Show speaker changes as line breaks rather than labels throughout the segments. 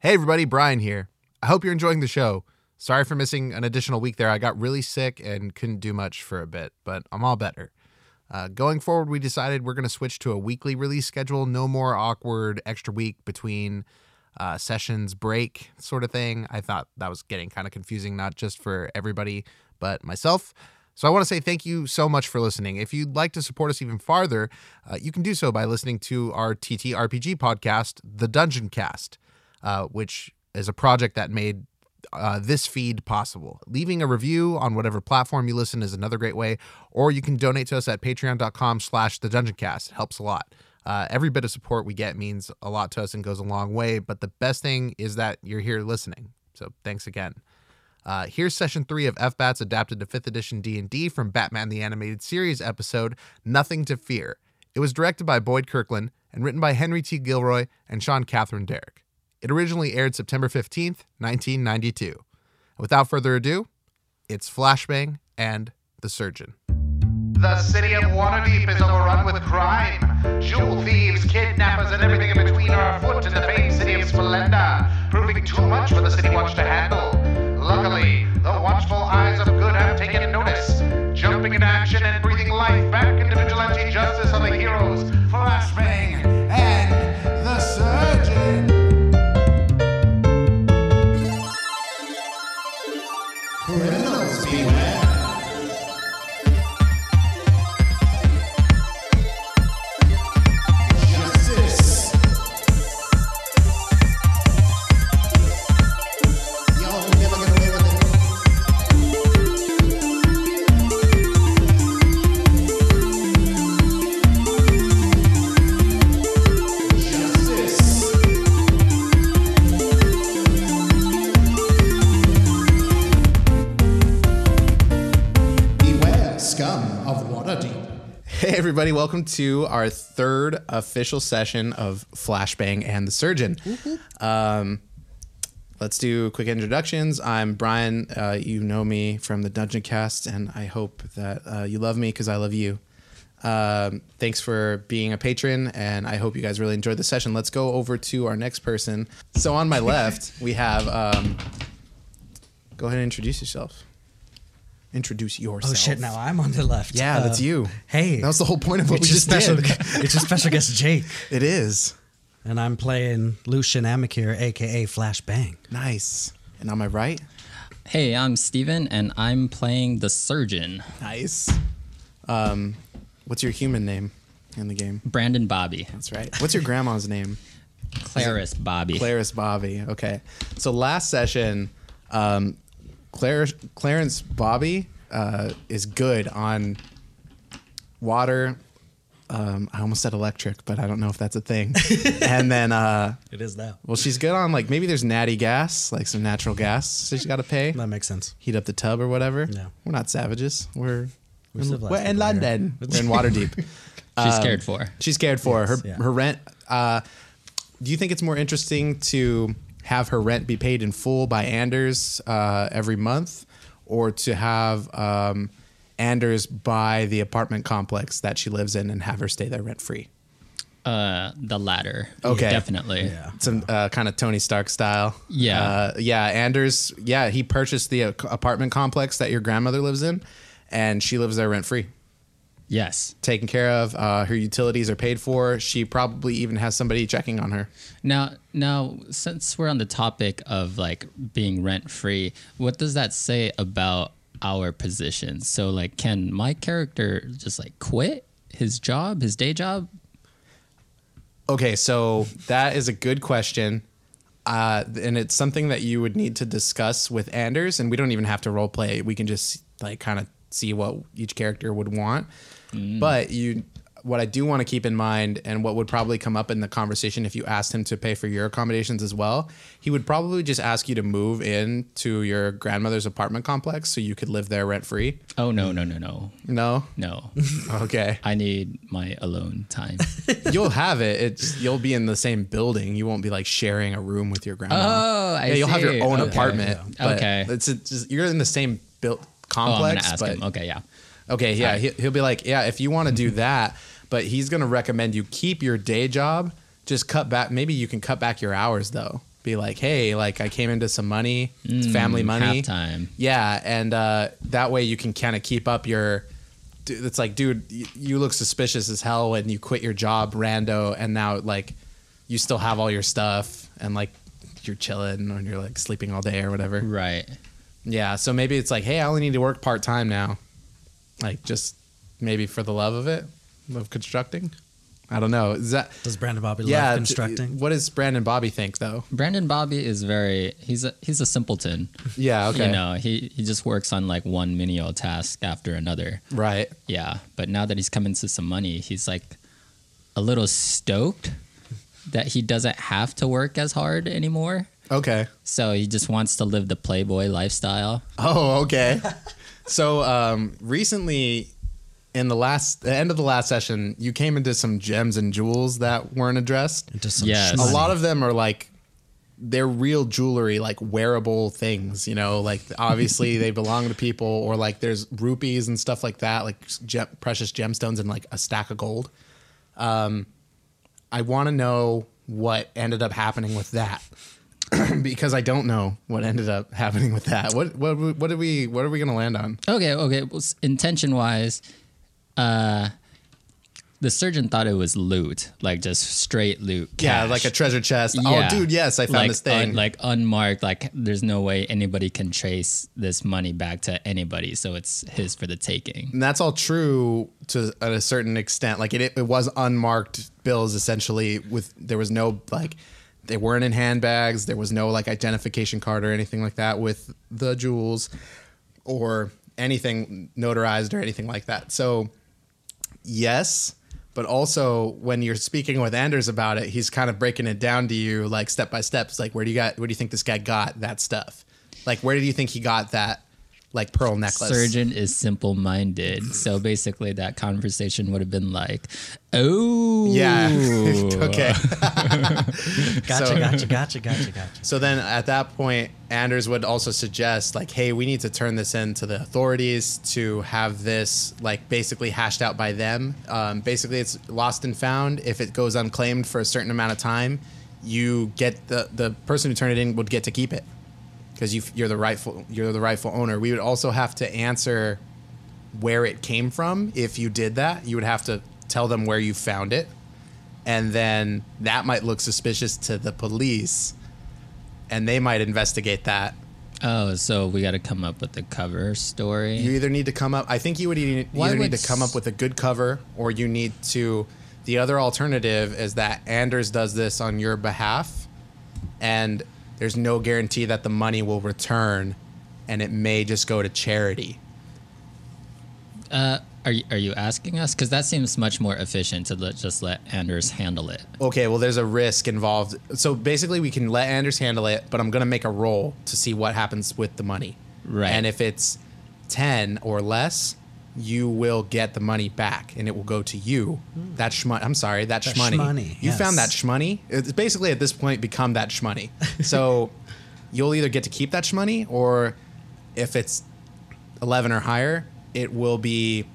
Hey, everybody, Brian here. I hope you're enjoying the show. Sorry for missing an additional week there. I got really sick and couldn't do much for a bit, but I'm all better. Uh, going forward, we decided we're going to switch to a weekly release schedule. No more awkward extra week between uh, sessions break sort of thing. I thought that was getting kind of confusing, not just for everybody, but myself. So I want to say thank you so much for listening. If you'd like to support us even farther, uh, you can do so by listening to our TTRPG podcast, The Dungeon Cast, uh, which is a project that made uh, this feed possible. Leaving a review on whatever platform you listen is another great way, or you can donate to us at patreon.com slash the dungeon cast. It helps a lot. Uh, every bit of support we get means a lot to us and goes a long way, but the best thing is that you're here listening. So thanks again. Uh, here's session three of FBATS adapted to 5th edition D&D from Batman the Animated Series episode, Nothing to Fear. It was directed by Boyd Kirkland and written by Henry T. Gilroy and Sean Catherine Derrick. It originally aired September 15th, 1992. Without further ado, it's Flashbang and The Surgeon.
The city of Waterdeep is overrun with crime. Jewel thieves, kidnappers, and everything in between are afoot in the famed city of Splendor, proving too much for the City Watch to handle. Luckily, the watchful eyes of good have taken notice, jumping into action and breathing life back into vigilante justice are the heroes, Flashbang and the Surgeon. Criminals beware. Justice. Y'all never get away with it. Justice. Beware, scum of Waterdeep.
Hey, everybody, welcome to our third official session of Flashbang and The Surgeon. Um, let's do quick introductions. I'm Brian. Uh, you know me from the Dungeon Cast, and I hope that uh, you love me because I love you. Um, thanks for being a patron, and I hope you guys really enjoyed the session. Let's go over to our next person. So, on my left, we have. Um, go ahead and introduce yourself. Introduce yourself.
Oh shit! Now I'm on the left.
Yeah, that's
Uh,
you.
Hey,
that was the whole point of what
it's
we
your
just
special.
did.
it's your special guest Jake,
It is
and I'm playing Lucian Amakir, aka Flashbang.
nice. And on my right,
Hey, I'm Steven, and I'm playing the surgeon,
nice. Um, what's your human name in the game?
Brandon Bobby,
That's right. What's your grandma's name?
Claris Bobby.
Clarice Bobby. Okay. So last session, um, Claire, Clarence Bobby uh, is good on water. Um, I almost said electric, but I don't know if that's a thing. and then, uh,
It is now.
well, she's good on like maybe there's natty gas, like some natural gas. So she's got to pay.
That makes sense.
heat up the tub or whatever.
No.
We're not savages. We're we're in,
civilized
we're in
people here.
London. we're in Waterdeep.
She's
um,
cared for.
She's cared for her
yeah.
her rent. Uh, do you think it's more interesting to have her rent be paid in full by Anders uh, every month, or to have um, Anders buy the apartment complex that she lives in and have her stay there rent free?
Uh, the latter.
Okay.
Definitely.
Yeah.
some uh, kind of Tony Stark style.
Yeah.
uh, yeah. Anders, yeah, he purchased the uh, apartment complex that your grandmother lives in, and she lives there rent free,
Yes.
taken care of. Uh, her utilities are paid for. She probably even has somebody checking on her.
Now, now, since we're on the topic of like being rent free, what does that say about our position? So, like, can my character just like quit his job, his day job?
Okay, so that is a good question. Uh, and it's something that you would need to discuss with Anders, and we don't even have to role play. We can just like kind of see what each character would want. But you, what I do want to keep in mind, and what would probably come up in the conversation if you asked him to pay for your accommodations as well, he would probably just ask you to move in to your grandmother's apartment complex so you could live there rent free.
Oh no, no, no, no,
No,
no!
okay,
I need my alone time. Oh,
you'll have it. It's you'll be in the same building. You won't be like sharing a room with your grandma.
Oh, I
yeah, you'll have
see.
your own
Okay.
apartment. but
Okay.
it's, it's just, you're in the same built
Oh, I'm gonna
complex.
ask
but,
him. Okay, yeah.
okay, yeah, he, he'll be like, yeah, if you want to do that, but he's gonna recommend you keep your day job. Just cut back. Maybe you can cut back your hours though. be like, hey, like I came into some money, it's family money.
Hmm, Mm, halftime.
Yeah, and uh, that way you can kind of keep up your. dude, It's like, dude, you, you look suspicious as hell when you quit your job, rando, and now like you still have all your stuff and like you're chilling or you're like sleeping all day or whatever.
Right.
Yeah, so maybe it's like, hey, I only need to work part time now, like just maybe for the love of it, of constructing. I don't know. Is that
Does Brandon Bobby
yeah? uh,
love
d-
constructing?
What does Brandon Bobby think though?
Brandon Bobby is very he's a he's a simpleton.
Yeah. Okay.
You know, he, he just works on like one menial task after another.
Right.
Yeah. But now that he's come into some money, he's like a little stoked that he doesn't have to work as hard anymore.
Okay.
So he just wants to live the playboy lifestyle.
Oh, okay. so um, recently, in the last the end of the last session, you came into some gems and jewels that weren't addressed.
Just some
Yes.
A
schmuck.
lot of them are like they're real jewelry, like wearable things. You know, like obviously they belong to people, or like there's rupees and stuff like that, like gem, precious gemstones and like a stack of gold. Um, I want to know what ended up happening with that. because I don't know what ended up happening with that. What what what did we what are we gonna land on?
Okay, okay. Well, intention wise, uh, the surgeon thought it was loot, like just straight loot.
Yeah,
cash.
like a treasure chest. Oh,
Yeah.
dude, yes, I found
Like, uh,
this thing.
un- like unmarked. Like there's no way anybody can trace this money back to anybody, so it's his for the taking.
and that's all true to a certain extent. Like it, it was unmarked bills essentially. With there was no like, they weren't in handbags. There was no like identification card or anything like that with the jewels, or anything notarized or anything like that. So, yes, but also when you're speaking with Anders about it, he's kind of breaking it down to you like step by step. It's like where do you got? Where do you think this guy got that stuff? Like where do you think he got that? Like pearl necklace.
Surgeon is simple minded, so basically that conversation would have been like, "Oh,
Yeah. okay.
Gotcha,
so-
gotcha, gotcha, gotcha, gotcha.
So then at that point, Anders would also suggest, like, hey, we need to turn this in to the authorities to have this, like, basically hashed out by them. Um, basically, it's lost and found. If it goes unclaimed for a certain amount of time, you get the, the person who turned it in would get to keep it because you, you're the rightful you're the rightful owner. We would also have to answer where it came from. If you did that, you would have to tell them where you found it, and then that might look suspicious to the police, and they might investigate that.
oh, so we got to come up with a cover story."
You either need to come up. I think you would e-
Why
either need
would
to come up with a good cover, or you need to. The other alternative is that Anders does this on your behalf, and there's no guarantee that the money will return, and it may just go to charity.
Are you, are you asking us? Because that seems much more efficient to let, just let Anders handle it.
Okay, well, there's a risk involved. So basically, we can let Anders handle it, but I'm going to make a roll to see what happens with the money.
Right.
And if it's 10 or less, you will get the money back and it will go to you. That shmoney. I'm sorry, that,
That
shmoney.
shmoney,
You found that
yes.
shmoney. It's basically at this point become that shmoney. So you'll either get to keep that shmoney or if it's 11 or higher, it will be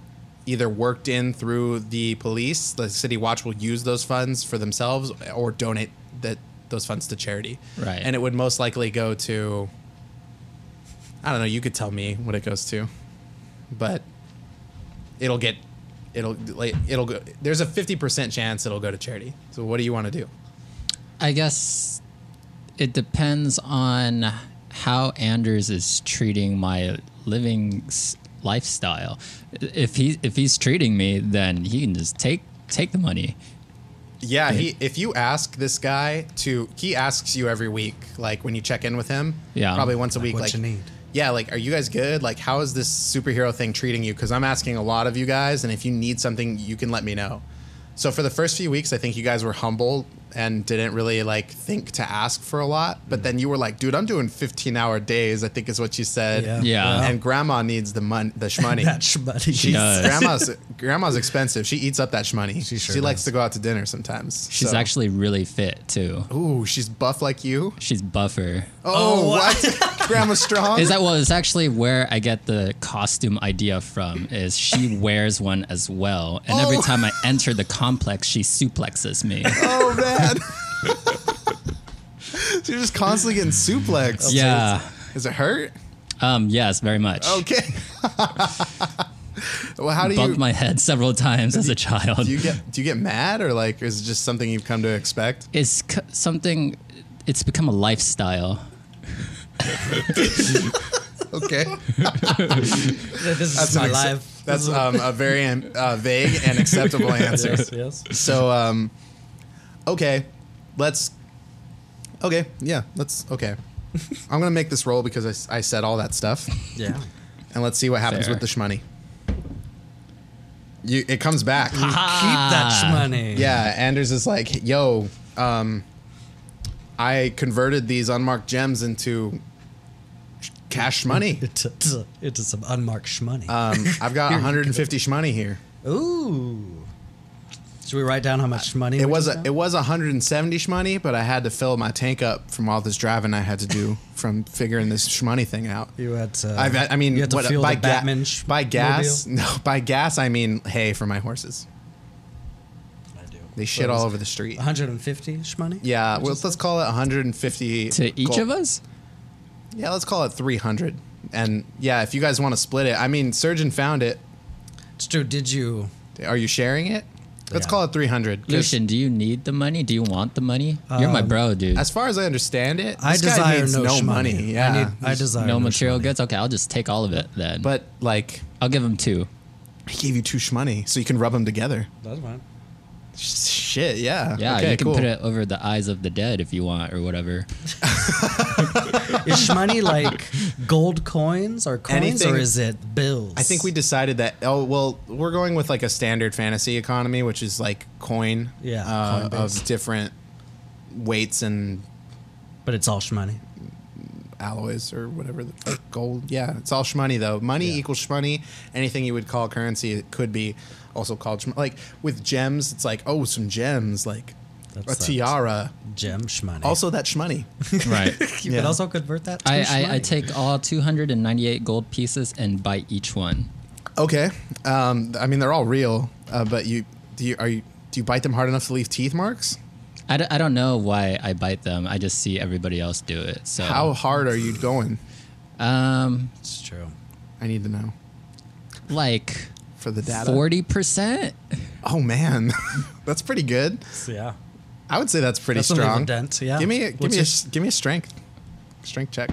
either worked in through the police. The city watch will use those funds for themselves or donate that those funds to charity.
Right.
And it would most likely go to I don't know, you could tell me what it goes to. But it'll get it'll like it'll go there's a 50% chance it'll go to charity. So what do you want to do?
I guess it depends on how Anders is treating my living s- lifestyle. If he if he's treating me, then he can just take take the money.
Yeah, he if you ask this guy to he asks you every week, like when you check in with him.
Yeah.
Probably once a week.
what
like
you need.
Yeah, like are you guys good? Like how is this superhero thing treating you? Because I'm asking a lot of you guys, and if you need something, you can let me know. So for the first few weeks, I think you guys were humble and didn't really like think to ask for a lot. But then you were like, dude, I'm doing 15 hour days, I think is what you said.
Yeah.
Yeah.
And grandma needs the money the shmoney.
That shmoney.
She's,
does.
grandma's grandma's expensive. She eats up that shmoney. She,
sure
likes to go out to dinner sometimes.
She's
so-
actually really fit too.
Ooh, she's buff like you.
She's buffer.
Oh, what? Grandma strong.
Is that well? It's actually where I get the costume idea from. Is she wears one as well, and every
Oh.
time I enter the complex, she suplexes me.
oh man. So you're just constantly getting suplexed.
Yeah.
Does it hurt?
Um, yes, very much.
Okay. well, how do
Bumped
you
my head several times as a child.
do you get do you get mad or like is it just something you've come to expect?
it's c- something. It's become a lifestyle.
Okay.
This is
That's
my
an ex-
life.
That's um, a very um, uh, vague and acceptable answer.
Yes, yes.
So um, okay, let's. Okay, yeah, let's. Okay, I'm gonna make this roll because I s- I, said all that stuff,
Yeah.
and let's see what happens
Fair.
with the shmoney. You, it comes back.
Ah.
Keep that money.
Yeah, Anders is like, yo, um, I converted these unmarked gems into cash money.
Into, into some unmarked shmoney.
Um, I've got 150 shmoney here.
Ooh. Should we write down how much money?
uh, It was a, it was 170 shmoney, but I had to fill my tank up from all this driving I had to do from figuring this shmoney thing out.
you had to.
I've, I mean,
you had to
what- uh,
fuel
by,
the
ga-
Batman sh-
by gas,
mobile?
no, by gas, I mean hay for my horses.
I do.
They
So
shit
it was
all over the street.
150 shmoney.
Yeah, well, let's call it 150
To each
gold-
of us?
Yeah, let's call it 300. And yeah, if you guys want to split it, I mean, Surgeon found it.
It's true. Did you?
Are you sharing it? Let's
Yeah.
call it 300. 'cause
Lucian, do you need the money? Do you want the money? You're
Um,
my bro, dude.
As far as I understand it,
I
this guy
desire
needs
no, shmoney.
money. Yeah.
I, need, I desire
No material
shmoney.
goods? Okay, I'll just take all of it then.
but like,
I'll give him two.
I gave you two shmoney so you can rub them together.
That's fine.
Shit, yeah.
Yeah,
okay,
you can
cool.
put it over the eyes of the dead if you want or whatever.
Is shmoney like gold coins or coins,
Anything-
or is it bills?
I think we decided that. Oh well, we're going with like a standard fantasy economy, which is like coin,
Yeah,
uh,
coin-based.
of different weights and
But it's all shmoney.
alloys or whatever the fuck, gold. Yeah, it's all shmoney though. Money equals shmoney. Anything you would call currency, it could be also called shmoney. Like with gems, it's like oh, some gems, like
That's
a
that.
tiara.
Gem shmoney.
Also that shmoney.
Right.
you
yeah.
could also convert that. To
I, I, I
shmoney.
take all 298 gold pieces and buy each one.
okay, um, I mean they're all real, uh, but you do you are you do you bite them hard enough to leave teeth marks?
I, d- I don't know why I bite them. I just see everybody else do it. So
How hard are you going?
Um,
It's true.
I need to know
like
for the data.
forty percent.
Oh man, that's pretty good.
So, yeah.
I would say that's pretty
That's a little
strong.
dent, yeah.
Give me a, give
What's
me a,
your-
s- give me a strength strength check.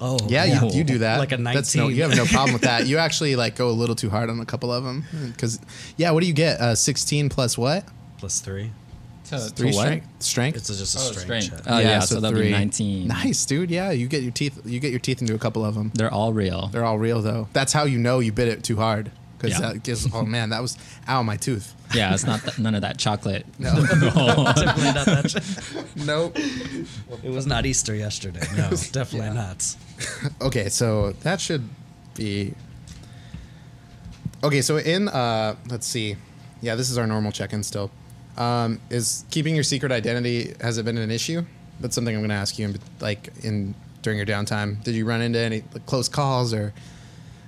Oh.
Yeah,
Yeah.
You, you do that.
Like a
That's no,
19.
you have no problem with that. You actually like go a little too hard on a couple of them because yeah. What do you get? Uh, Sixteen plus what?
Plus three.
Three strength. Strength.
It's just a
Oh,
strength.
strength.
check.
Oh yeah, so, that'll
three.
be nineteen.
Nice, dude. Yeah, you get your teeth. You get your teeth into a couple of them.
They're all real.
They're all real though. That's how you know you bit it too hard because
Yeah.
that gives. Oh man, that was ow my tooth.
yeah, it's not th- none of that chocolate. No.
Definitely not that.
Nope.
It was not Easter yesterday. No, definitely not.
Okay, so that should be Okay, so in uh let's see. Yeah, this is our normal check-in still. Um is keeping your secret identity has it been an issue? That's something I'm going to ask you in, like in during your downtime. Did you run into any like, close calls or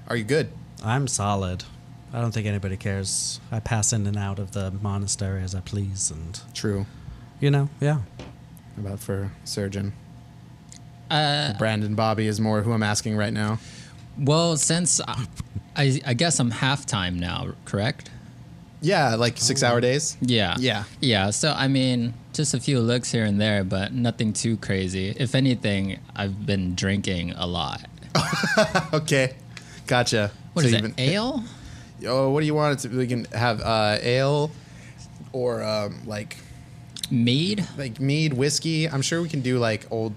are you good?
I'm solid. I don't think anybody cares. I pass in and out of the monastery as I please, and
True.
you know, yeah.
About for surgeon. Uh, Brandon Bobby is more who I'm asking right now.
well, since I, I, I guess I'm half time now, correct?
Yeah, like six
Oh.
hour days.
Yeah.
Yeah.
Yeah. So I mean, just a few looks here and there, but nothing too crazy. If anything, I've been drinking a lot.
Okay, gotcha.
What
So
is
you've
it?
been- eh,
ale?
Oh, what do you want? It to, we can have uh, ale or um, like
Mead?
like mead, whiskey. I'm sure we can do like old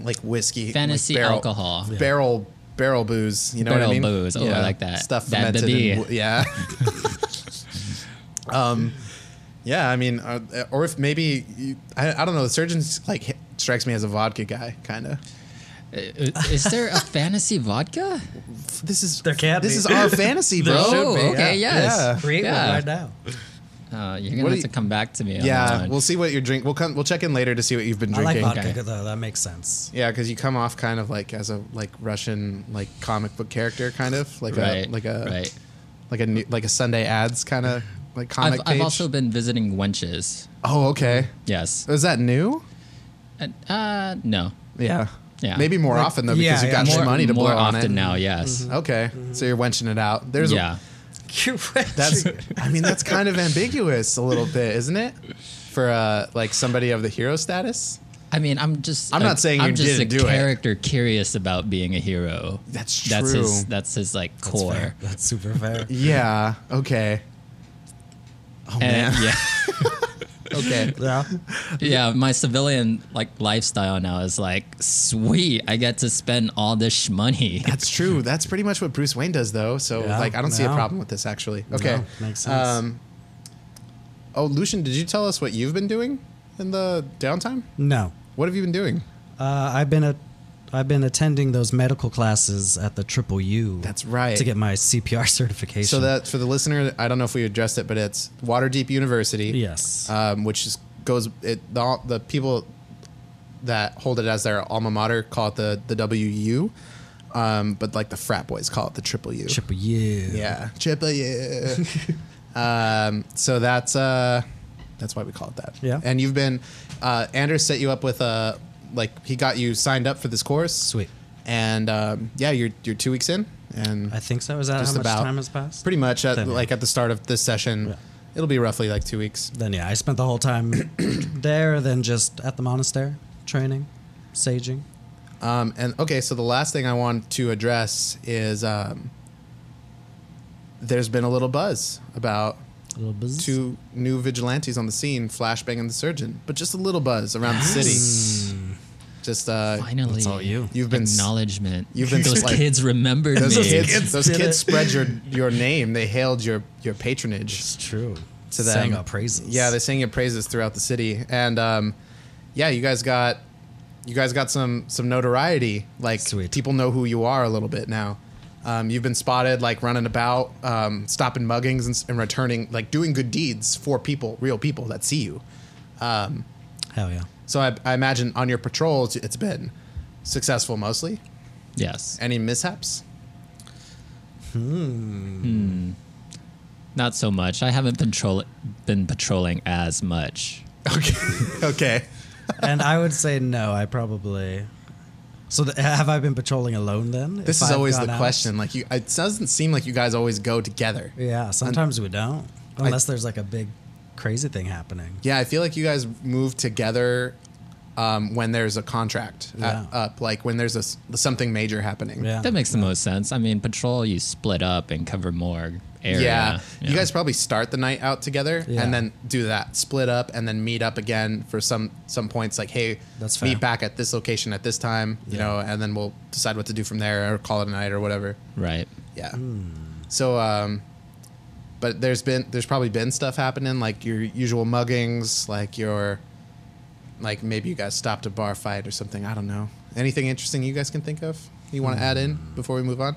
like whiskey, like
Fantasy alcohol. Yeah.
barrel barrel booze. You know what
Barrel
I mean?
booze. Oh, I like that.
stuff
That
fermented.
baby.
in wo- yeah. um, yeah. I mean, uh, or if maybe you, I, I don't know. The surgeon's like hi- strikes me as a vodka guy, kind of.
Uh, Is there a fantasy vodka?
This is
There can
this
be.
is our fantasy, bro.
should be. Oh, Okay,
Yeah.
yes.
Yeah.
Create
Yeah.
one right now.
Uh, you're gonna
What do
have
you-
to come back to me. on that
Yeah,
one.
we'll see what you're drink. We'll come. We'll check in later to see what you've been
I like
drinking.
vodka
Okay.
though. That makes sense.
Yeah, because you come off kind of like as a like Russian like comic book character, kind of like
right,
a uh, like a
right.
like a new, like a Sunday ads kind of like comic
I've,
page.
I've also been visiting wenches.
oh, okay.
Yes.
Is that new?
Uh, no.
Yeah.
Yeah.
Maybe more
Like,
often though, because
yeah,
you've got
yeah.
more,
More,
money to
more
blow
often
on it. Mm-hmm.
now, yes.
Okay, so you're wenching it out. There's
Yeah.
You're
that's.
wenching.
I mean, that's kind of ambiguous a little bit, isn't it? For uh, like somebody of the hero status.
I mean, I'm just.
I'm
a-
not saying you
I'm just
didn't
a
do it.
character curious about being a hero.
That's
That's his.
true.
That's his like
That's
core.
fair. That's super fair.
Yeah. Okay. Oh
And yeah,
Okay.
Yeah.
yeah. My civilian like lifestyle now is like sweet. I get to spend all this money.
That's true. That's pretty much what Bruce Wayne does, though. So,
Yeah,
like, I don't see a
no.
problem with this actually. Okay, um,
makes sense.
oh, Lucian, did you tell us what you've been doing in the downtime?
No.
What have you been doing?
Uh, I've been a, I've been attending those medical classes at the Triple U.
That's right.
To get my CPR certification.
So that for the listener, I don't know if we addressed it, but it's Waterdeep University.
Yes.
um, which is, goes it the, the people that hold it as their alma mater call it the the WU, um, but like the frat boys call it the Triple U.
Triple U.
Yeah, triple yeah. um, so that's uh, that's why we call it that.
Yeah.
And you've been, uh, Anders set you up with a like he got you signed up for this course.
Sweet.
And um, yeah, you're you're two weeks in, and
I think so. Is that
Just
how much
about.
time has passed?
pretty much at,
Then, yeah.
like at the start of this session,
Yeah.
it'll be roughly like two weeks.
Then yeah, I spent the whole time there, then just at the monastery training, saging.
Um, and okay, so the last thing I want to address is um, there's been a little buzz about
A little buzz.
two new vigilantes on the scene, Flashbang and the Surgeon, but just a little buzz around the city.
Mm,
Just uh,
Finally,
That's all you.
You've been s-
acknowledgement.
you've been
those
like-
kids remembered
those
me.
kids,
kids
those
did
kids
it.
spread your your name. They hailed your your patronage
It's true.
to them.
Sang our praises.
Yeah, they sang your praises throughout the city, and um, yeah, you guys got you guys got some some notoriety. Like
Sweet.
people know who you are a little bit now. Um, you've been spotted like running about, um, stopping muggings and, s- and returning, like doing good deeds for people, real people that see you.
Hell yeah.
So I, I imagine on your patrols, it's been successful mostly.
Yes.
Any mishaps?
Not so much. I haven't patrol been patrolling as much.
Okay. okay.
and I would say no. I probably. So th- have I been patrolling alone then?
This
If
is
I've
always
gone
the
out?
question. Like you, it doesn't seem like you guys always go together.
Yeah, sometimes we don't, unless there's like a big crazy thing happening.
Yeah, I feel like you guys move together um, when there's a contract a-
Yeah.
up, like when there's a s- something major happening.
Yeah,
That makes the most sense. I mean, patrol you split up and cover more area.
Yeah. You
know.
guys probably start the night out together
Yeah.
and then do that, split up and then meet up again for some some points like, hey,
That's fair.
meet back at this location at this time, you
Yeah.
know, and then we'll decide what to do from there or call it a night or whatever.
right.
Yeah.
Hmm.
So um but there's been there's probably been stuff happening like your usual muggings, like your like maybe you guys stopped a bar fight or something, I don't know. Anything interesting you guys can think of you want to add in
Hmm.
before we move on?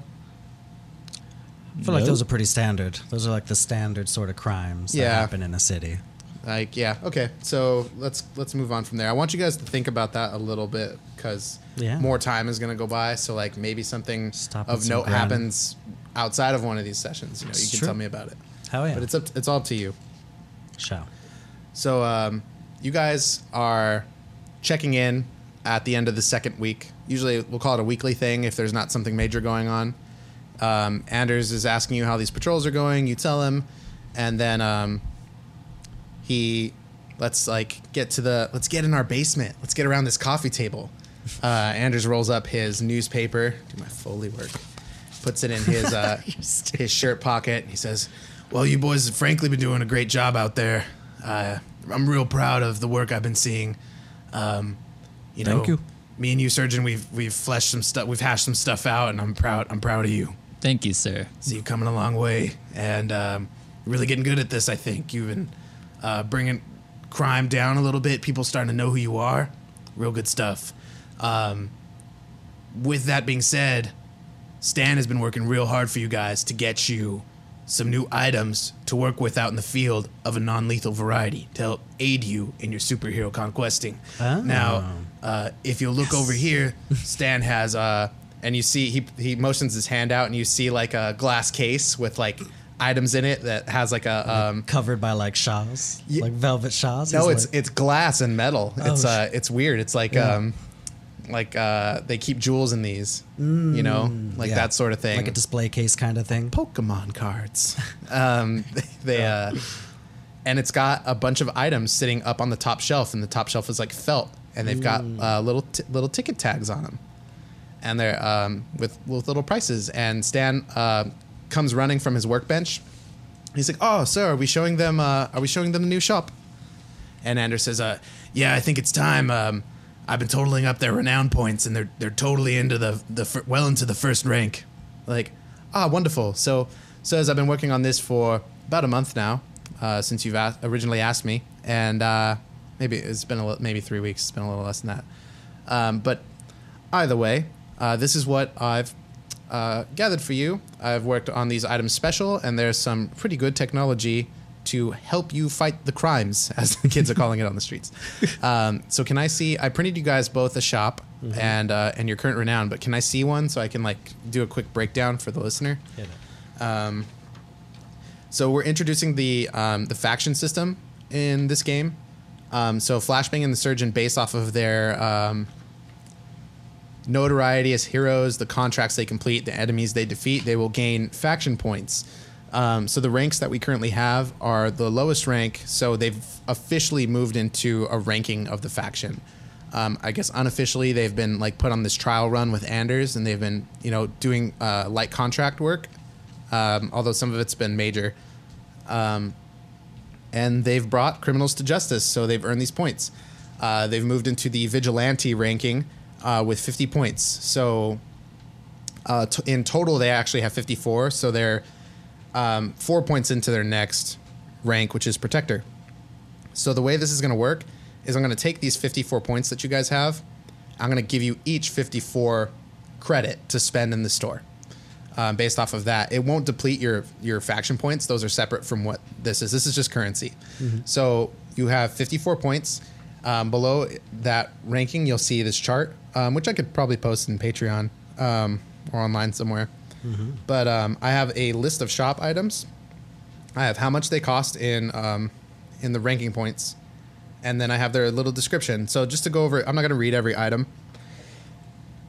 I feel like those are pretty standard. Those are like the standard sort of crimes
Yeah.
that happen in a city.
like yeah okay so let's let's move on from there i want you guys to think about that a little bit because
Yeah.
more time is going to go by so like maybe something
Stop at
of
some
note
grand-
happens outside of one of these sessions you know you
It's
can
true.
tell me about it
Hell yeah!
but it's up it's all up to you
show.
so um, you guys are checking in at the end of the second week. Usually we'll call it a weekly thing if there's not something major going on. Um, Anders is asking you how these patrols are going. You tell him, and then um, he let's like get to the let's get in our basement. Let's get around this coffee table. Uh, Anders rolls up his newspaper. Do my foley work. Puts it in his uh, his shirt pocket. He says, "Well, you boys have frankly been doing a great job out there. Uh, I'm real proud of the work I've been seeing. Um, you know,
Thank you.
me and you, surgeon, we've we've fleshed some stuff, we've hashed some stuff out, and I'm proud. I'm proud of you.
Thank you, sir.
So you've coming a long way, and um, you're really getting good at this. I think you've been uh, bringing crime down a little bit. People starting to know who you are. Real good stuff. Um, with that being said, Stan has been working real hard for you guys to get you some new items to work with out in the field of a non-lethal variety to help aid you in your superhero conquesting.
Oh.
Now, uh, if you look over here, Stan has uh, and you see he he motions his hand out, and you see like a glass case with like items in it that has like a um,
covered by like shawls, like velvet shawls.
No, it's
like,
it's glass and metal. it's
Oh, sh-
uh, it's weird. It's like
Yeah.
um, like uh, they keep jewels in these, you know, like
Mm, yeah.
that sort of thing.
like a display case kind of thing.
Pokemon cards. um, they uh, and it's got a bunch of items sitting up on the top shelf, and the top shelf is like felt, and they've got
Mm.
uh, little t- little ticket tags on them, and they're um, with with little prices. And Stan uh, comes running from his workbench. He's like, "Oh, sir, are we showing them? Uh, are we showing them the new shop?" And Anders says, uh, "Yeah, I think it's time. Um, I've been totaling up their renown points, and they're they're totally into the the fir- well into the first rank. Like, ah, wonderful. So, so as I've been working on this for about a month now, uh, since you've a- originally asked me, and uh, maybe it's been a li- maybe three weeks. It's been a little less than that. Um, but either way, uh, this is what I've uh, gathered for you. I've worked on these items special, and there's some pretty good technology to help you fight the crimes, as the kids are calling it on the streets. Um, so, can I see? I printed you guys both a shop and uh, and your current renown, but can I see one so I can like do a quick breakdown for the listener?
Hit it.
So we're introducing the um, the faction system in this game. Um, so Flashbang and the Surgeon, based off of their um, notoriety as heroes, the contracts they complete, the enemies they defeat, they will gain faction points. Um, so the ranks that we currently have are the lowest rank. So they've officially moved into a ranking of the faction. Um, I guess unofficially they've been like put on this trial run with Anders, and they've been you know doing uh, light contract work, um, although some of it's been major and they've brought criminals to justice, so they've earned these points. Uh, they've moved into the vigilante ranking uh, with 50 points. So uh, t- in total, they actually have 54. So they're um, four points into their next rank, which is protector. So the way this is going to work is I'm going to take these 54 points that you guys have. I'm going to give you each 54 credit to spend in the store um, based off of that. It won't deplete your your faction points. Those are separate from what this is. This is just currency. So you have 54 points. Um, below that ranking, you'll see this chart, um, which I could probably post in Patreon um, or online somewhere. But um, I have a list of shop items. I have how much they cost in um, in the ranking points, and then I have their little description. So just to go over, I'm not going to read every item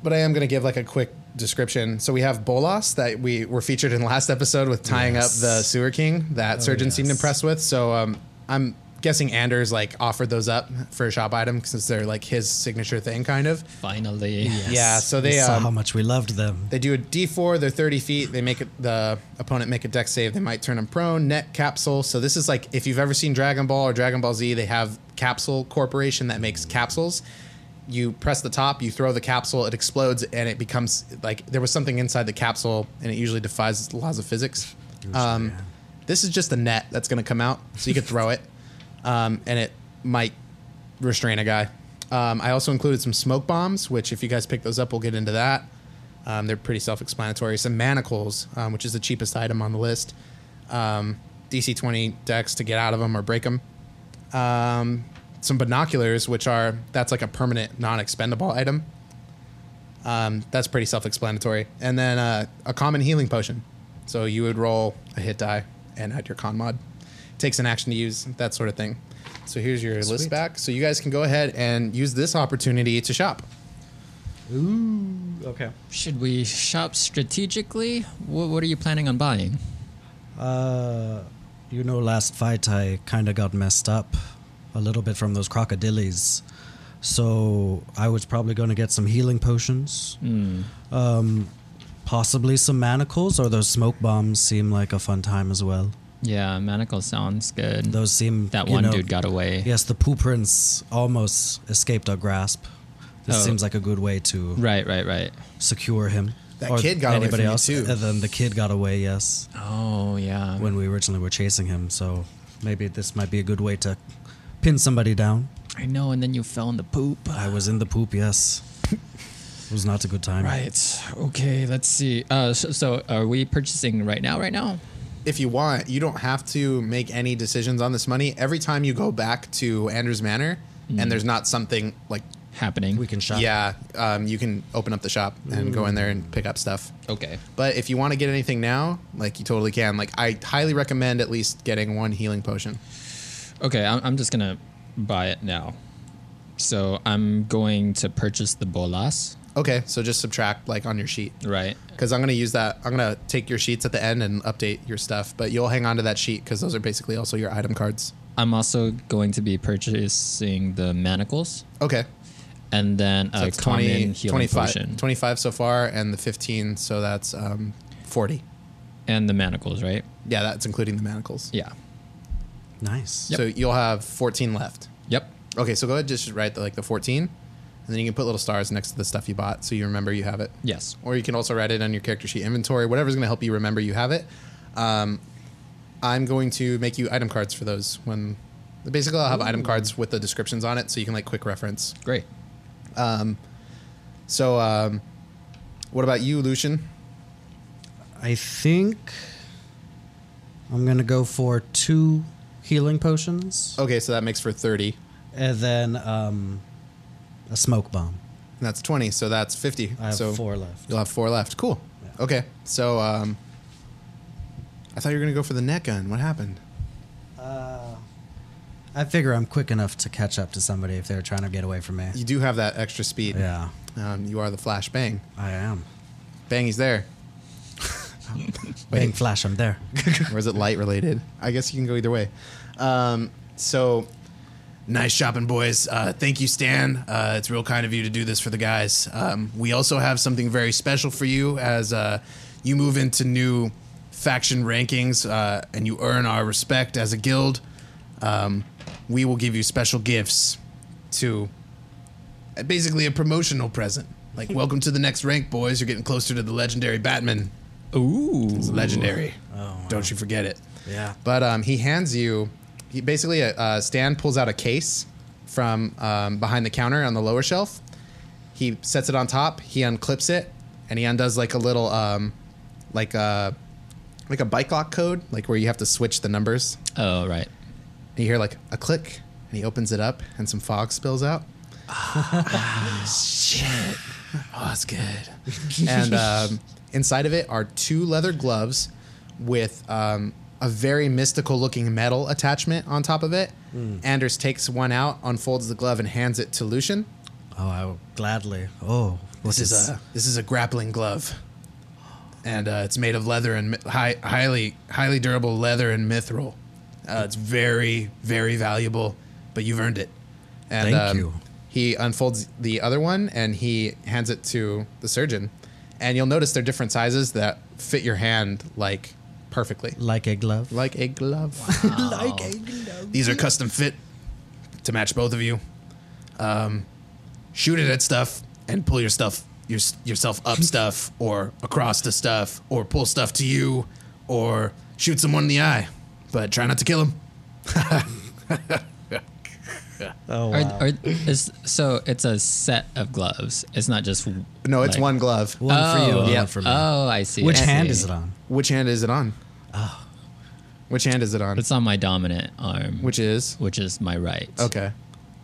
but I am going to give like a quick description. So we have Bolas that we were featured in last episode with tying
Yes. Oh,
up the sewer king that surgeon seemed
yes.
impressed with. So um, I'm guessing Anders like offered those up for a shop item since they're like his signature thing, kind of.
Finally.
Yeah, so they,
we saw
um,
how much we loved them.
They do a D4. They're 30 feet. They make it, the opponent make a deck save. They might turn them prone. Net capsule. So this is like if you've ever seen Dragon Ball or Dragon Ball Z, they have Capsule Corporation that makes capsules. You press the top, you throw the capsule, it explodes, and it becomes like there was something inside the capsule, and it usually defies the laws of physics. Um, This is just a net that's going to come out, so you could throw it, um, and it might restrain a guy. Um, I also included some smoke bombs, which if you guys pick those up, we'll get into that. Um, they're pretty self-explanatory. Some manacles, um, which is the cheapest item on the list. Um, DC 20 decks to get out of them or break them. Um, some binoculars, which are that's like a permanent, non-expendable item. Um, that's pretty self-explanatory. And then uh, a common healing potion. So you would roll a hit die and add your con mod. Takes an action to use that sort of thing. So here's your list back. So you guys can go ahead and use this opportunity to shop.
Okay.
Should we shop strategically? What, what are you planning on buying?
Uh, you know, last fight I kind of got messed up a little bit from those crocodilies. So I was probably going to get some healing potions, um,
Hmm.
possibly some manacles, or those smoke bombs seem like a fun time as well.
Yeah, manacle sounds good.
Those seem
that
you
one
know-
dude got away.
Yes, the poo prince almost escaped our grasp. This
Oh.
seems like a good way to
Right, right, right.
secure him.
That kid got away
anybody
from you,
else,
too.
And then the kid got away. Yes.
Oh yeah.
when we originally were chasing him. So maybe this might be a good way to pin somebody down.
I know, and then you fell in the poop.
I was in the poop, yes. It was not a good time.
Right. Okay. Let's see. Uh, so, so are we purchasing right now? Right now?
if you want, you don't have to make any decisions on this money. Every time you go back to Anders Manor and there's not something like
happening.
We can shop.
Yeah, um, you can open up the shop and go in there and pick up stuff.
Okay.
But if you want to get anything now, like you totally can. Like I highly recommend at least getting one healing potion.
Okay, I'm, I'm just gonna buy it now. So I'm going to purchase the bolas,
Okay, so just subtract like on your sheet.
right?
Because I'm gonna use that. I'm gonna take your sheets at the end and update your stuff. But you'll hang on to that sheet because those are basically also your item cards.
I'm also going to be purchasing the manacles
Okay,
and then a
it's
common
20,
healing
25,
potion
25 so far, and the fifteen. So that's um, forty.
and the manacles, right?
Yeah, that's including the manacles.
Yeah.
Nice.
So you'll have fourteen left.
Yep.
Okay, so go ahead, just write the, like the 14, and then you can put little stars next to the stuff you bought so you remember you have it.
Yes.
Or you can also write it on your character sheet inventory, whatever's going to help you remember you have it. Um, I'm going to make you item cards for those when. Basically, I'll have item cards with the descriptions on it so you can like quick reference.
Great.
So, um, what about you, Lucian?
I think I'm gonna go for two healing potions
Okay, so that makes for 30.
and then um, a smoke bomb.
And that's 20, so that's 50.
I have
so
four left.
You'll have four left. Cool. Okay, so um, I thought you were going to go for the net gun. What happened?
I figure I'm quick enough to catch up to somebody if they're trying to get away from me.
You do have that extra speed.
Yeah,
Um, you are the Flash Bang.
I am.
Bang, he's there.
Bang flash, I'm there.
or is it light related? I guess you can go either way. Um, so, nice shopping, boys. Uh, thank you, Stan. Uh, it's real kind of you to do this for the guys. Um, we also have something very special for you as uh, you move into new faction rankings uh, and you earn our respect as a guild. Um, we will give you special gifts to uh, basically a promotional present. Like, welcome to the next rank, boys. You're getting closer to the legendary Batman.
Ooh.
It's legendary. Don't you forget it.
Yeah.
But um, he hands you, he basically, uh, uh, Stan pulls out a case from um, behind the counter on the lower shelf. He sets it on top. He unclips it, and he undoes like a little, um, like a, like a bike lock code, like where you have to switch the numbers.
Oh right.
And you hear like a click, and he opens it up, and some fog spills out. Ah, shit. Oh, that's good. and um, inside of it are two leather gloves with um, a very mystical looking metal attachment on top of it. Anders takes one out, unfolds the glove, and hands it to Lucian.
Oh, I will gladly. Oh, what
This is a this is a grappling glove, and uh, it's made of leather and mi- high, highly highly durable leather and mithril. Uh, it's very very valuable, but you've earned it. And, um,
Thank you.
He unfolds the other one and he hands it to the surgeon, and you'll notice they're different sizes that fit your hand like perfectly,
like a glove? Oh.
like a glove. like a glove. These are custom fit to match both of you. Um, shoot it at stuff and pull your stuff your, yourself up stuff or across the stuff or pull stuff to you or shoot someone in the eye, but try not to kill him.
oh,
Are,
wow.
are, is, so it's a set of gloves. It's not just
No, it's
like-
one glove.
one for you,
Oh,
and
yeah.
one for me.
Oh, I see.
Which
I
hand
see.
is it on?
Which hand is it on? Which hand is it on?
It's on my dominant arm,
Which is
which is my right.
okay.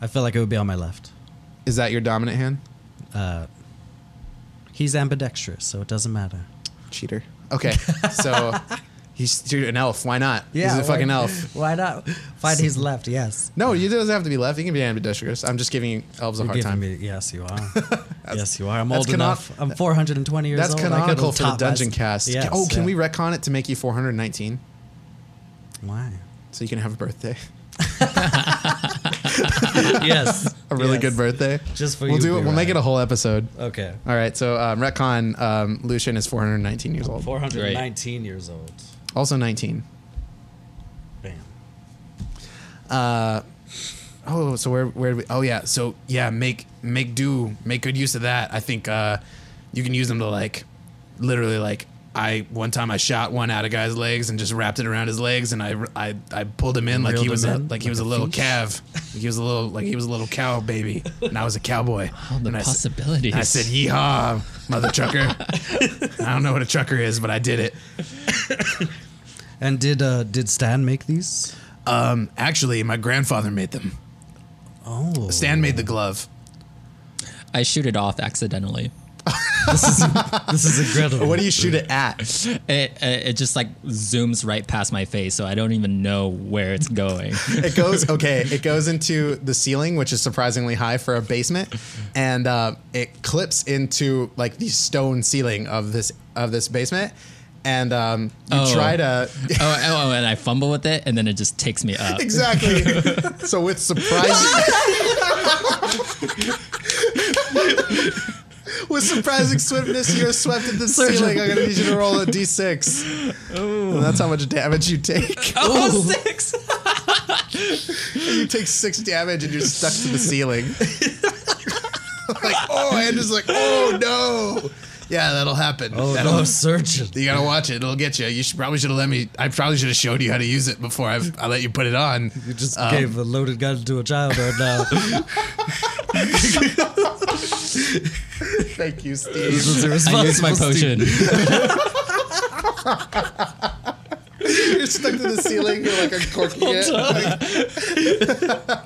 I feel like it would be on my left.
Is that your dominant hand?
He's ambidextrous, so it doesn't matter.
Cheater. Okay, so he's dude, an elf. Why not? he's a
why-
fucking elf.
Why not? Find his left, yes.
No, you doesn't have to be left. You can be ambidextrous. I'm just giving elves a
You're
hard
giving
time.
me, yes, you are. yes, you are. I'm
that's
old
canon-
enough. I'm 420 years
That's
old. I could
canonical for the
top
dungeon
myself.
cast.
Yes,
oh, can
yeah.
we retcon it to make you 419
Why?
so you can have a birthday?
yes.
A really
yes.
good birthday.
Just for
we'll
you,
do it. We'll make
B-Rad.
it a whole episode.
Okay.
All right. So um, retcon. Um, Lucian is 419
Oh,
years old.
419 years old.
Also 19.
Bam.
Oh, so where where do we? Oh yeah, so yeah, make make do, make good use of that. I think uh, you can use them to like, literally like I one time I shot one out of guy's legs and just wrapped it around his legs and I I, I pulled him in like he
Reeled
was
him
a,
in
like he was a
like a
little
fish?
calf, like he was a little like he was a little cow baby and I was a cowboy.
the
and I s-
possibilities.
I said, "Yeehaw, mother trucker!" I don't know what a trucker is, but I did it.
And did uh, did Stan make these?
Um, actually, my grandfather made them.
Oh.
Stan made the glove.
I shoot it off accidentally.
This is this is incredible.
What do you shoot it at?
It, it it just like zooms right past my face, so I don't even know where it's going. Oh,
It goes okay. It goes into the ceiling, which is surprisingly high for a basement, and uh, it clips into like the stone ceiling of this of this basement. And um, you
Oh.
try to
oh, oh, oh, and I fumble with it, and then it just takes me up.
exactly. so with surprising, with surprising swiftness, you're swept at the ceiling. I'm gonna need you to roll a d6. And that's how much damage you take.
Oh, six.
You take six damage and you're stuck to the ceiling. like, oh, and just like, oh no. Yeah, that'll happen.
Oh
that'll,
no, surgeon!
You gotta watch it. It'll get you. You should, probably should have let me. I probably should have showed you how to use it before I, I let you put it on.
You just
Um,
gave a loaded gun to a child right now.
Thank you,
this
Steve.
is
I used my
irresponsible, Steve.
potion.
You're stuck to the ceiling. You're like uncorking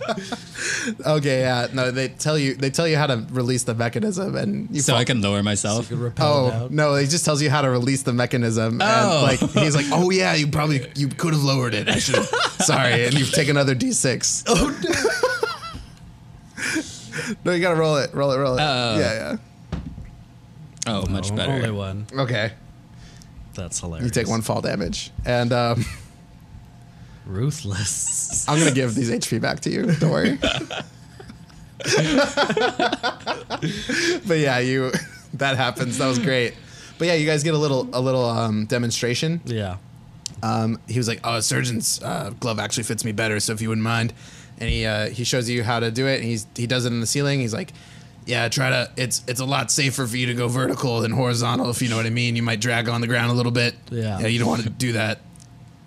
it. okay, yeah. No, they tell you. They tell you how to release the mechanism, and you.
so
fall-
I can lower myself.
You repelled
Oh
out.
no! He just tells you how to release the mechanism,
Oh.
and like he's like, "Oh yeah, you probably you could have lowered it. I should. Sorry, and you've taken another d6. Oh no! no, you gotta roll it, roll it, roll it.
Oh.
yeah,
Oh, much better.
Only one.
yeah. Okay,
That's hilarious.
you take one fall damage, and um,
Ruthless.
I'm gonna give these HP back to you. Don't worry. but yeah, you that happens. That was great. But yeah, you guys get a little a little um, demonstration.
yeah.
Um, he was like, "Oh, a surgeon's uh, glove actually fits me better, so if you wouldn't mind." And he uh, he shows you how to do it, and he's he does it in the ceiling. He's like, "Yeah, try to. It's it's a lot safer for you to go vertical than horizontal, if you know what I mean. You might drag on the ground a little bit.
Yeah.
you don't want to do that.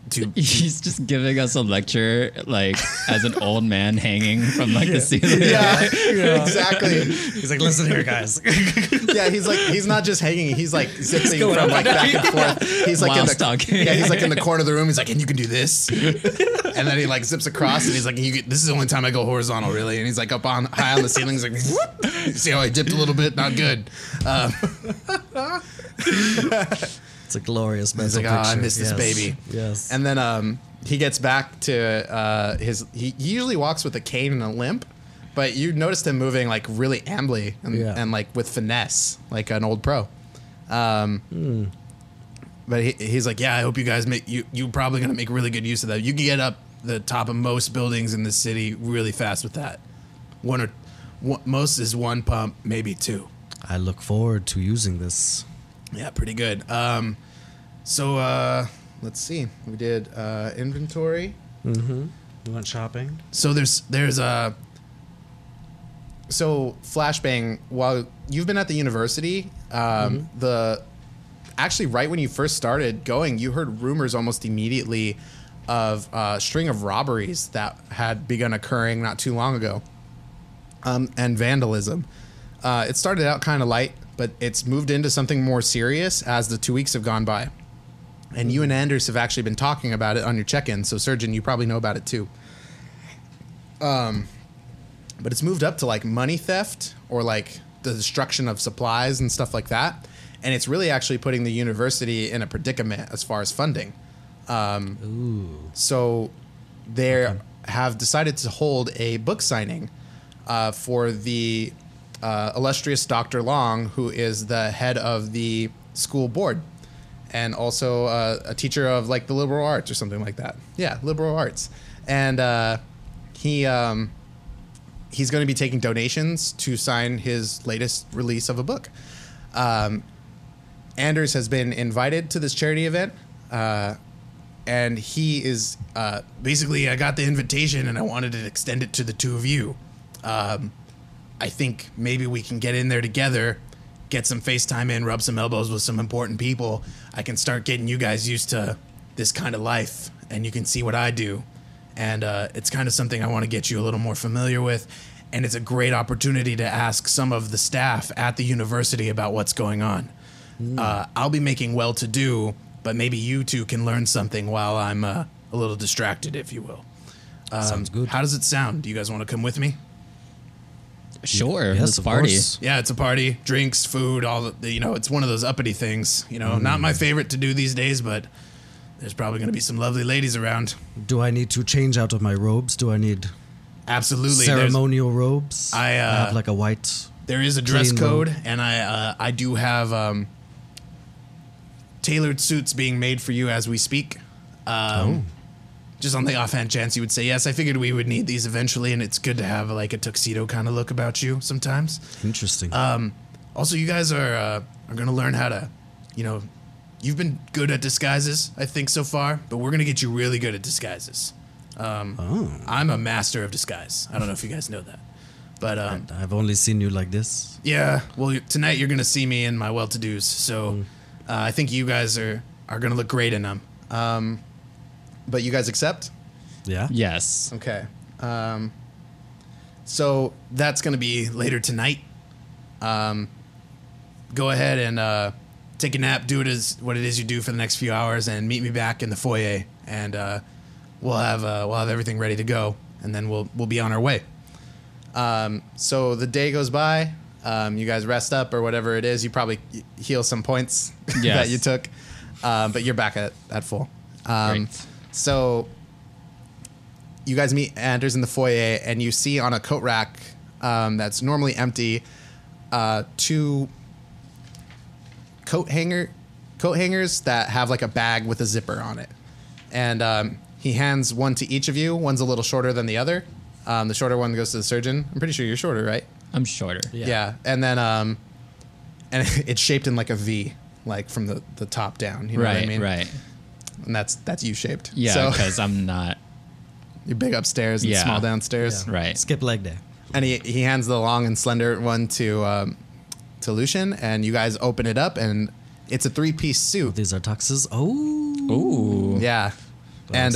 Too
He's just giving us a lecture, like as an old man hanging from like the ceiling.
yeah, exactly.
He's like, listen here, guys.
Yeah, he's like he's not just hanging. He's like zipping
going
from
up
like back
and
and forth. He's like
While
in the
stalking.
yeah, he's like in the corner of the room. He's like, and you can do this, and then he like zips across, and he's like, you can, this is the only time I go horizontal, really. And he's like up on high on the ceiling. He's like, whoop. You see how I dipped a little bit? Not good. Um,
It's a glorious mental
like, "Ah, I
picture.
miss this
Yes.
baby.
Yes.
and then um, he gets back to uh, his. He, he usually walks with a cane and a limp, but you noticed him moving like really ambly and,
Yeah.
and like with finesse, like an old pro. Um,
Hmm.
But he, he's like, yeah, I hope you guys make you. You're probably gonna make really good use of that. You can get up the top of most buildings in the city really fast with that. One or one, most is one pump, maybe two.
I look forward to using this.
Yeah, pretty good. Um, so uh, let's see. We did uh, inventory.
You went shopping?
So there's there's a. So flashbang. While you've been at the university, um, the actually right when you first started going, you heard rumors almost immediately of a string of robberies that had begun occurring not too long ago, um, and vandalism. Uh, it started out kind of light, but it's moved into something more serious as the two weeks have gone by. And you and Anders have actually been talking about it on your check-in. So, surgeon, you probably know about it too but it's moved up to like money theft or like the destruction of supplies and stuff like that. And it's really actually putting the university in a predicament as far as funding. Um, So they have decided to hold a book signing uh, for the uh, illustrious Dr. Long, who is the head of the school board and also uh, a teacher of like the liberal arts or something like that. Yeah, liberal arts. And uh, he. Um, he's going to be taking donations to sign his latest release of a book. Um, Anders has been invited to this charity event, uh, and he is uh, basically, I got the invitation and I wanted to extend it to the two of you. Um, I think maybe we can get in there together, get some FaceTime in, rub some elbows with some important people. I can start getting you guys used to this kind of life, and you can see what I do. And uh, it's kind of something I want to get you a little more familiar with. And it's a great opportunity to ask some of the staff at the university about what's going on. Uh, I'll be making well to do, but maybe you two can learn something while I'm uh, a little distracted, if you will. Um,
Sounds good.
How does it sound? Do you guys want to come with me?
Sure,
Yes,
let's
of
party.
course.
Yeah, it's a party, drinks, food, all the you know, it's one of those uppity things. You know, not my favorite to do these days, but there's probably going to be some lovely ladies around.
Do I need to change out of my robes? Do I need
Absolutely. there's-
ceremonial robes?
I, uh,
have like a white.
There is a dress
Clean
code, and I uh, I do have um, tailored suits being made for you as we speak. Um, Just on the offhand chance you would say yes, I figured we would need these eventually, and it's good to have like a tuxedo kind of look about you sometimes.
Interesting.
uh, Also, you guys are uh, are gonna learn how to, you know, you've been good at disguises, I think so far, but we're gonna get you really good at disguises.
Oh.
Um, I'm a master of disguise. I don't know if you guys know that, but um,
I've only seen you like this.
yeah. Well, you- tonight you're gonna see me in my well-to-dos, so uh, I think you guys are are gonna look great in them. Um, but you guys accept?
Yeah.
Yes.
Okay. Um, so that's gonna be later tonight. Um, go ahead and uh, take a nap. Do it as what it is you do for the next few hours, and meet me back in the foyer, and uh, we'll have uh, we'll have everything ready to go, and then we'll we'll be on our way. Um, so the day goes by. Um, you guys rest up or whatever it is. You probably heal some points
Yes.
that you took, um, but you're back at, at full. Um,
Great.
so you guys meet Anders in the foyer, and you see on a coat rack um, that's normally empty uh, two coat hanger coat hangers that have like a bag with a zipper on it. And um, he hands one to each of you. One's a little shorter than the other. Um, the shorter one goes to the surgeon. I'm pretty sure you're shorter, right?
I'm shorter.
Yeah. And then um, and it's shaped in like a V, like from the, the top down. You know
right,
what I mean?
right.
And that's that's you shaped.
Yeah,
So
because I'm not.
you're big upstairs and
Yeah.
small downstairs.
Yeah.
Right.
Skip leg day.
and he, he hands the long and slender one to um, to Lucian, and you guys open it up, and it's a three piece suit.
These are tuxes. Oh.
Ooh.
Yeah,
That's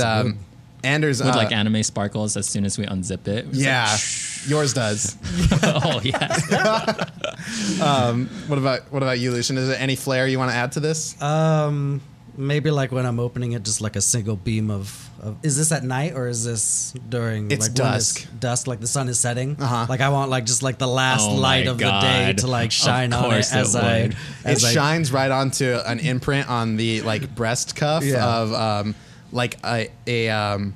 and um,
good.
Anders
With
uh,
like anime sparkles as soon as we unzip it. It's
yeah, yours does.
like, oh yeah.
What about what about you, Lucian? Is there any flair you want to add to this?
Um, maybe like when I'm opening it, just like a single beam of. of is this at night or is this during?
It's
like when
dusk.
it's dusk, like the sun is setting.
Uh-huh.
Like I want like just like the last
Oh
light
my
of the day
God.
to like
Of
shine on
course
it
it
as I.
would.
it
as I-
shines right onto an imprint on the like breast cuff
Yeah.
of um, like a, a um,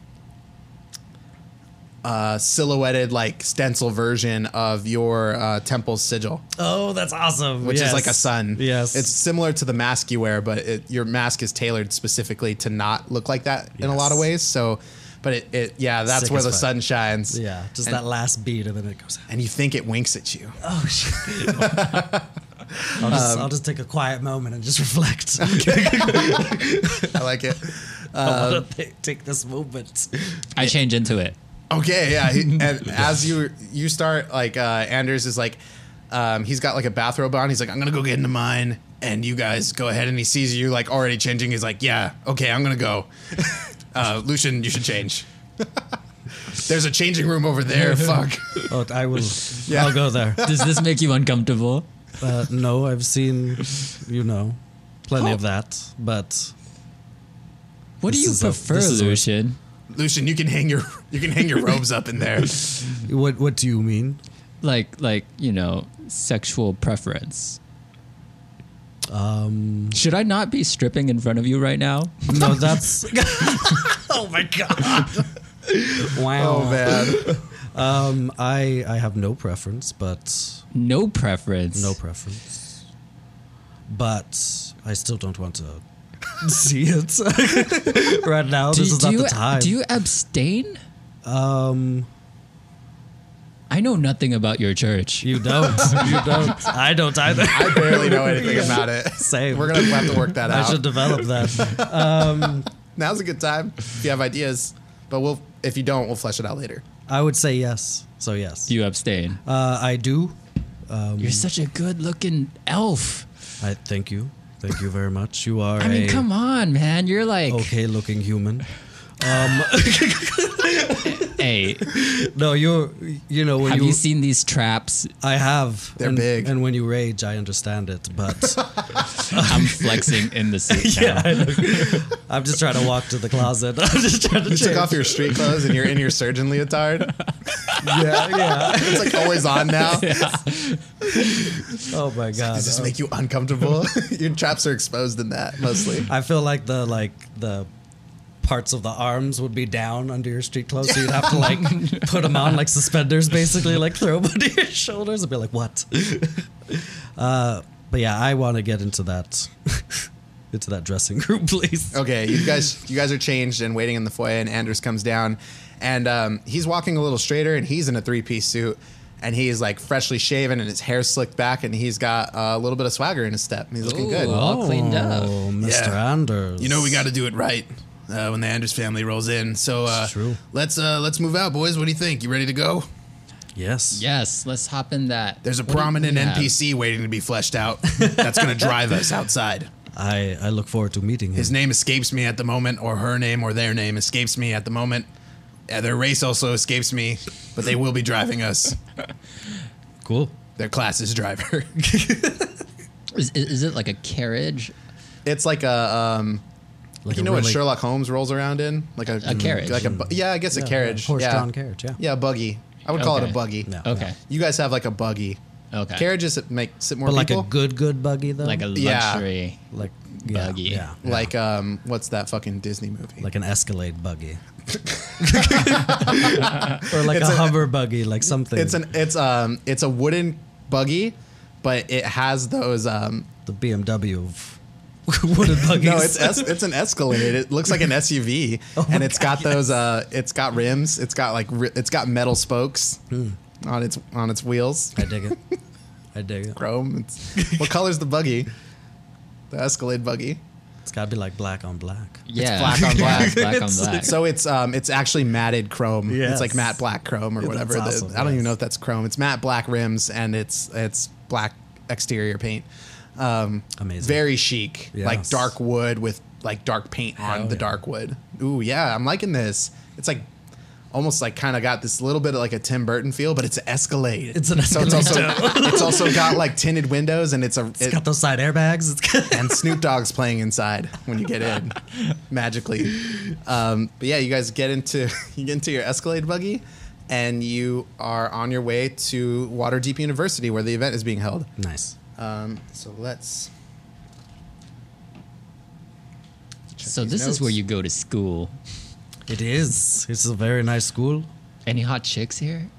uh, silhouetted like stencil version of your uh, temple sigil.
Oh, that's awesome.
which
Yes.
is like a sun.
Yes.
It's similar to the mask you wear, but it, your mask is tailored specifically to not look like that in a lot of
Yes.
ways. So, but it, it yeah, that's
Sick
where
as
the
fuck.
sun shines.
yeah, just
and,
that last beat and then it goes out.
And you think it winks at you.
Oh shit. I'll just,
Um,
I'll just take a quiet moment and just reflect.
I like it.
I
Um,
want to take this moment.
I change into it.
Okay, yeah. he- and as you you start, like uh, Anders is like, um, he's got like a bathrobe on. He's like, I'm gonna go get into mine, and you guys go ahead. And he sees you like already changing. He's like, Yeah, okay, I'm gonna go. uh, Lucian, you should change. There's a changing room over there. Fuck.
Oh, I will.
Yeah.
I'll go there.
Does this make you uncomfortable?
Uh, no, I've seen, you know, plenty
Oh.
of that. But
What
This
do you
is a-
prefer,
this is a-
Lucian?
Lucian, you can hang your you can hang your robes up in there.
what what do you mean?
Like, like you know, sexual preference. Um. Should I not be stripping in front of you right now?
No, that's. oh my god. Wow.
Oh, man.
Um, I I have no preference, but
No preference.
no preference. But I still don't want to see it right now.
Do,
this is
do
not
you,
the time.
Do you abstain?
um,
I know nothing about your church.
you don't. You don't. I don't either.
I barely know anything about it.
Same.
We're gonna have to work that
I
out.
should develop that.
Now's a good time if you have ideas, but we'll if you don't, we'll flesh it out later.
I would say yes. So yes.
Do you abstain?
Uh, I do. Um,
You're such a good-looking elf.
I thank you. Thank you very much. You are
I mean,
a
come on, man. You're like,
okay looking human. Um,
hey,
No, you're you know when
have you,
you,
seen these traps?
I have
They're
and,
big.
and when you rage I understand it, but
I'm flexing in the suit now.
I'm just trying to walk to the closet. I'm just trying to
You took
change.
off your street clothes and you're in your surgeon leotard.
yeah, yeah.
It's like always on now.
Oh my god.
Does this make you uncomfortable? Your traps are exposed in that mostly.
I feel like the like the parts of the arms would be down under your street clothes, so you'd have to like put them on like suspenders, basically, like throw them under your shoulders and be like, "What?" uh, but yeah, I want to get into that into that dressing room, please.
Okay, you guys, you guys are changed and waiting in the foyer, and Anders comes down, and um, he's walking a little straighter, and he's in a three-piece suit, and he's like freshly shaven, and his hair slicked back, and he's got uh, a little bit of swagger in his step, and he's looking
Ooh,
good.
all cleaned up.
Oh, Mr.
Yeah.
Anders.
You know we got to do it right uh, when the Anders family rolls in. So uh,
It's true.
let's uh, let's move out, boys. What do you think? You ready to go?
Yes.
Yes, let's hop in that.
There's a
What do
prominent
we have?
NPC waiting to be fleshed out. That's going to drive us outside.
I I look forward to meeting him.
His name escapes me at the moment, or her name, or their name escapes me at the moment. Uh, their race also escapes me, but they will be driving us.
cool.
Their class is driver.
Is, is, is it like a carriage?
it's like a um,
Like
you
a
know what
really-
Sherlock Holmes rolls around in, like a,
A carriage.
like a bu- yeah, I guess a carriage,
horse-drawn carriage, yeah.
yeah, a buggy. I would call it
Okay.
a buggy.
Yeah.
Okay.
You guys have like a buggy.
Okay.
Carriages that make sit more
But like
people.
a good good buggy though.
Like a
Yeah.
luxury.
like yeah,
buggy.
Yeah.
like um, what's that fucking Disney movie?
like an Escalade buggy, or like
It's
a,
a-
hover buggy, like something.
it's an it's um it's a wooden buggy, but it has those um
the BMW of wooden buggies.
No, it's es- it's an Escalade. It looks like an SUV, and it's got those. Uh, it's got rims. It's got like ri- it's got metal spokes on its on its wheels.
I dig it. I dig it.
Chrome. It's, what color's the buggy? The Escalade buggy.
It's gotta be like black on black.
Yeah.
black on black.
black on
It's-
black.
So it's um it's actually matted chrome. It's
Yes.
like matte black chrome or
Yeah,
whatever.
that's
The-
awesome,
I don't even
yes.
know if that's chrome. It's matte black rims and it's it's black exterior paint. Um,
Amazing.
Very chic. Like
Yes.
dark wood with like dark paint on
Hell
the
yeah.
dark wood. Ooh yeah, I'm liking this. It's like almost like kind of got this little bit of like a Tim Burton feel, but it's an Escalade.
It's an
So it's also
Escalade.
it's also got like tinted windows and it's a
It's
it-
got those side airbags. It's got,
and Snoop Dogg's playing inside when you get in, magically. Um, but yeah, you guys get into you get into your Escalade buggy, and you are on your way to Waterdeep University where the event is being held.
nice.
Um, so let's. check
So
these
this
notes.
is where you go to school.
It is. It's a very nice school.
Any hot chicks here?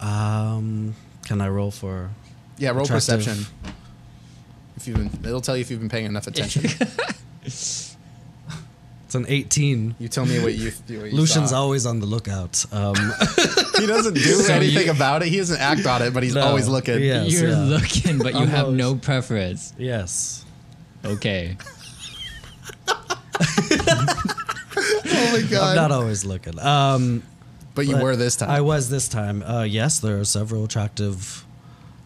Um, can I roll for?
yeah roll
attractive-
perception. If you've been, it'll tell you if you've been paying enough attention.
It's an 18.
you tell me what you. What you
Lucian's
saw.
always on the lookout. Um,
He doesn't do
So
anything
you-
about it. He doesn't act on it, but he's
No.
always looking.
Yeah. Yes,
You're looking, but you
I'm
have
always-
no preference.
yes.
Okay.
Oh my god!
I'm not always looking. Um,
but you
but
were this time.
I was this time. Uh, yes, there are several attractive.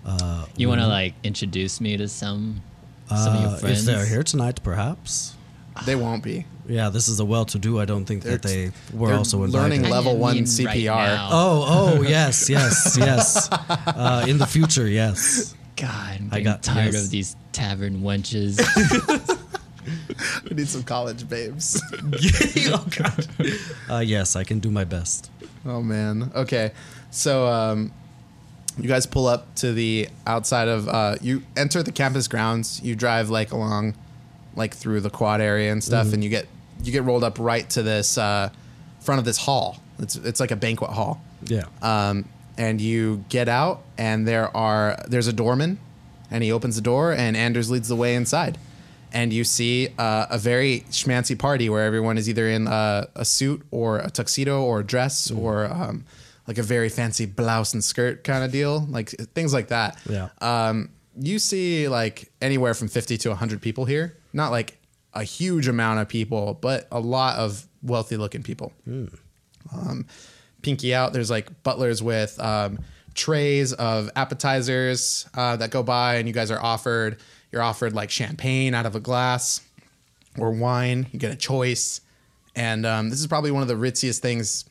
Uh,
You want to like introduce me to some some of
uh,
your
if
friends?
they're here tonight, perhaps.
they won't be.
Yeah, this is a well-to-do. I don't think that
They're-
they were
they're
also invited.
learning
I
level
didn't
one
mean right
CPR.
now.
Oh, oh, yes, yes, yes. Uh, in the future, yes.
God, I'm
I
getting
got-
tired
yes.
of these tavern wenches.
We need some college babes.
oh God. Uh, yes, I can do my best.
oh man. Okay. So um, you guys pull up to the outside of uh, you enter the campus grounds. You drive like along, like through the quad area and stuff, and you get you get rolled up right to this uh, front of this hall. It's it's like a banquet hall.
Yeah.
um, and you get out and there are there's a doorman and he opens the door and anders leads the way inside and you see uh, a very schmancy party where everyone is either in a, a suit or a tuxedo or a dress or um, like a very fancy blouse and skirt kind of deal like things like that
Yeah.
um, you see like anywhere from 50 to 100 people here not like a huge amount of people but a lot of wealthy looking people Um, pinky out. There's like butlers with um, trays of appetizers uh, that go by, and you guys are offered. You're offered like champagne out of a glass or wine. You get a choice, and um, this is probably one of the ritziest things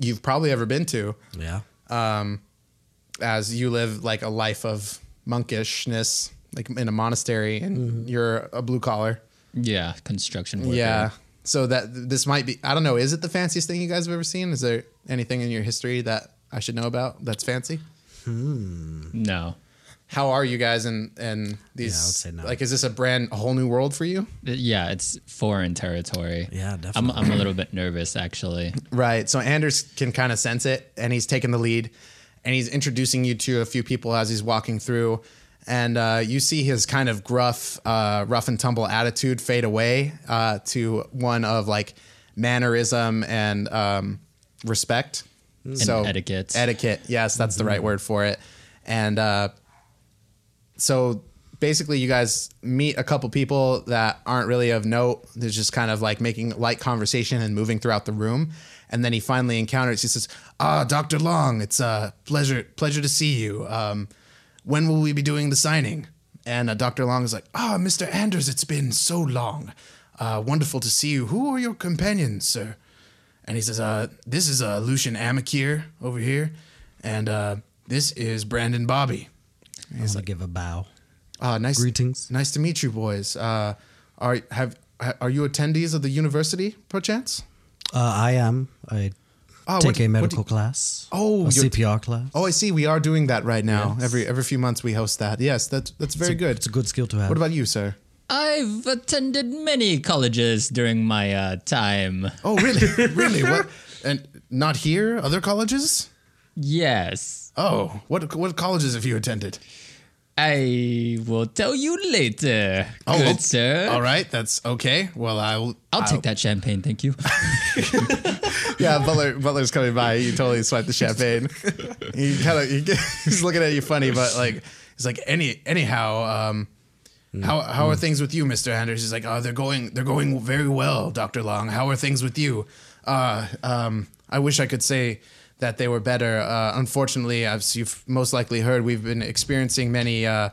you've probably ever been to,
yeah.
as you live like a life of monkishness, like in a monastery, and
Mm-hmm.
you're a blue collar.
yeah, construction worker.
Yeah. So that this might be I don't know, is it the fanciest thing you guys have ever seen? Is there anything in your history that I should know about that's fancy?
No.
How are you guys in and these
Yeah, I would say no.
like is this a brand a whole new world for you?
Th- Yeah, it's foreign territory.
Yeah,
I'm,
definitely.
I'm a little bit nervous actually.
Right. So Anders can kind of sense it, and he's taking the lead, and he's introducing you to a few people as he's walking through, and uh, you see his kind of gruff, uh, rough and tumble attitude fade away uh, to one of like mannerism and um, respect. so
etiquette.
Etiquette. Yes, that's the right word for it. And uh, so basically you guys meet a couple people that aren't really of note they're just kind of like making light conversation and moving throughout the room and then he finally encounters he says ah dr long it's a pleasure pleasure to see you um, when will we be doing the signing and uh, dr long is like ah mr anders it's been so long uh, wonderful to see you who are your companions sir and he says, uh, this is uh, Lucian Amakir over here, and uh, this is Brandon Bobby.
I'm gonna give a bow.
Uh, nice
Greetings.
Nice to meet you, boys. Uh, are have ha- are you attendees of the university, perchance?
Uh, I am. I
Ah,
take
what-
a
what
medical
do-
class.
Oh,
a
you're-
CPR class.
Oh, I see. We are doing that right now. Every every few months we host that. Yes, that's that's very good.
it's a good skill to have.
What about you, sir?
I've attended many colleges during my uh, time.
Oh, really? really? What? And not here? Other colleges?
Yes.
Oh, what what colleges have you attended?
I will tell you later.
Oh,
good
oh,
sir.
All right, that's okay. Well, I'll
I'll take that champagne, thank you.
Yeah, Butler Butler's coming by. You totally swipe the champagne. he kind of he, get- he's looking at you funny, but like he's like any anyhow. Um, how how are things with you, Mister Anders? He's like, oh, they're going they're going very well, Doctor Long. How are things with you? Uh, um, I wish I could say that they were better. Uh, unfortunately, as you've most likely heard, we've been experiencing many. Uh,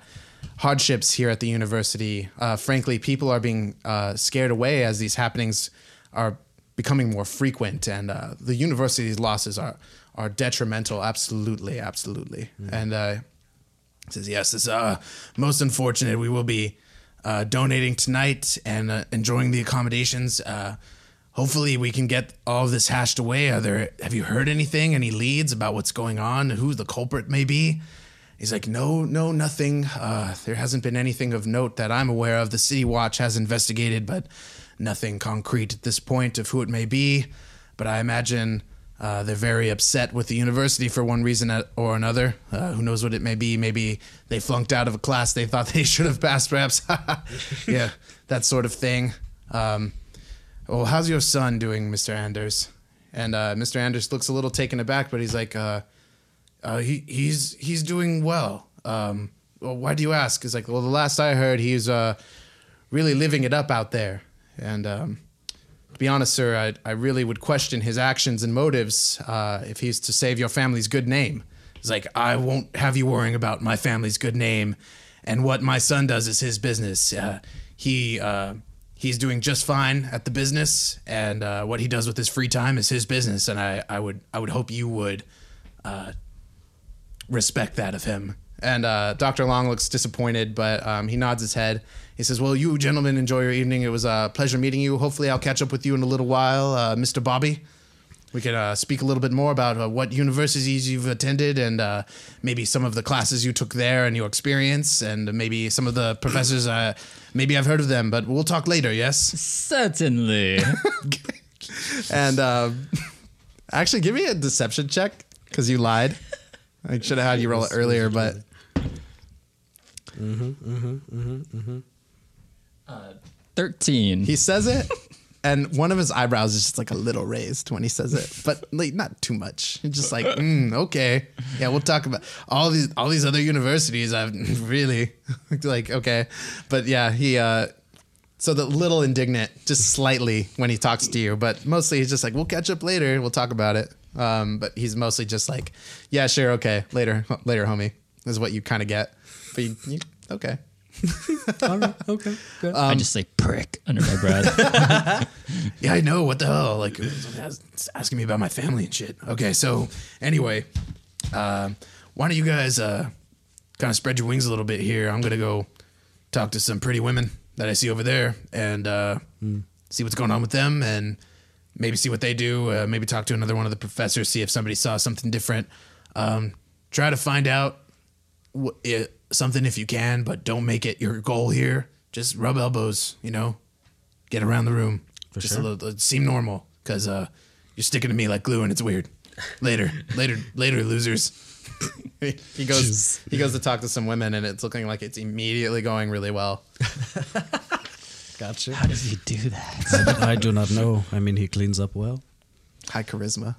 hardships here at the university. Uh, frankly, people are being uh, scared away as these happenings are becoming more frequent, and uh, the university's losses are are detrimental. Absolutely, absolutely. And uh, it says yes, it's uh, most unfortunate. We will be uh, donating tonight and uh, enjoying the accommodations. Uh, hopefully, we can get all of this hashed away. Are there? Have you heard anything? Any leads about what's going on? Who the culprit may be? He's like, no, no, nothing. Uh, there hasn't been anything of note that I'm aware of. The City Watch has investigated, but nothing concrete at this point of who it may be. But I imagine uh, they're very upset with the university for one reason or another. Uh, who knows what it may be? Maybe they flunked out of a class they thought they should have passed, perhaps. yeah, that sort of thing. Um, well, how's your son doing, Mr. Anders? And uh, Mr. Anders looks a little taken aback, but he's like, uh, uh, he he's he's doing well. Um, well, why do you ask? It's like, well, the last I heard, he's uh, really living it up out there. And um, to be honest, sir, I I really would question his actions and motives uh, if he's to save your family's good name. It's like I won't have you worrying about my family's good name, and what my son does is his business. Uh, he. Uh, He's doing just fine at the business, and uh, what he does with his free time is his business. And I, I would, I would hope you would respect that of him. And uh, Dr. Long looks disappointed, but um, he nods his head. He says, Well, you gentlemen enjoy your evening. It was a pleasure meeting you. Hopefully, I'll catch up with you in a little while, uh, Mr. Bobby. We could uh, speak a little bit more about uh, what universities you've attended and uh, maybe some of the classes you took there and your experience, and maybe some of the professors. Uh, maybe I've heard of them, but we'll talk later, yes?
Certainly.
And uh, actually, give me a deception check because you lied. I should have had you roll it earlier, but.
Thirteen.
He says it, and one of his eyebrows is just like a little raised when he says it, but like not too much. It's just like, mm, okay, yeah, we'll talk about all these all these other universities. I've really like okay, but yeah, he uh, so the little indignant just slightly when he talks to you, but mostly he's just like, we'll catch up later, we'll talk about it. Um, but he's mostly just like, yeah, sure, okay, later, later, homie, is what you kind of get. But you, you, okay.
All right. Okay. Good. Um,
I just say prick under my breath.
Yeah, I know. What the hell? Like, it's asking me about my family and shit. Okay, so anyway, um, why don't you guys uh, kind of spread your wings a little bit here? I'm gonna go talk to some pretty women that I see over there and uh, see what's going on with them, and maybe see what they do. Uh, maybe talk to another one of the professors, see if somebody saw something different. Um, try to find out wh- i something if you can, but don't make it your goal here. Just rub elbows, you know, get around the room. Just a little, uh, seem normal because uh, you're sticking to me like glue and it's weird. Later, later, later, losers. he goes. He goes to talk to some women, and it's looking like it's immediately going really well.
Gotcha.
How does he do that?
I do not know. I mean, he cleans up well.
High charisma.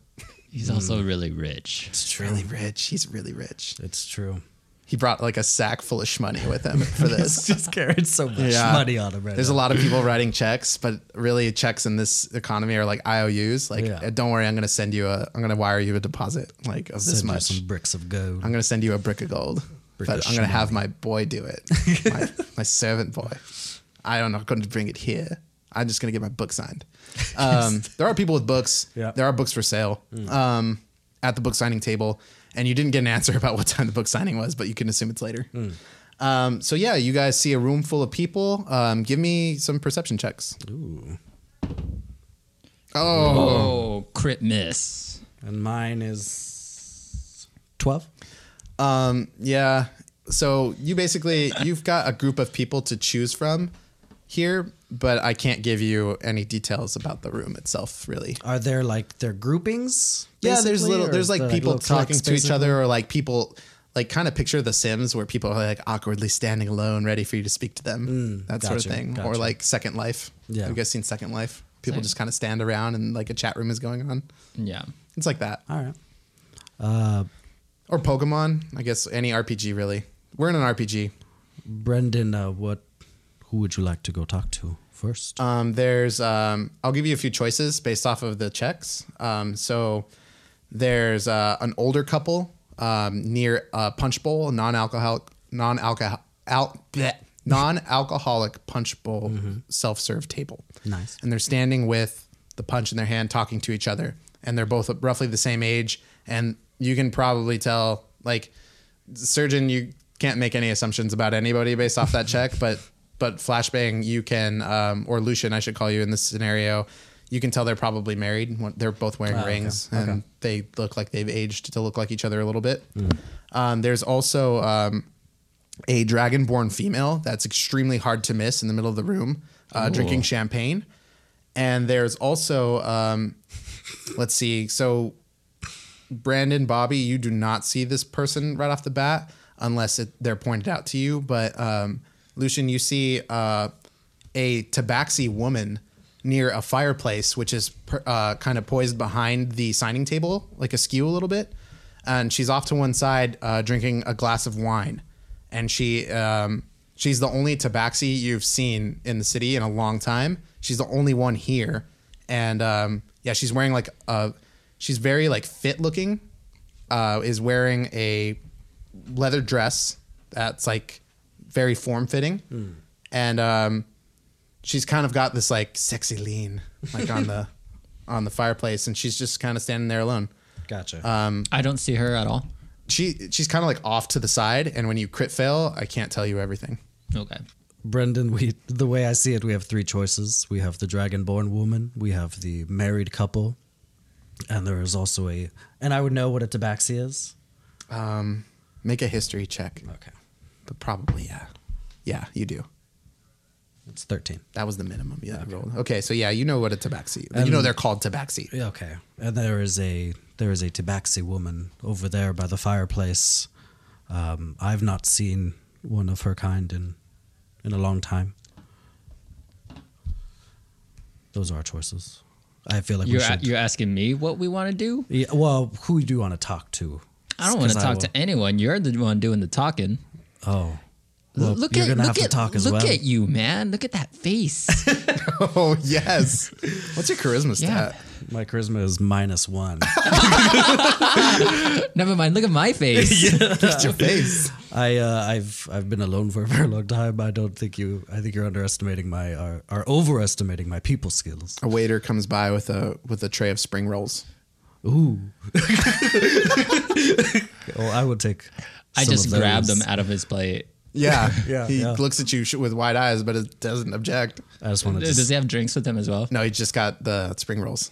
He's also really rich.
It's true. Really rich. He's really rich.
It's true.
He brought like a sack full of shmoney with him for this.
He's carried so much
Yeah.
money on him right
There's a lot of people writing checks, but really checks in this economy are like IOUs. Like,
Yeah.
"Uh, don't worry, I'm gonna send you a, I'm gonna wire you a deposit like of this much.
some bricks of gold.
I'm gonna send you a brick of gold,
Brick
but
of
I'm gonna have my boy do it, my, my servant boy. I don't know, I'm gonna bring it here. I'm just gonna get my book signed. Um, there are people with books.
Yeah. Mm.
There are books for sale um, at the book signing table, and you didn't get an answer about what time the book signing was, but you can assume it's later.
Mm.
Um, so yeah, you guys see a room full of people. Um, give me some perception checks.
Ooh.
Oh,
Oh, crit miss.
And mine is 12.
Um, yeah. So you basically you've got a group of people to choose from here, but I can't give you any details about the room itself, really.
Are there like their groupings?
Yeah, there's
basically,
little
or
there's like
they're,
people
little
talking
cliques,
to each other or like people like kind of picture the Sims where people are like awkwardly standing alone, ready for you to speak to them, that sort of
Mm, gotcha,
thing, or
gotcha.
like Second Life.
Yeah.
Have you guys seen Second Life? People
Same.
just kind of stand around and like a chat room is going on.
Yeah.
It's like that. Uh,
basically? All right.
Or Pokemon, I guess any RPG really. We're in an RPG.
Brendan, uh, what who would you like to go talk to first?
Um, there's, um, I'll give you a few choices based off of the checks. Um, so there's uh, an older couple um, near uh, Punch Bowl, non-alcoholic, non-alcohol, al- bleh, non-alcoholic Punch Bowl self-serve table.
Mm-hmm. Nice.
And they're standing with the punch in their hand, talking to each other, and they're both roughly the same age. And you can probably tell, like, surgeon, you can't make any assumptions about anybody based off that check, but but flashbang, you can, um, or Lucian, I should call you in this scenario. You can tell they're probably married. When- They're both wearing rings, and they look like they've aged to look like each other a little bit. Um, there's also um, a dragonborn female that's extremely hard to miss in the middle of the room, uh, drinking champagne. And there's also, um, let's see, so Brandon, Bobby, you do not see this person right off the bat unless it, they're pointed out to you. But um, Lucian, you see uh, a tabaxi woman near a fireplace, which is per, uh, kind of poised behind the signing table, like askew a little bit. And she's off to one side uh, drinking a glass of wine. And she um, she's the only tabaxi you've seen in the city in a long time. She's the only one here. And um, yeah, she's wearing like a she's very like fit looking uh, is wearing a leather dress that's like very form fitting and um, she's kind of got this like sexy lean like on the on the fireplace and she's just kind of standing there alone
gotcha.
I don't see her at all.
she she's kind of like off to the side and when you crit fail i can't tell you everything
Okay.
Brendan, we the way I see it, we have three choices. We have the dragonborn woman, we have the married couple, and there is also a and I would know what a tabaxi is.
make a history check
Okay.
but probably yeah yeah you do
It's thirteen.
that was the minimum yeah okay, okay so yeah you know what a tabaxi you know they're called tabaxi
Yeah, Okay. And there is a there is a tabaxi woman over there by the fireplace. Um, I've not seen one of her kind in in a long time. Those are our choices. I feel like
You're
we
a-
should.
you're asking me what we want to do?
Yeah, well, who do you want to talk to?
I don't want to
'Cause
talk
will-
to anyone. You're the one doing the talking.
Oh,
L-
well,
look
you're
at
gonna
look
have to
at-
talk as
look
well.
at you, man. Look at that face.
oh yes what's your charisma
Yeah.
stat
My charisma is minus one.
Never mind. Look at my face.
Just your face
I uh, I've I've been alone for a very long time. I don't think you. I think you're underestimating my are are overestimating my people skills.
a waiter comes by with a with a tray of spring rolls.
Ooh. well, I would take.
I
some
just
of those.
grabbed him out of his plate.
Yeah,
Yeah,
He
yeah.
looks at you sh- with wide eyes, but it doesn't object.
I just wanted to.
Does he have drinks with him as well?
No, he just got the spring rolls.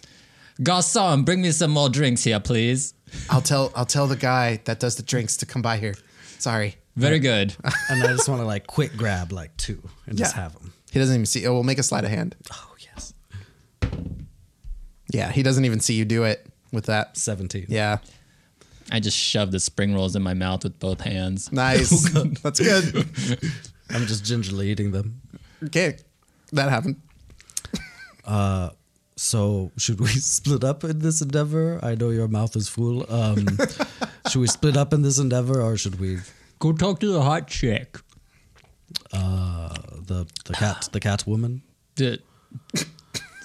Garçon, bring me some more drinks here, please.
I'll tell I'll tell the guy that does the drinks to come by here. Sorry.
Very good.
And I just want to like quick grab like two and just
Yeah.
have them.
He doesn't even see. Oh, we'll make a sleight of hand.
Oh, yes.
Yeah, he doesn't even see you do it with that.
17.
Yeah,
I just shoved the spring rolls in my mouth with both hands.
nice. That's good.
I'm just gingerly eating them.
Okay, that happened.
So should we split up in this endeavor? I know your mouth is full. Um, should we split up in this endeavor or should we
Go talk to the hot chick.
the the cat the cat woman?
The,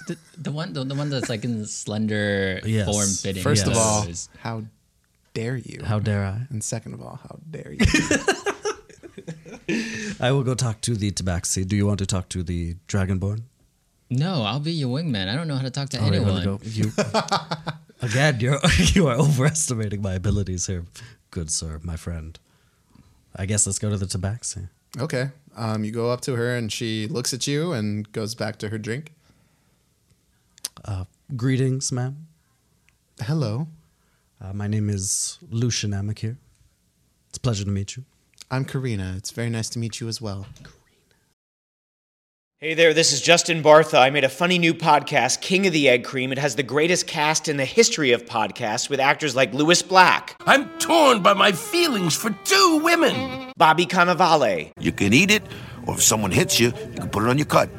the, the one the, the one that's like in the slender
Oh, Yes.
form fitting.
First of
Yes.
all, how dare you?
How dare I?
and second of all, how dare you?
I will go talk to the Tabaxi. Do you want to talk to the Dragonborn?
no, I'll be your wingman. I don't know how to talk to
All right,
anyone.
wanna go? You again? You're you are overestimating my abilities here, good sir, my friend. I guess let's go to the Tabaxi.
okay, um, you go up to her and she looks at you and goes back to her drink.
Greetings, ma'am.
Hello,
Uh, my name is Lucian Amakir. It's a pleasure to meet you.
I'm Karina. It's very nice to meet you as well.
Hey there, this is Justin Bartha. I made a funny new podcast, King of the Egg Cream. It has the greatest cast in the history of podcasts with actors like Louis Black,
I'm torn by my feelings for two women.
Bobby Cannavale,
You can eat it, or if someone hits you, you can put it on your cut.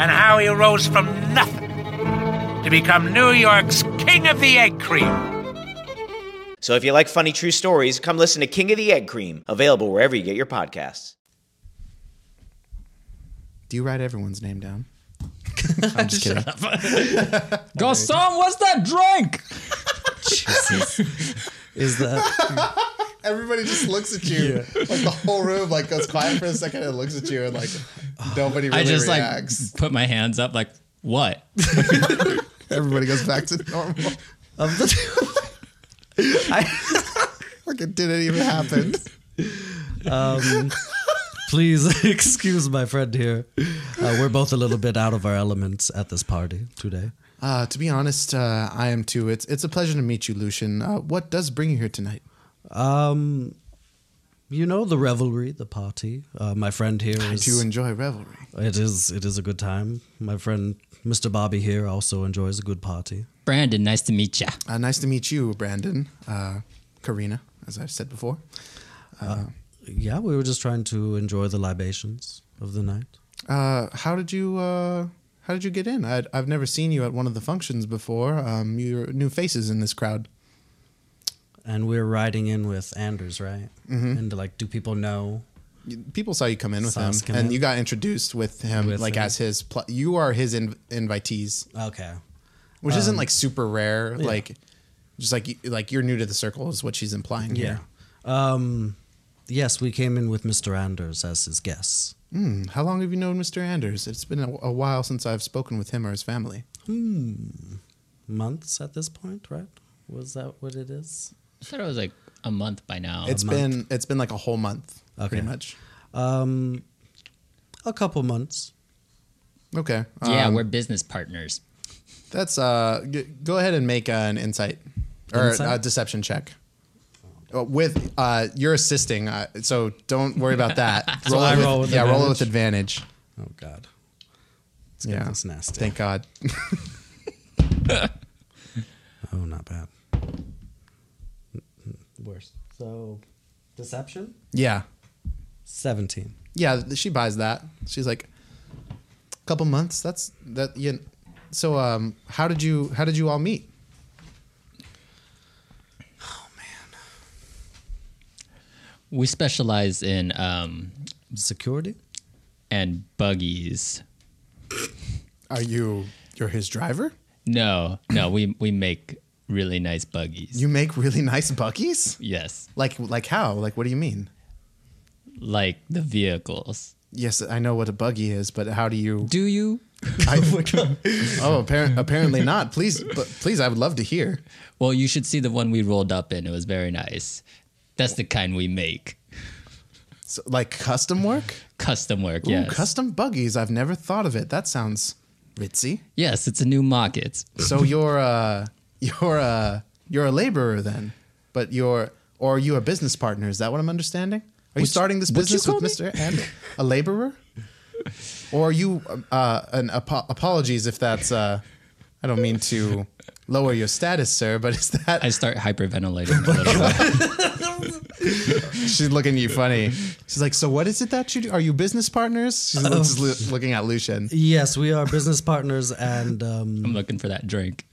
and how he rose from nothing to become New York's king of the egg cream.
So if you like funny true stories, come listen to King of the Egg Cream, available wherever you get your podcasts.
Do you write everyone's name down? I'm just kidding.
Garçon, what's that drink?
Is that
Everybody just looks at you. Like the whole room like goes quiet for a second and looks at you and like nobody really
I just
reacts.
like put my hands up like what?
Everybody goes back to normal.
Um,
of the two?
Like it didn't even happen.
Please excuse my friend here. Uh, we're both a little bit out of our elements at this party today.
Uh, to be honest, uh, I am too. It's it's a pleasure to meet you, Lucian. Uh, what does bring you here tonight?
You know the revelry, the party. Uh, my friend here is.
Do you enjoy revelry?
it is it is a good time. My friend Mr. Bobby here also enjoys a good party.
Brandon, nice to meet ya.
Uh, nice to meet you, Brandon. Uh, Karina, as I've said before.
Yeah, we were just trying to enjoy the libations of the night.
Uh, how did you uh, how did you get in? I'd, I've never seen you at one of the functions before. Um, you're new faces in this crowd.
And we were riding in with Anders, right?
Mm-hmm.
And like, do people know?
people saw you come in with
Saw
him,
us come
and
in.
you got introduced with him,
With
like
him.
as his. Pl- you are his inv- invitees,
Okay.
which
Um,
isn't like super rare. Like, just like you- like you're new to the circle is what she's implying
Yeah.
here.
Um, yes, we came in with Mr. Anders as his guest.
Um, How long have you known Mr. Anders? It's been a, a while since I've spoken with him or his family.
Months at this point, right? Was that what it is?
I thought it was like a month by now. Um,
It's been it's been like a whole month, pretty much.
Um, a couple months.
Okay. Um,
yeah, we're business partners.
that's uh. G- go ahead and make uh, an insight or
Insight?
a deception check. Uh, With uh, you're assisting, uh, so don't worry about that. roll
I
it with,
roll with
yeah, roll it with advantage.
Oh God,
yeah,
that's nasty.
Thank God.
Oh, not bad. Mm, Worse. So, deception.
yeah,
Seventeen.
yeah. She buys that. She's like, a couple months. That's that. You. So, um, how did you how did you all meet?
We specialize in um
Security.
and buggies.
Are you you're his driver?
No, no, we we make really nice buggies.
You make really nice buckies?
yes,
Like like how? Like what do you mean?
like the vehicles.
Yes, I know what a buggy is, but how do you?
Do you?
I, oh, appar- apparently not. Please, but please, I would love to hear.
Well, you should see the one we rolled up in. It was very nice. That's the kind we make.
So, like custom work?
Custom work,
Ooh,
yes.
custom buggies. I've never thought of it. That sounds ritzy.
yes, it's a new market.
So you're uh you're uh you're a laborer then, but you're or are you a business partner? Is that what I'm understanding? Are you starting this
what'd you
business with Mr. Andrew? A laborer? Or are you uh an apo- apologies if that's uh I don't mean to lower your status, sir, but is that
I start hyperventilating a little bit.
she's looking at you funny. She's like, "So what is it that you do? Are you business partners?" She's lo- just lo- looking at Lucian.
Yes, we are business partners, and um,
I'm looking for that drink.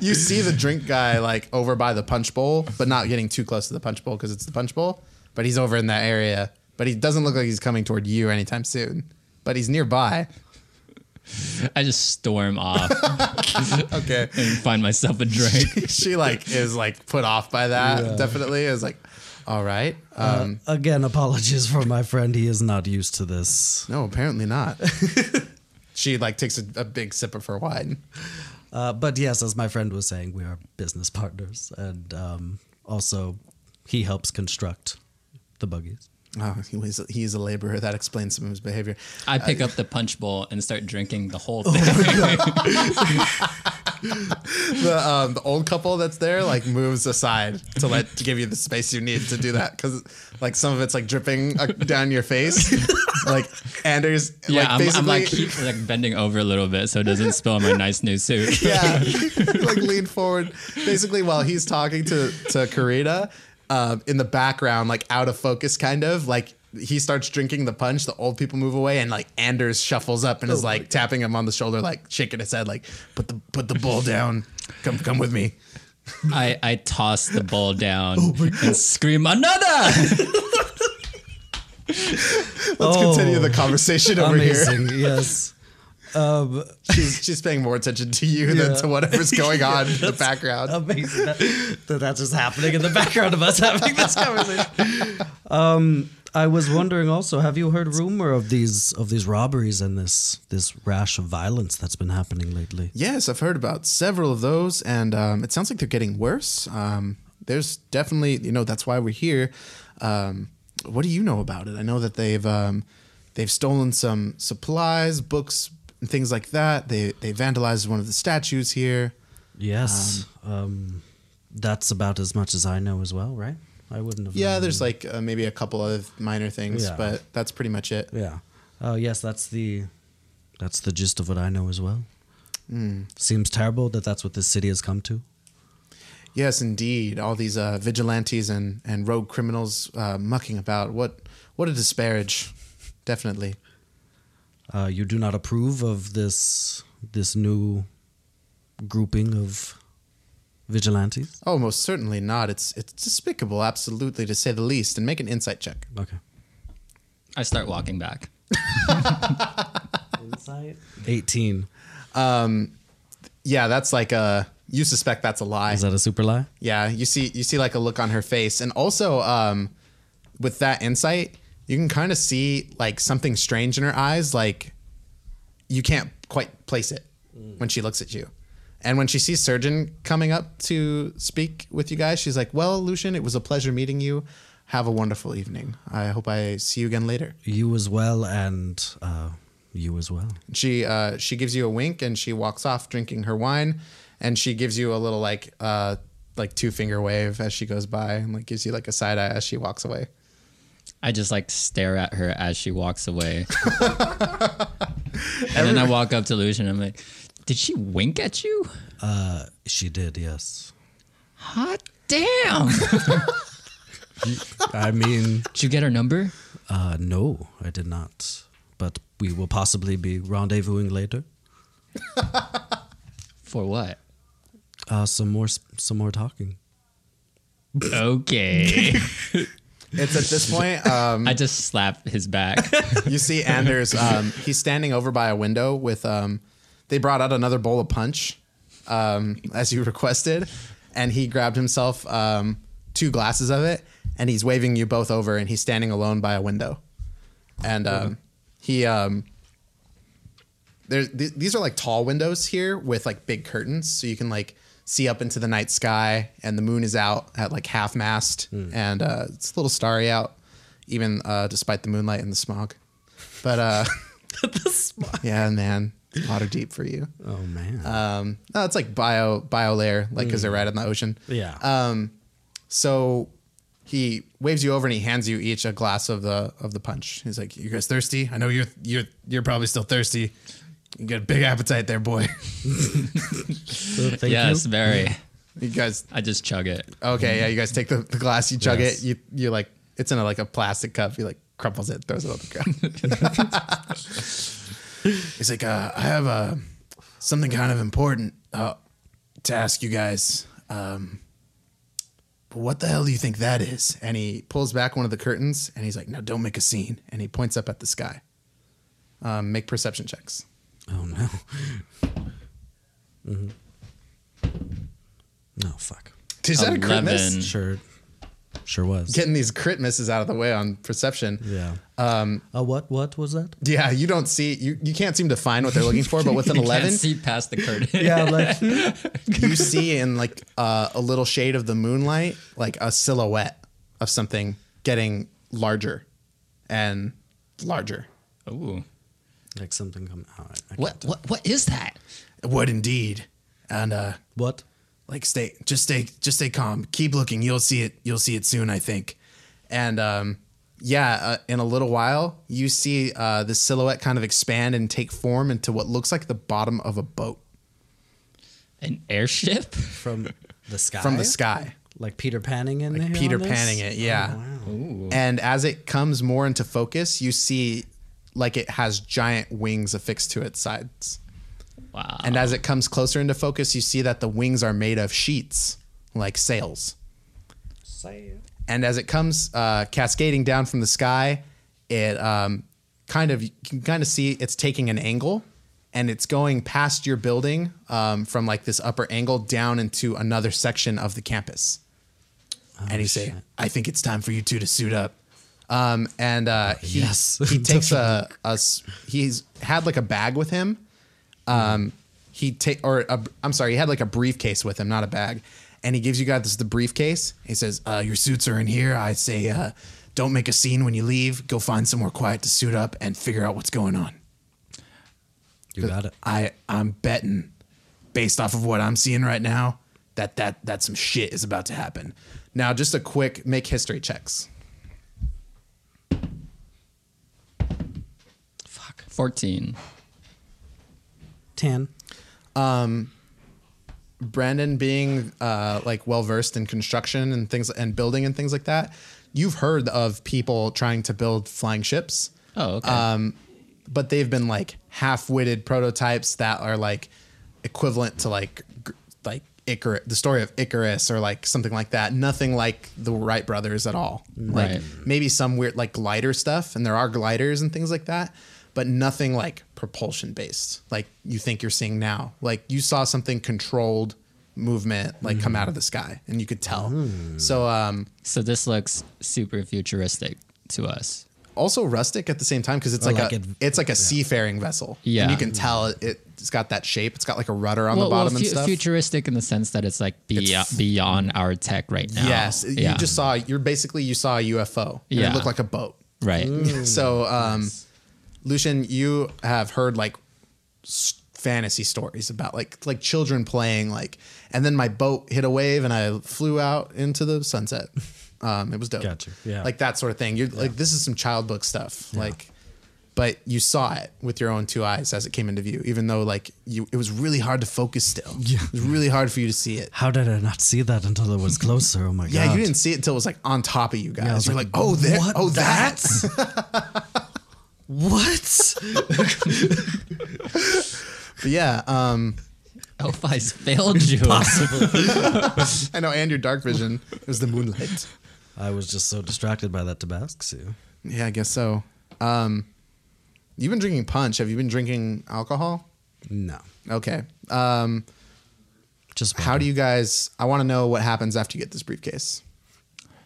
You see the drink guy like over by the punch bowl, but not getting too close to the punch bowl because it's the punch bowl. But he's over in that area. But he doesn't look like he's coming toward you anytime soon. But he's nearby.
I just storm off
Okay.
and find myself a drink.
she like is like put off by that. Definitely is like, all right. Um,
again, apologies for my friend. He is not used to this.
no, apparently not. she like takes a, a big sip of her wine.
Uh, but yes, as my friend was saying, we are business partners, and um, also he helps construct the buggies.
Oh, he was, he's a laborer. That explains some of his behavior.
I pick up the punch bowl and start drinking the whole
Oh
thing.
the um, the old couple that's there like moves aside to let to give you the space you need to do that because like some of it's like dripping uh, down your face, like Anders.
yeah,
like,
I'm,
basically,
I'm like, keep, like bending over a little bit so it doesn't spill my nice new suit.
yeah, like lean forward. Basically, while he's talking to to Karina, um, in the background, like out of focus, kind of like he starts drinking the punch. The old people move away, and like Anders shuffles up and
Oh
is like tapping him on the shoulder, like shaking his head, like put the put the bowl down. Come come with me.
I, I toss the bowl down
Oh
and scream, another!
Let's
Oh.
continue the conversation over here.
Amazing, yes.
she's, she's paying more attention to you than to whatever's going on in the background.
Amazing that, that that's just happening in the background of us having this conversation. Um, I was wondering also, have you heard rumor of these of these robberies and this this rash of violence that's been happening lately?
yes, I've heard about several of those, and um, it sounds like they're getting worse. Um, there's definitely, you know, that's why we're here. Um, what do you know about it? I know that they've um, they've stolen some supplies, books, and things like that. They they vandalized one of the statues here.
Yes. Um, that's about as much as I know as well, right? I wouldn't have.
Yeah,
known.
there's like uh, maybe a couple of minor things,
Yeah.
but that's pretty much it.
Yeah. Oh yes, that's the that's the gist of what I know as well.
Hmm.
Seems terrible that that's what this city has come to.
Yes, indeed. All these uh, vigilantes and, and rogue criminals uh, mucking about. What what a disparage. Definitely.
Uh, you do not approve of this this new grouping of vigilantes.
Oh, most certainly not. It's it's despicable, absolutely, to say the least. And make an insight check.
Okay.
I start walking back.
Insight. Eighteen.
Yeah, that's like a. You suspect that's a lie.
Is that a super lie?
yeah, you see you see like a look on her face, and also um, with that insight, you can kind of see like something strange in her eyes. Like you can't quite place it when she looks at you. And when she sees Surgeon coming up to speak with you guys, she's like, "Well, Lucian, it was a pleasure meeting you. Have a wonderful evening. I hope I see you again later."
You as well, and uh, you as well.
She uh, she gives you a wink and she walks off drinking her wine, and she gives you a little like uh, like two finger wave as she goes by, and like gives you like a side eye as she walks away.
I just like stare at her as she walks away. and then I walk up to Lucian. I'm like, did she wink at you?
She did, yes.
Hot damn.
I mean,
did you get her number?
uh, no, I did not. But we will possibly be rendezvousing later.
For what?
Uh, some more, s- some more talking.
Okay.
It's at this point um,
I just slap his back.
you see Anders. Um, he's standing over by a window with um, they brought out another bowl of punch, um, as you requested, and he grabbed himself um, two glasses of it, and he's waving you both over, and he's standing alone by a window, and um, he um, there's th- these are like tall windows here with like big curtains, so you can like see up into the night sky, and the moon is out at like half mast, and uh, it's a little starry out, even uh, despite the moonlight and the smog, but uh, yeah, man. Water deep for you.
Oh man.
Um, no, it's like bio bio layer, like because they're right in the ocean.
yeah.
So he waves you over and he hands you each a glass of the of the punch. He's like, "You guys thirsty? I know you're you're you're probably still thirsty. You got a big appetite there, boy.
So thank
yes,
you.
very.
you guys,
I just chug it.
okay, yeah. You guys take the, the glass, you chug
Yes.
it. You you like it's in a, like a plastic cup. He like crumples it, throws it on the ground. He's like, uh, I have uh, something kind of important uh, to ask you guys. Um, but what the hell do you think that is? And he pulls back one of the curtains and he's like, No, don't make a scene. And he points up at the sky. Um, make perception checks.
Oh no. hmm Mm-hmm. No fuck.
Is that a crit miss?
Eleven.
Sure. Sure was.
Getting these crit misses out of the way on perception.
yeah. Um. Uh, what? What was that?
Yeah, you don't see you you can't seem to find what they're looking for, but with an
You
eleven,
can't see past the curtain.
Yeah. Like.
you see in like uh, a little shade of the moonlight, like a silhouette of something getting larger and larger.
Ooh.
like something come out.
What what what is that?
What indeed? And uh,
What?
like stay just stay just stay calm keep looking you'll see it you'll see it soon i think and um yeah uh, in a little while you see uh the silhouette kind of expand and take form into what looks like the bottom of a boat
An airship?
From the sky.
from the sky
Like Peter Panning in
like
there.
peter
on this? Oh,
panning it yeah
Ooh.
and as it comes more into focus you see like it has giant wings affixed to its sides
Wow.
and as it comes closer into focus you see that the wings are made of sheets like sails and as it comes uh, cascading down from the sky, it um, kind of you can kind of see it's taking an angle, and it's going past your building um, from like this upper angle down into another section of the campus. and he say, "I think it's time for you two to suit up." Um, and uh, he,
Yes.
he takes a, a s- he's had like a bag with him. Um, he take or a, I'm sorry, he had like a briefcase with him, not a bag. And he gives you guys the briefcase. He says, uh, "Your suits are in here." I say, uh, "Don't make a scene when you leave. Go find somewhere quiet to suit up and figure out what's going on."
You got it.
I I'm betting, based off of what I'm seeing right now, that that that some shit is about to happen. Now, just a quick make history checks.
14.
Tan.
Brandon being uh, like well versed in construction and things and building and things like that, you've heard of people trying to build flying ships,
Oh, okay.
Um, but they've been like half-witted prototypes that are like equivalent to like gr- like Icarus, the story of Icarus or like something like that. Nothing like the Wright brothers at all. Like
Right.
maybe some weird like glider stuff, and there are gliders and things like that, but nothing like propulsion based, like you think you're seeing now. Like you saw something controlled movement like come out of the sky, and you could tell. So um,
so this looks super futuristic to us.
also rustic at the same time because it's
Oh,
Or
like,
like
a
it-
it's like a seafaring vessel.
Yeah.
and you can tell it, it's got that shape. It's got like a rudder on the bottom
fu-
and stuff.
futuristic in the sense that it's like be-
It's-
beyond our tech right now.
Yes,
Yeah.
you just saw. You're basically you saw a UFO. And
Yeah.
it looked like a boat.
right.
Mm. so,
Hmm,
um, Lucian, you have heard like s- fantasy stories about like like children playing like, and then my boat hit a wave and I flew out into the sunset. Um, it was dope.
Gotcha. Yeah.
like that sort of thing. You're like this is some child book stuff. Like, but you saw it with your own two eyes as it came into view, even though like you, it was really hard to focus still. Yeah, it was really hard for you to see it.
How did I not see that until it was closer? Oh my god.
Yeah, you didn't see it till it was like on top of you guys.
I was
You're
like,
like, oh, there,
what?
oh, that.
What?
But yeah, um,
Elfi's failed you.
I know, and your dark vision is the moonlight.
I was just so distracted by that Tabasco.
Yeah, I guess so. Um, you've been drinking punch. Have you been drinking alcohol?
No.
Okay. Um,
Just
Uh, How do you guys? I want to know what happens after you get this briefcase.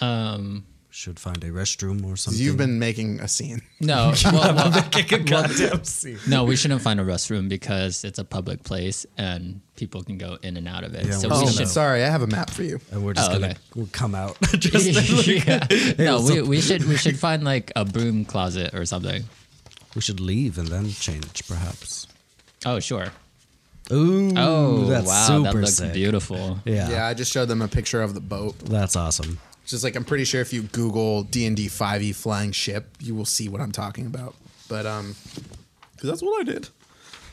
Um,
should find a restroom or something.
You've been making a scene.
no, well, well,
Kick a goddamn scene.
no, we shouldn't find a restroom because it's a public place and people can go in and out of it.
Yeah,
so
we're
we
Oh,
just
should.
sorry, I have a map for you.
And we're just
Oh,
gonna
okay.
we'll come out. just
Yeah. No,
what's
we,
up?
we should we should find like a broom closet or something.
we should leave and then change, perhaps.
Oh sure.
Ooh,
Oh
that's
wow,
super
that looks
sick.
beautiful.
Yeah,
Yeah, I just showed them a picture of the boat.
that's awesome.
It's Just like I'm pretty sure if you Google D and D five E flying ship, you will see what I'm talking about. But um, 'cause that's what I did.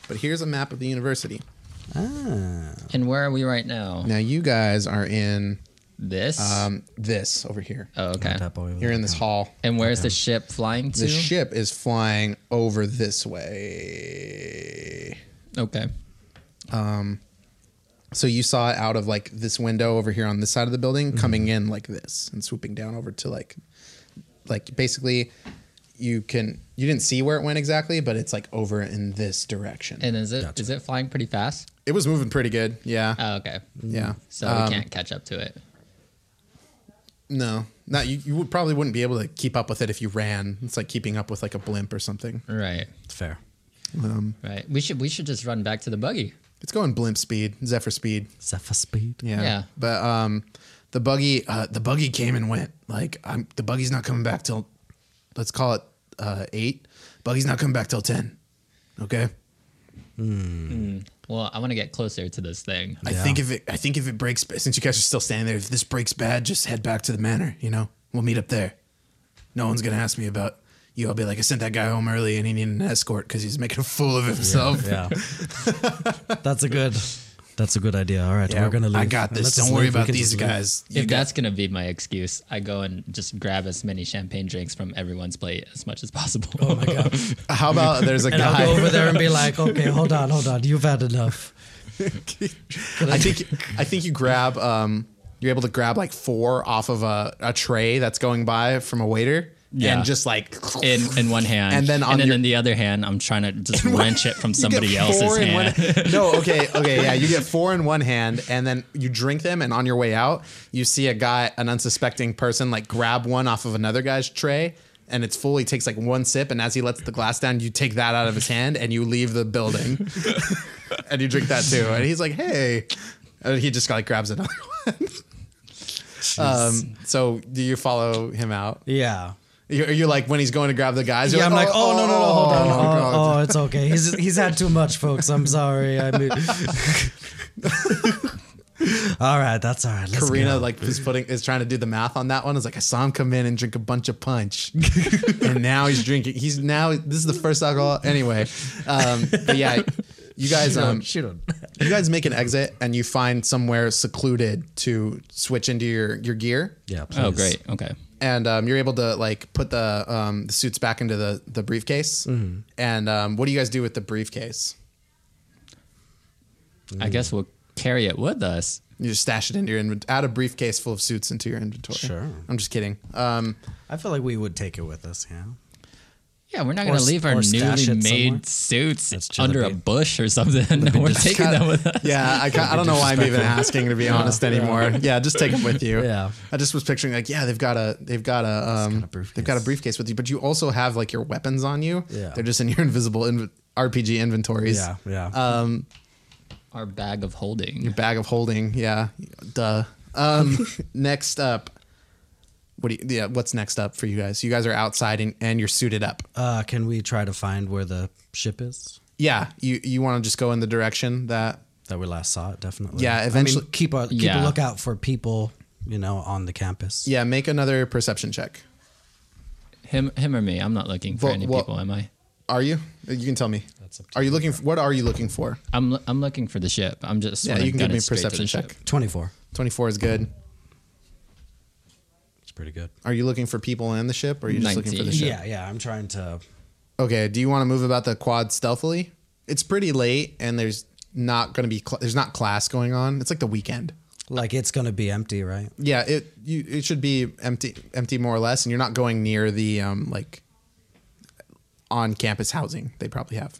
But here's a map of the university.
And where are we right now?
Now you guys are in
This.
um this over here.
oh, okay.
Tap over
You're
there.
in this hall.
And where's the ship flying to?
The ship is flying over this way.
Okay.
So you saw it out of like this window over here on this side of the building,
Mm-hmm.
coming in like this and swooping down over to like, like basically, you can you didn't see where it went exactly, but it's like over in this direction.
And is it is it flying pretty fast?
it was moving pretty good. Yeah,
Oh, okay.
yeah.
So
Um,
we can't catch up to it.
No, not you. You would probably wouldn't be able to keep up with it if you ran. It's like keeping up with like a blimp or something.
Right.
Fair.
Right. We should we should just run back to the buggy.
It's going blimp speed, zephyr speed.
Zephyr speed.
Yeah.
Yeah.
But um, the buggy, uh, the buggy came and went. Like I'm, the buggy's not coming back till, let's call it uh, eight. Buggy's not coming back till ten. Okay.
Well, I want to get closer to this thing.
I think if it, I think if it breaks, since you guys are still standing there, if this breaks bad, just head back to the manor. You know, we'll meet up there. No one's gonna ask me about you. I'll be like, I sent that guy home early, and he needed an escort because he's making a fool of himself.
Yeah, that's a good. That's a good idea. All right, we're gonna leave.
I got this.
Let's
Don't worry
leave. We
about
can
these
just leave.
guys. You
if
got-
that's gonna be my excuse, I go and just grab as many champagne drinks from everyone's plate as much as possible. Oh my god!
how about there's a
And I'll go
guy?
over there and be like, okay, hold on, hold on. You've had enough.
I think I think you grab um you're able to grab like four off of a, a tray that's going by from a waiter
Yeah.
and just like
in in one hand,
And then on your-
in the other hand, I'm trying to just wrench it from
You get
somebody
four
else's
in
hand.
One, no, okay, okay, yeah. You get four in one hand, and then you drink them, and on your way out, you see a guy, an unsuspecting person, like grab one off of another guy's tray, and it's full. He takes like one sip, and as he lets the glass down, you take that out of his hand, and you leave the building, and you drink that too. And he's like, "Hey," and he just like grabs another one. Um, so do you follow him out?
Yeah.
You're, you're like when he's going to grab the guys.
Yeah,
you're
I'm like, oh, no, no, no, hold on.
oh, God."
Oh, oh, it's okay. He's he's had too much, folks. I'm sorry. I mean, all right, that's all right. Let's
Karina
go.
like is putting is trying to do the math on that one. It's like I saw him come in and drink a bunch of punch, and now he's drinking. He's now this is the first alcohol anyway. Um, but yeah, you guys um,
shoot him.
you guys make an exit and you find somewhere secluded to switch into your your gear,
Yeah. Please.
Oh great. Okay.
and um, you're able to like put the um, the suits back into the the briefcase.
Mm-hmm.
And um, what do you guys do with the briefcase?
I guess we'll carry it with us.
You just stash it into your inventory. Add a briefcase full of suits into your inventory.
Sure.
I'm just kidding. Um,
I feel like we would take it with us. Yeah.
Yeah, we're not gonna
s-
leave our
or stash
newly
it somewhere.
made suits
chill,
under a
that'd be-
bush or something. No, we're taking
Kinda-
them with us.
Yeah, I, ca- I don't know why I'm even asking to be honest anymore. Yeah, just take them with you.
Yeah.
I just was picturing like, yeah, they've got a they've got a um they've got a briefcase with you, but you also have like your weapons on you.
Yeah.
they're just in your invisible inv- RPG inventories.
Yeah. Yeah.
Our bag of holding.
bag of holding. Yeah, duh. Um, next up, what do you, yeah? What's next up for you guys? You guys are outside and, and you're suited up.
uh, can we try to find where the ship is
Yeah, you you want to just go in the direction that
that we last saw? It definitely.
Yeah,
I mean,
eventually-
keep a keep
Yeah.
a lookout for people. You know, on the campus.
yeah. Make another perception check.
Him, him or me? I'm not looking for
Well,
any
well-
people. Am I?
Are you? You can tell me. are you looking? For, what are you looking for?
I'm, l- I'm looking for the ship. I'm just.
Yeah,
wanna
you can
gun
give me
it
a
straight to
perception
the
check.
ship.
Twenty four.
24 is good.
It's pretty good.
Are you looking for people and the ship or are you just looking for the
19.
ship?
Yeah. Yeah. I'm trying to.
Okay, do you want to move about the quad stealthily? It's pretty late and there's not going to be cl- there's not class going on. It's like the weekend.
Like it's gonna be empty, right?
Yeah, it you it should be empty empty more or less and you're not going near the um like on campus housing they probably have.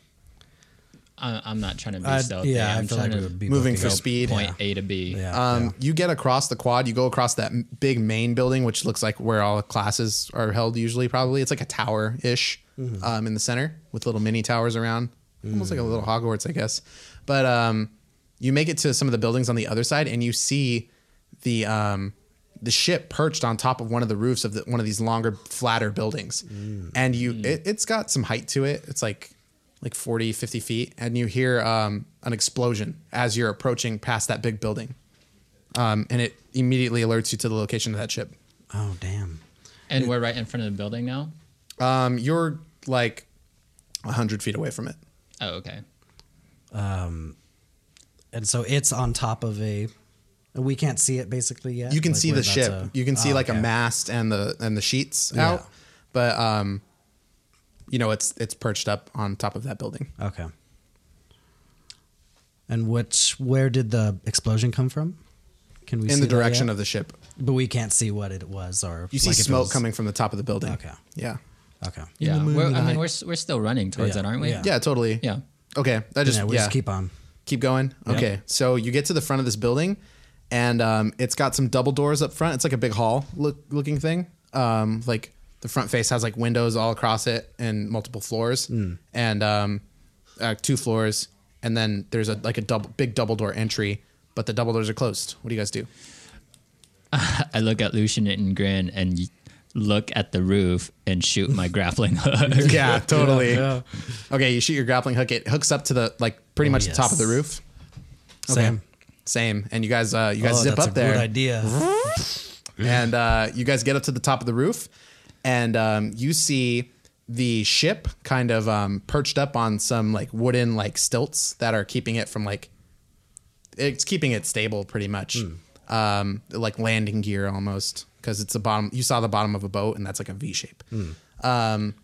I, I'm not trying to be
I'd-
stealthy.
yeah, I
I'm
feel
trying
like we
to
would be
Moving
both
for
go
speed.
Point A to B. Yeah.
Um, You get across the quad. You go across that m- big main building, which looks like where all the classes are held. Usually, probably it's like a tower ish um, in the center with little mini towers around, almost like a little Hogwarts, I guess. But um, you make it to some of the buildings on the other side, and you see the um, the ship perched on top of one of the roofs of the, one of these longer, flatter buildings. And you, it, it's got some height to it. It's like like 40, 50 feet, and you hear um, an explosion as you're approaching past that big building um, and it immediately alerts you to the location of that ship.
Oh damn.
And we're right in front of the building now.
Um, you're like hundred feet away from it.
Oh, okay.
And so it's on top of a. We can't see it basically yet.
You can
Like,
see
we're
the
about
ship.
to-
you can see
Oh,
like a
okay.
mast and the and the sheets
Yeah.
out, but um, you know it's it's perched up on top of that building.
Okay. And which where did the explosion come from? Can we
In the direction of the ship,
But we can't see what it was, or
you see
like, if it
smoke
was-
coming from the top of the building.
Okay.
Yeah.
Okay.
Yeah. We're, I
moonlight.
mean, we're, s- we're still running towards
Yeah.
it, aren't we?
Yeah.
Yeah. Totally.
Yeah.
Okay. I just
yeah, we
yeah.
just keep on.
Keep going. Okay. So you get to the front of this building, and um, it's got some double doors up front. It's like a big hall look looking thing. Um, like the front face has like windows all across it and multiple floors,
Hmm.
and um, uh, two floors. And then there's a like a double big double door entry, but the double doors are closed. What do you guys do?
I look at Lucian and grin and y- look at the roof and shoot my grappling hook.
Yeah, totally. Okay, you shoot your grappling hook. It hooks up to the like pretty much the top of the
Oh, yes.
roof.
Same.
Same. And you guys, uh, you guys
Oh,
zip
that's
up
a
there.
Good idea.
and uh, you guys get up to the top of the roof, and um, you see the ship kind of um, perched up on some like wooden like stilts that are keeping it from like it's keeping it stable pretty much, um, like landing gear almost because it's the bottom. You saw the bottom of a boat, and that's like a V shape. Um,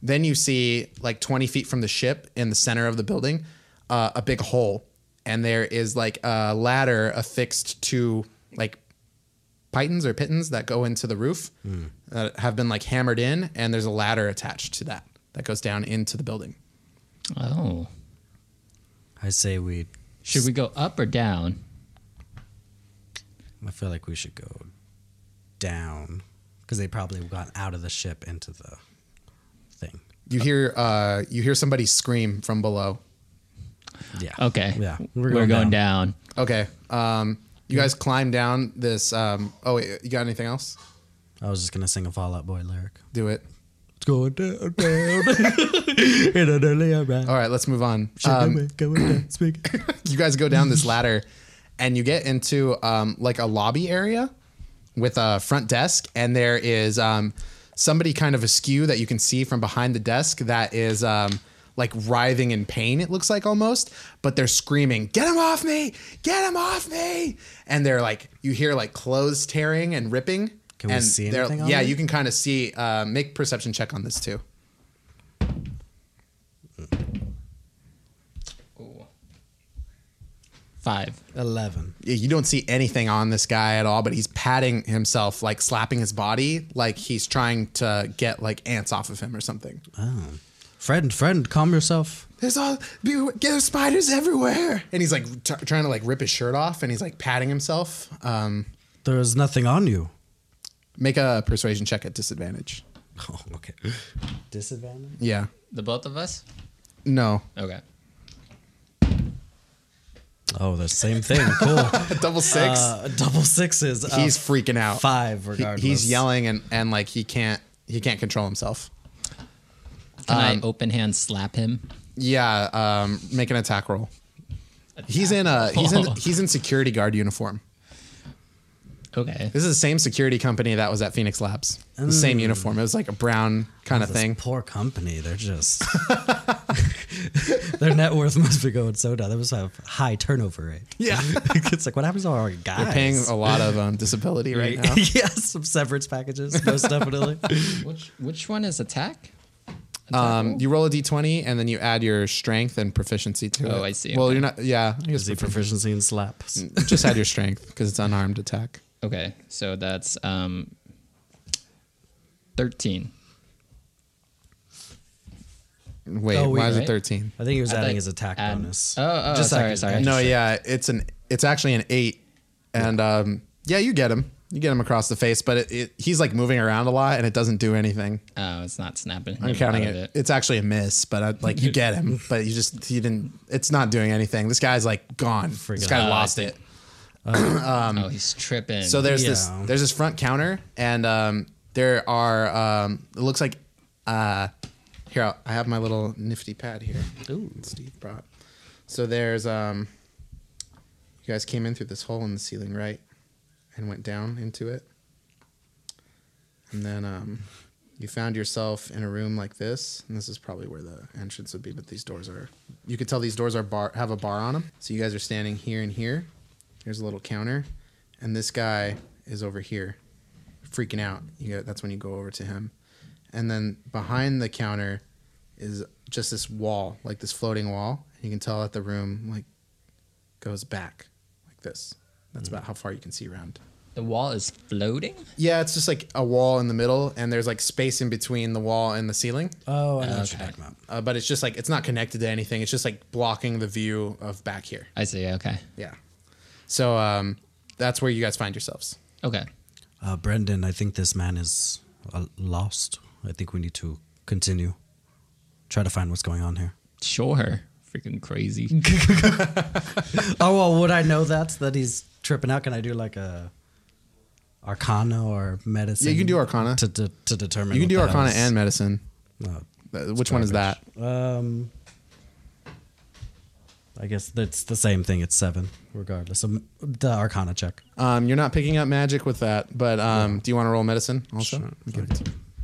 then you see like 20 feet from the ship in the center of the building uh, a big hole and there is like a ladder affixed to like pitons or pittons that go into the roof that have been like hammered in and there's a ladder attached to that that goes down into the building
Oh.
I say we.
Should we go up or down?
I feel like we should go down because they probably got out of the ship into the thing.
you hear uh, you hear somebody scream from below
Yeah.
Okay.
Yeah.
We're going, down.
okay um, you guys climb down this um, oh wait you got anything else
I was just gonna sing a Fallout Boy lyric.
do it
It's going down, down. in an early round.
all right let's move on Um,
Going down, speak.
you guys go down this ladder and you get into um, like a lobby area with a front desk and there is um, somebody kind of askew that you can see from behind the desk that is um, like writhing in pain it looks like almost but they're screaming get him off me get him off me and they're like you hear like clothes tearing and ripping
Can we
and
see
they're-
anything on
yeah
it?
you can kind of see uh, make perception check on this too
Five.
Eleven.
Yeah, you don't see anything on this guy at all, but he's patting himself, like slapping his body, like he's trying to get like ants off of him or something.
Friend, friend, calm yourself.
There's all be- there's spiders everywhere, and he's like t- trying to like rip his shirt off, and he's like patting himself. Um,
There is nothing on you.
make a persuasion check at disadvantage.
Oh, okay. Disadvantage.
Yeah,
The both of us?
no,
Okay.
Oh, the same thing. Cool.
a double six.
uh, double sixes. Uh,
he's freaking out.
Five,
He-
regardless.
he's yelling and and like he can't he can't control himself.
Can I open hand slap him?
Yeah, um, make an attack roll. He's in a he's in he's in security guard uniform.
Okay.
This is the same security company that was at Phoenix Labs. The same
Mm.
uniform. It was like a brown kind of
This
thing.
Poor company. They're just. Their net worth must be going so down. They must have high turnover rate.
Yeah.
it's like, what happens to our guys?
They're paying a lot of um, disability right now.
yeah, some severance packages, most definitely.
Which which one is attack?
Um, you roll a d20 and then you add your strength and proficiency to it.
Oh, I see,
Well,
okay.
you're not. Yeah, I guess
Is he proficiency in slaps?
prof- just add your strength because it's unarmed attack.
Okay. So that's um thirteen.
Wait,
Oh, wait,
why is
right?
it 13?
I think he was
I
adding
think-
his attack
add-
bonus.
Oh, oh,
Just so I
sorry,
could-
sorry.
No, yeah, it's an it's actually an 8 and um yeah, you get him. You get him across the face, but it, it, he's like moving around a lot and it doesn't do anything.
Oh, it's not snapping.
I'm
him
counting
out of
it. It's actually a miss, but I, like you get him, but you just you didn't. It's not doing anything. This guy's like gone. This guy
out.
lost
Uh, I
it.
oh, he's tripping.
So there's this
Yeah.
there's this front counter, and um, there are um, it looks like uh, here I'll- I have my little nifty pad here. Ooh, Steve brought. So there's um, you guys came in through this hole in the ceiling, right, and went down into it, and then um, you found yourself in a room like this, and this is probably where the entrance would be. But these doors are you could tell these doors are bar have a bar on them. So you guys are standing here and here. Here's a little counter, and this guy is over here, freaking out. You got, that's when you go over to him, and then behind the counter is just this wall, like this floating wall. You can tell that the room like goes back like this. That's about how far you can see around.
the wall is floating.
Yeah, it's just like a wall in the middle, and there's like space in between the wall and the ceiling.
Oh, I know what you're talking about.
Uh, but it's just like it's not connected to anything. It's just like blocking the view of back here.
I see. Okay.
Yeah. So um, that's where you guys find yourselves.
Okay.
Uh, Brendan, I think this man is uh, lost. I think we need to continue. Try to find what's going on here.
Sure. Freaking crazy.
Oh, well, would I know that? That he's tripping out? Can I do like a arcana or medicine?
Yeah, you can do arcana.
To, to, to determine.
You can do
what the hell
arcana
is-
and medicine.
Uh,
Uh, Which one is that?
Um, I guess that's the same thing. It's seven, regardless. of the Arcana check.
Um, you're not picking up magic with that, but um, do you want to roll medicine also? Okay.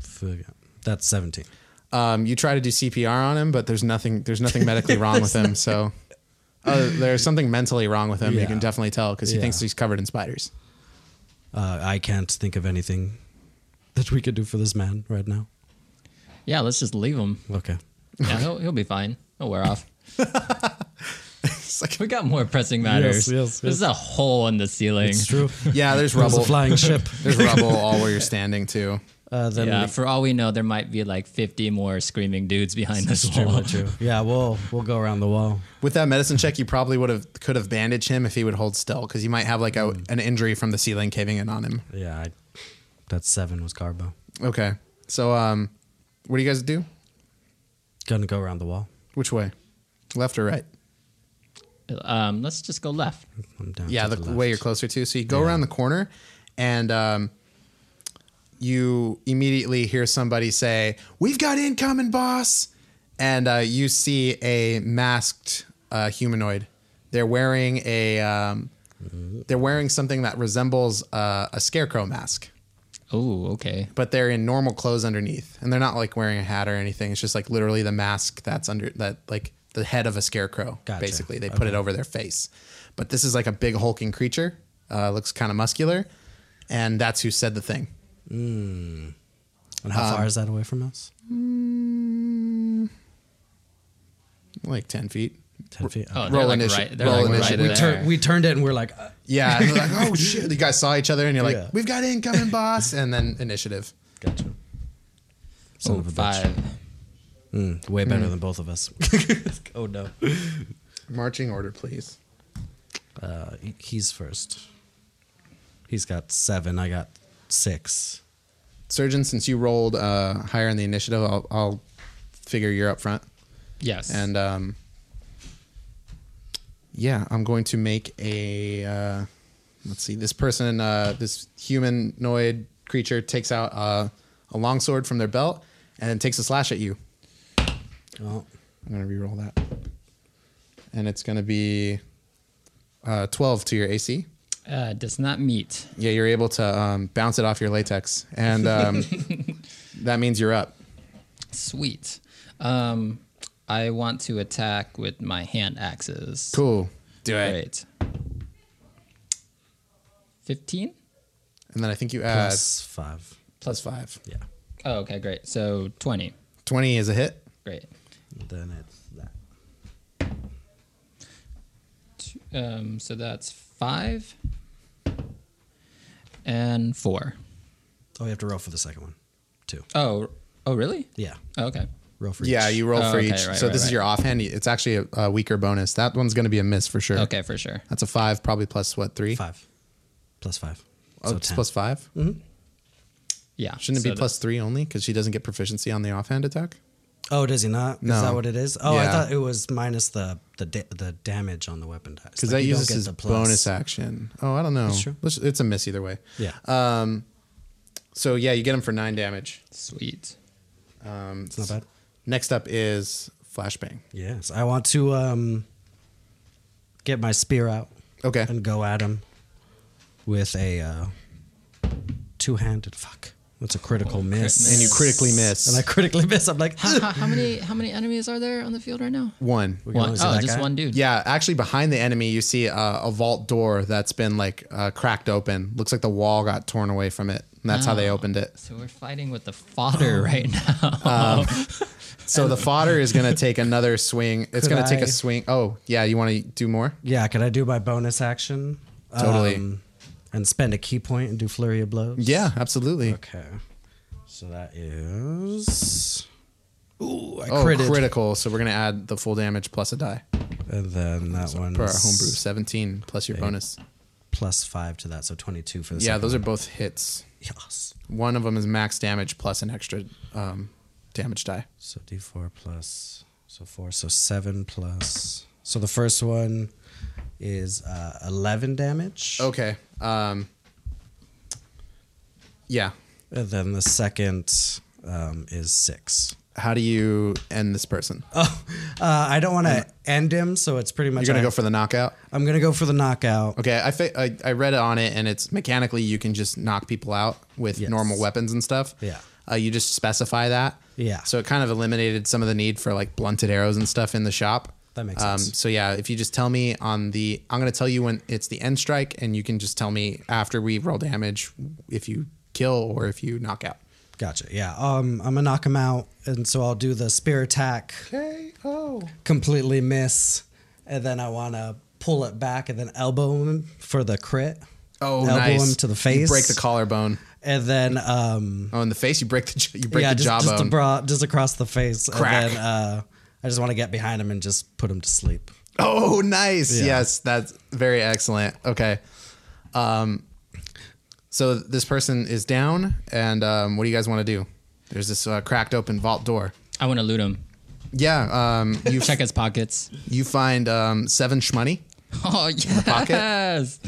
Fuck yeah. That's seventeen.
Um, you try to do CPR on him, but there's nothing. There's nothing medically wrong with him. So uh, there's something mentally wrong with him. You
Yeah.
can definitely tell because he
Yeah.
thinks he's covered in spiders.
Uh, I can't think of anything that we could do for this man right now.
yeah, let's just leave him.
Okay.
Yeah, he'll, he'll be fine. He'll wear off.
It's like
We got more pressing matters.
yes,
This is a hole in the ceiling.
It's true.
yeah, there's
It was a
rubble.
flying ship.
There's rubble all where you're standing too.
Uh, then
Yeah,
we-
for all we know, there might be like 50 more screaming dudes behind this
It's true,
wall.
it's true. Yeah, we'll we'll go around the wall.
With that medicine check, you probably would have could have bandaged him if he would hold still because you might have like a, an injury from the ceiling caving in on him.
Yeah, I, that seven was Carbo.
Okay, so um, what do you guys do?
Gonna go around the wall.
Which way, left or right?
Um, let's just go left.
I'm down.
yeah
to
the,
the
way
left.
you're closer to so you go around the corner and um, you immediately hear somebody say we've got incoming boss and uh, you see a masked uh, humanoid they're wearing a um, they're wearing something that resembles uh, a scarecrow mask
Oh, okay.
but they're in normal clothes underneath and they're not like wearing a hat or anything it's just like literally the mask that's under that like the head of a scarecrow
Gotcha.
basically they put it over their face but this is like a big hulking creature uh, looks kind of muscular and that's who said the thing
And how
um,
far is that away from us?
like 10 feet
Ten feet.
Oh,
Roll
they're like
initi-
right. They're
roll
like right
initiative.
there.
We
Tur- we turned it and we're like, uh,
yeah and they're like oh shit you guys saw each other and you're like
Yeah.
we've got incoming boss and then initiative
gotcha.
Oh,
Son
Ooh,
uh, of a bitch.
five.
Way better
Mm.
than both of us. oh no.
marching order please
Uh, he's first. He's got seven. I got six.
surgeon since you rolled uh, higher in the initiative i'll, I'll figure you're up front
Yes.
And um, yeah, I'm going to make a. Uh, let's see. This person, uh, this humanoid creature, takes out uh, a long sword from their belt and takes a slash at you. Uh,
Oh,
I'm going to reroll that. And it's going to be uh, 12 to your AC.
uh, does not meet.
Yeah, you're able to um, bounce it off your latex. And um, that means you're up.
Sweet. Um, I want to attack with my hand axes.
Cool. Do it.
Great. 15?
And then I think you add
plus five.
plus five.
Yeah.
Oh, okay, great. So 20.
20 is a hit.
Great.
Then it's that.
Um, so that's five and four.
Oh, you have to roll for the second one, too.
Oh, oh, really?
Yeah.
Oh, okay.
roll for
Yeah,
each.
you roll
Oh,
for
okay,
each.
right,
so
right,
this is
right.
your offhand. It's actually a, a weaker bonus. That one's going to be a miss for sure.
Okay, for sure.
That's a five, probably plus what, three?
five plus five.
Oh,
so Mm-hmm.
it's
10.
plus 5
Yeah.
Shouldn't it
so
be plus three only? Because she doesn't get proficiency on the offhand attack?
Oh, does he not?
No.
Is that what it is? Oh, I
Yeah.
thought it was minus the the da- the damage on the weapon dice.
Because
Like,
that
you don't
uses
get
his
the plus.
bonus action. Oh, I don't know.
true.
Let's- It's a miss either way.
Yeah.
Uh, So yeah, you get him for nine damage.
Sweet.
it's not bad.
Next up is flashbang.
Yes, I want to um get my spear out
Okay.
and go at him with a uh, two-handed fuck. That's a critical miss.
and you critically miss.
And I critically miss. I'm like,
How, how many how many enemies are there on the field right now?
one.
One.
only see
Oh,
that
just
guy.
one dude.
Yeah, actually, behind the enemy, you see uh, a vault door that's been like uh, cracked open. Looks like the wall got torn away from it. And that's how they
Oh.
opened it.
So we're fighting with the fodder
Oh.
right now.
So the fodder is going to take another swing. It's
Could
going to take a
I-
swing. Oh, yeah. You want to do more?
yeah, can I do my bonus action? Um,
Totally.
and spend a key point and do flurry of blows.
Yeah, absolutely.
Okay. So that is. Ooh, I
Oh,
critted.
critical. So we're going to add the full damage plus a die
And then that one
for our homebrew 17 plus your bonus.
plus five to that, so twenty-two for the
Yeah,
second
those are
one.
both hits.
yes.
One of them is max damage plus an extra um, damage die.
So D four plus so four so seven plus so the first one is uh, eleven damage.
Okay. Um, yeah.
And then the second um, is six.
How do you end this person?
Uh, I don't want to end him, so it's pretty much.
Mm. You're gonna go
I-
for the knockout.
I'm gonna go for the knockout.
Okay, I, fa- I I read on it, and it's mechanically you can just knock people out with
Yes.
normal weapons and stuff.
Yeah.
uh, you just specify that.
Yeah.
So it kind of eliminated some of the need for like blunted arrows and stuff in the shop. Um,
That makes sense.
So yeah, if you just tell me on the, I'm gonna tell you when it's the end strike, and you can just tell me after we roll damage if you kill or if you knock out.
Gotcha. Yeah. Um, I'm gonna knock him out, and so I'll do the spear attack.
Okay. Oh.
completely miss, and then I want to pull it back and then elbow him for the crit.
Oh,
elbow
nice.
him to the
You
face.
break the collarbone.
and then um,
Oh, in the face, you break the j- you break
yeah,
the
just
jawbone.
just, abro- just across the face.
Crack.
And then uh, I just want to get behind him and just put him to sleep.
Oh, nice.
Yeah.
Yes, that's very excellent. Okay. Um, so this person is down, and um, what do you guys want to do? There's this uh, cracked open vault door.
I want to loot him.
Yeah, um, you
Check his pockets.
you find um, seven shmoney.
Oh
pocket?
yes.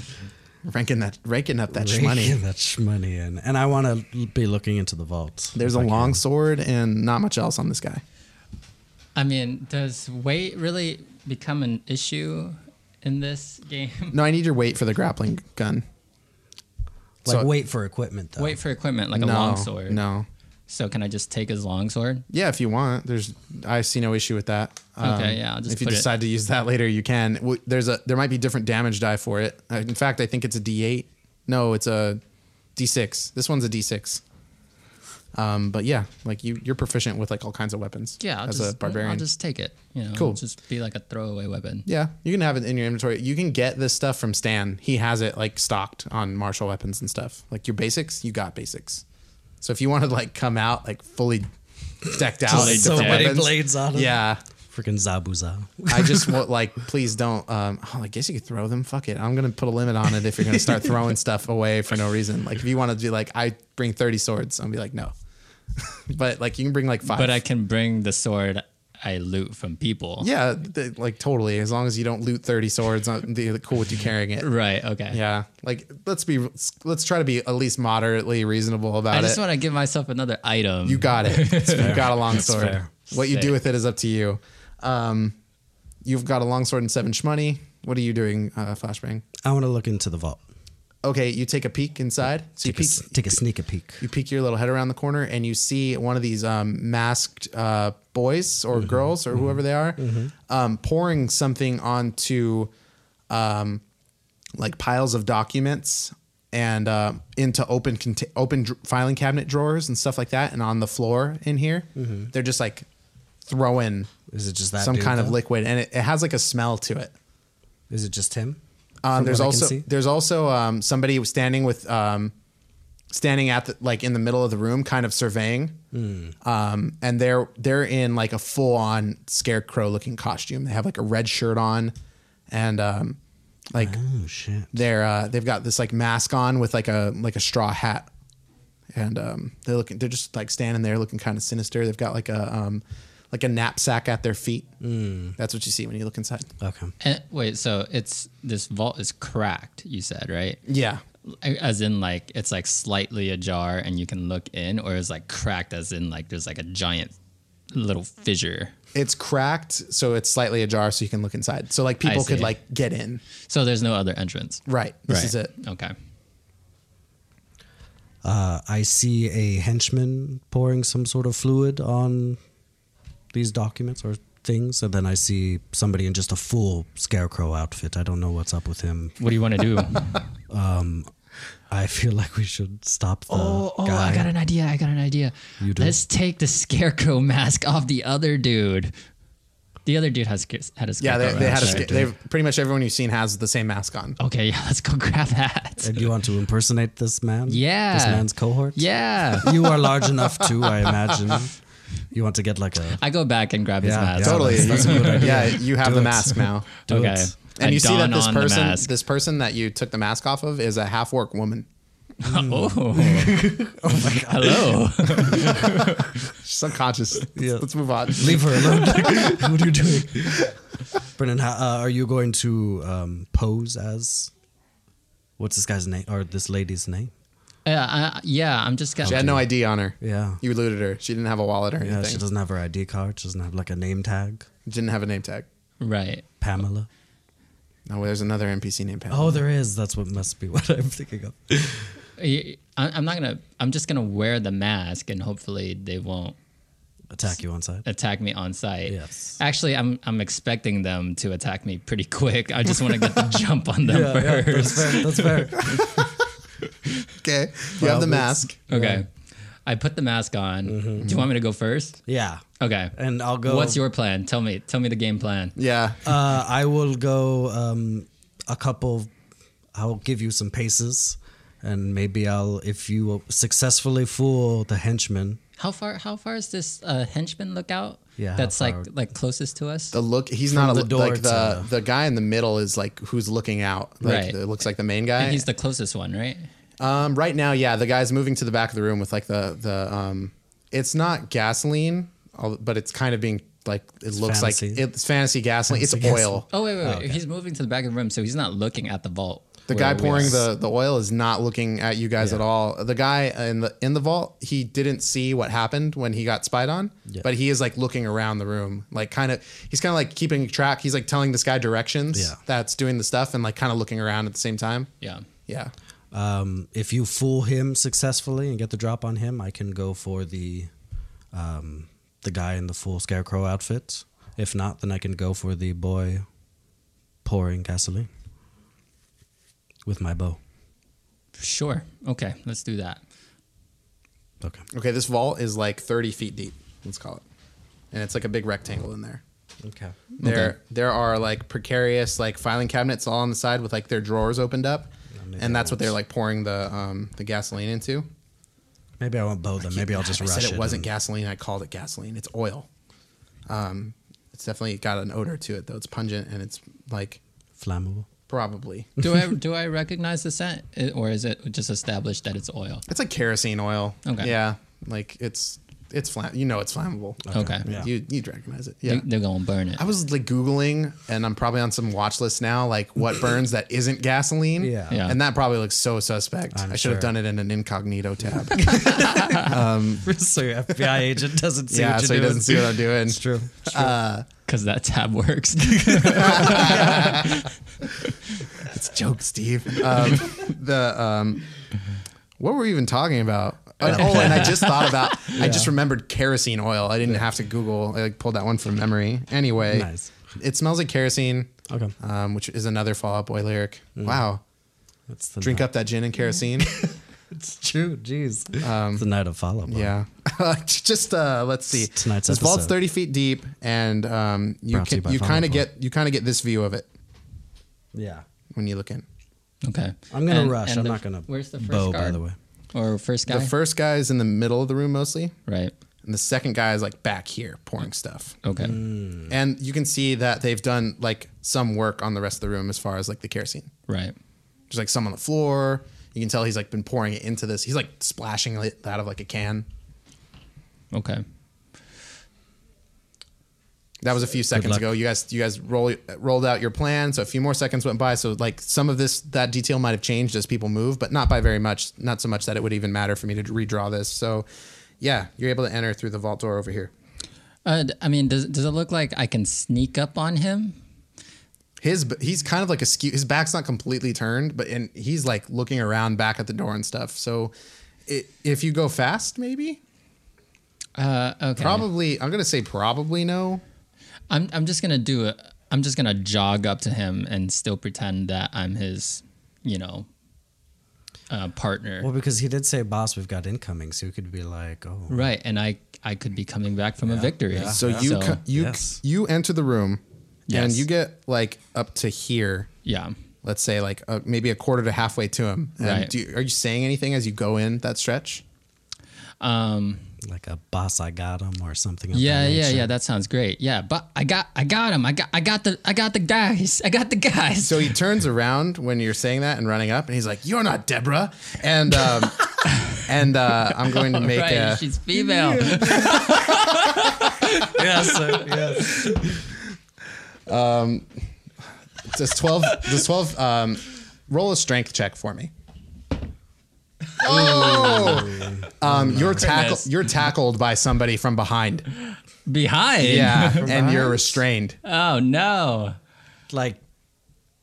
Ranking that, ranking up that
Raking
shmoney.
that shmoney in, and I want to be looking into the vault.
There's a long sword and not much else on this guy.
I mean, does weight really become an issue in this game?
No, I need your weight for the grappling gun.
Like
so-
wait for equipment though.
Wait for equipment like
no,
a longsword.
no.
So can I just take his longsword?
Yeah, if you want, there's I see no issue with that. Um,
Okay, yeah, I'll just
if you
put it-
decide to use that later, you can. W- There's a there might be different damage die for it. Uh, In fact, I think it's a D8. No, it's a D6. This one's a D6. Um, but yeah, like you you're proficient with like all kinds of weapons.
Yeah, I'll
as
just,
a barbarian.
I'll just take it. You know,
Cool.
Just be like a throwaway weapon.
yeah, you can have it in your inventory. You can get this stuff from Stan. He has it like stocked on martial weapons and stuff. Like your basics, you got basics. So if you want to like come out like fully decked out, like,
so
different
many
weapons,
blades on him.
Yeah,
freaking Zabuza.
I just want like, please don't. Um, oh, I guess you could throw them. Fuck it. I'm gonna put a limit on it if you're gonna start throwing stuff away for no reason. Like if you want to be like, I bring 30 swords, I'll be like, no. but like you can bring like five.
But I can bring the sword I loot from people.
yeah, th- like totally. As long as you don't loot 30 swords, I'm they're cool with you carrying it.
Right. Okay.
Yeah, like let's be let's try to be at least moderately reasonable about
I
it.
just want to give myself another item.
You got it. you got a long sword.
fair.
What you
Sick.
do with it is up to you. Um, you've got a long sword and seven shmoney. What are you doing, uh, Flashbang?
I want to look into the vault.
okay, you take a peek inside. So you
Take a,
peek,
s- take a sneak a peek.
you peek your little head around the corner, and you see one of these um, masked uh, boys
Mm-hmm.
or girls or whoever they are um, pouring something onto um, like piles of documents and uh, into open cont- open dr- filing cabinet drawers and stuff like that, and on the floor in here, they're just like throwing
Mm-hmm. Is it just that
some
dude,
kind of
though?
liquid, and it, it has like a smell to it.
Is it just him?
Um,
From
there's
what I can
also
see?
there's also um, somebody standing with um, standing at the, like in the middle of the room, kind of surveying.
Hmm.
Um, and they're they're in like a full on scarecrow looking costume. They have like a red shirt on, and um, like
Oh shit.
they're uh, they've got this like mask on with like a like a straw hat, and um, they're looking they're just like standing there looking kind of sinister. They've got like a um, like a knapsack at their feet.
Hmm.
That's what you see when you look inside.
Okay.
And, wait, so it's this vault is cracked. You said right,
Yeah,
as in like it's like slightly ajar and you can look in, or it's like cracked, as in like there's like a giant little fissure.
it's cracked, so it's slightly ajar, so you can look inside. So like people could
see.
like get in.
So there's no other entrance.
Right. This
Right.
is it.
Okay.
I see a henchman pouring some sort of fluid on these documents or things, and then I see somebody in just a full scarecrow outfit. I don't know what's up with him.
What do you want to do?
I feel like we should stop the
oh, oh!
guy.
I got an idea. I got an idea.
You do?
Let's take the scarecrow mask off the other dude. The other dude has sca- had a
Yeah,
scarecrow.
they, they had a
mask,
sca-
right?
they've pretty much everyone you've seen has the same mask on.
Okay, yeah, let's go grab that.
Uh,
and you want to impersonate this man?
Yeah.
This man's cohort?
Yeah.
You are large enough too, I imagine. You want to get like a.
I go back and grab his
Yeah,
mask.
yeah.
Totally.
that's- that's a good idea.
Yeah, you have
Do
the
it.
mask now.
Do
okay.
it.
And
I
you see that
don
this
on the
person
mask.
this person that you took the mask off of is a half orc woman.
oh. Hello.
She's unconscious.
Yeah.
Let's move on.
Leave her alone. what are you doing? Brennan, how, uh, are you going to um, pose as. What's this guy's name? Or this lady's name?
Yeah, I, yeah, I'm just gonna.
She had no ID on her.
Yeah.
You looted her. She didn't have a wallet or anything.
Yeah, she doesn't have her ID card. She doesn't have like a name tag.
didn't have a name tag.
Right.
Pamela.
No, there's another NPC named Pamela.
Oh, there is. That's what must be what I'm thinking of.
I, I'm not gonna. I'm just gonna wear the mask, and hopefully they won't
Attack you on sight.
attack me on sight.
Yes.
Actually, I'm I'm expecting them to attack me pretty quick. I just want to get the jump on them
that's
first.
fair. That's fair.
Okay. You have the mask.
okay. I put the mask on. Do you want me to go first?
Yeah.
Okay.
Mm-hmm, And I'll go.
What's your plan? Tell me. Tell me the game plan.
Yeah.
Uh, I will go um, a couple. I'll give you some paces, and maybe I'll if you successfully fool the henchman.
How far? How far is this uh, henchman lookout?
Yeah, how
That's like
far?
like closest to us.
the look he's
From
not a,
the door
like the
to-
the guy in the middle is like who's looking out. Like
Right.
it looks like the main guy.
and he's the closest one, right?
Um, right now, yeah, the guy's moving to the back of the room with like the the um, it's not gasoline, al- but it's kind of being like it looks like
fantasy.
it's fantascy gasoline. it's
Fantasy
oil.
Oh wait, wait, wait. He's moving to the back of the room, so he's not looking at the vault.
The guy
where we
pouring
are.
the, the oil is not looking at you guys at all. The guy in the in the vault, he didn't see what happened when he got spied on, but he is like looking around the room, like kind of he's kind of like keeping track. He's like telling this guy directions
Yeah.
that's doing the stuff and like kind of looking around at the same time.
yeah.
Yeah.
Um, if you fool him successfully and get the drop on him, I can go for the um, the guy in the full scarecrow outfit. If not, then I can go for the boy pouring gasoline with my bow.
Sure. Okay. Let's do that.
Okay.
Okay, this vault is like 30 feet deep, let's call it. And it's like a big rectangle in there.
Okay.
There there are like precarious like filing cabinets all on the side with like their drawers opened up. And that's what they're like pouring the um the gasoline into.
Maybe I won't bow them. Maybe I'll just
I
rush
said it wasn't
and-
gasoline, I called it gasoline. It's oil. Um it's definitely got an odor to it though. It's pungent and it's like
flammable.
probably
Do I do I recognize the scent, I- or is it just established that it's oil?
it's like kerosene oil.
Okay.
Yeah. Like it's it's flam you know it's flammable.
Okay.
Yeah.
You you'd recognize it. Yeah.
They, they're gonna burn it.
I was like Googling, and I'm probably on some watch list now, like what burns that isn't gasoline.
Yeah.
Yeah.
And that probably looks so suspect. i
I'm
should have
sure.
done it in an incognito tab.
so your FBI agent doesn't see
yeah,
what you're
so he
doing.
doesn't see what I'm doing.
It's true.
Because that tab works.
It's a joke, Steve. Um, the um, what were we even talking about? And- oh, and I just thought about. I just remembered kerosene oil. I didn't have to Google. I like, pulled that one from memory. Anyway,
Nice.
it smells like kerosene.
Okay. Mm.
Um, which is another Fall Out Boy lyric. Wow.
It's the
Drink up that gin and kerosene.
It's true. Jeez. it's the night of follow up.
Um, Yeah. Just uh, let's see.
Tonight's
this vault's
episode.
thirty feet deep, and um, you
Brought to you
can,
by
you
Follow
kind of
Up.
get you kind of get this view of it
Yeah.
when you look in.
okay.
I'm gonna
And-
rush.
and
I'm
the-
not gonna
Where's the first
bow, by
guard?
the way.
or first guy?
The first guy is in the middle of the room mostly,
right.
and the second guy is like back here pouring stuff.
Okay.
Mm. And you can see that they've done like some work on the rest of the room as far as like the kerosene.
Right.
There's like some on the floor. You can tell he's like been pouring it into this. He's like splashing it out of like a can.
Okay.
That was a few seconds
luck.
ago. You guys, you guys roll, rolled out your plan. So a few more seconds went by. So like some of this, that detail might have changed as people move, but not by very much. Not so much that it would even matter for me to redraw this. So, yeah, you're able to enter through the vault door over here.
Uh, d- I mean, does does it look like I can sneak up on him?
His he's kind of like askew. His back's not completely turned, but and he's like looking around back at the door and stuff. So, i if you go fast, maybe
Uh, okay.
probably I'm gonna say probably no.
I'm I'm just gonna do it. I'm just gonna jog up to him and still pretend that I'm his, you know, uh, partner.
Well, because he did say, boss, we've got incoming. So you could be like, oh.
Right, and I I could be coming back from a victory.
So you co- you
Yes.
you enter the room, and
Yes.
you get like up to here.
yeah.
Let's say like uh, maybe a quarter to halfway to him. And
Right.
do you, are you saying anything as you go in that stretch?
Um.
Like a boss, I got him or something. of
Yeah.
that
Yeah.
nature.
Yeah. That sounds great. Yeah. But I got I got him. I got I got the I got the guys. I got the guys.
So he turns around when you're saying that and running up, and he's like, "You're not Deborah," and um, and uh, I'm going to make
right.
a.
She's female.
yes, sir, yes.
Does twelve? Does twelve? Um, roll a strength check for me. Oh, um, you're tackled.
Goodness.
You're tackled by somebody from behind.
Behind.
Yeah, and you're restrained.
Oh no.
Like,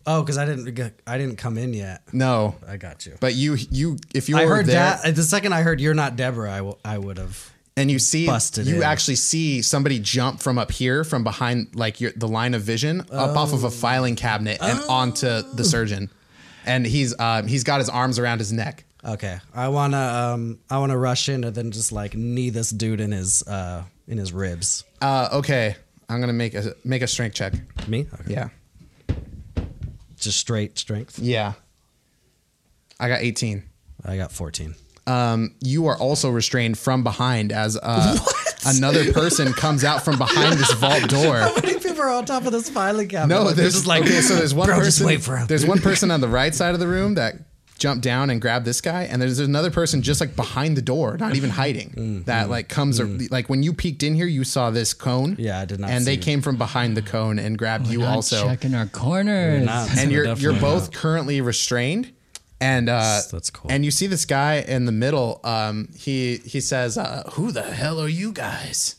oh, because I didn't, get- I didn't come in yet.
No,
I got you.
but you you if you
I
were
heard
there
that uh, the second I heard you're not Deborah, I would have.
and you see
busted
you
in.
actually see somebody jump from up here from behind like your, the line of vision up off
Oh.
of a filing cabinet and onto the surgeon, and he's um, he's got his arms around his neck.
Okay, I wanna, um, I wanna rush in and then just like knee this dude in his, uh, in his ribs.
Uh, okay, I'm gonna make a make a strength check.
Me? Okay.
Yeah,
Just straight strength.
yeah. I got 18.
I got 14.
You are also restrained from behind as uh, another person comes out from behind this vault door.
many people are on top of this filing cabinet?
No,
Like,
there's okay. So there's one
"Bro,
person.
just wait for him."
There's one person on the right side of the room that jumped down and grabbed this guy, and there's another person just like behind the door, not even hiding.
Mm-hmm.
that like comes like when you peeked in here, you saw this cone.
Yeah, I did not
And they
see it. Oh
came from behind the cone and grabbed you
Not
also.
checking our corners.
not.
And you're
Definitely
you're both currently restrained. And uh,
that's cool.
And you see this guy in the middle. Um, he he says, uh, "Who the hell are you guys?"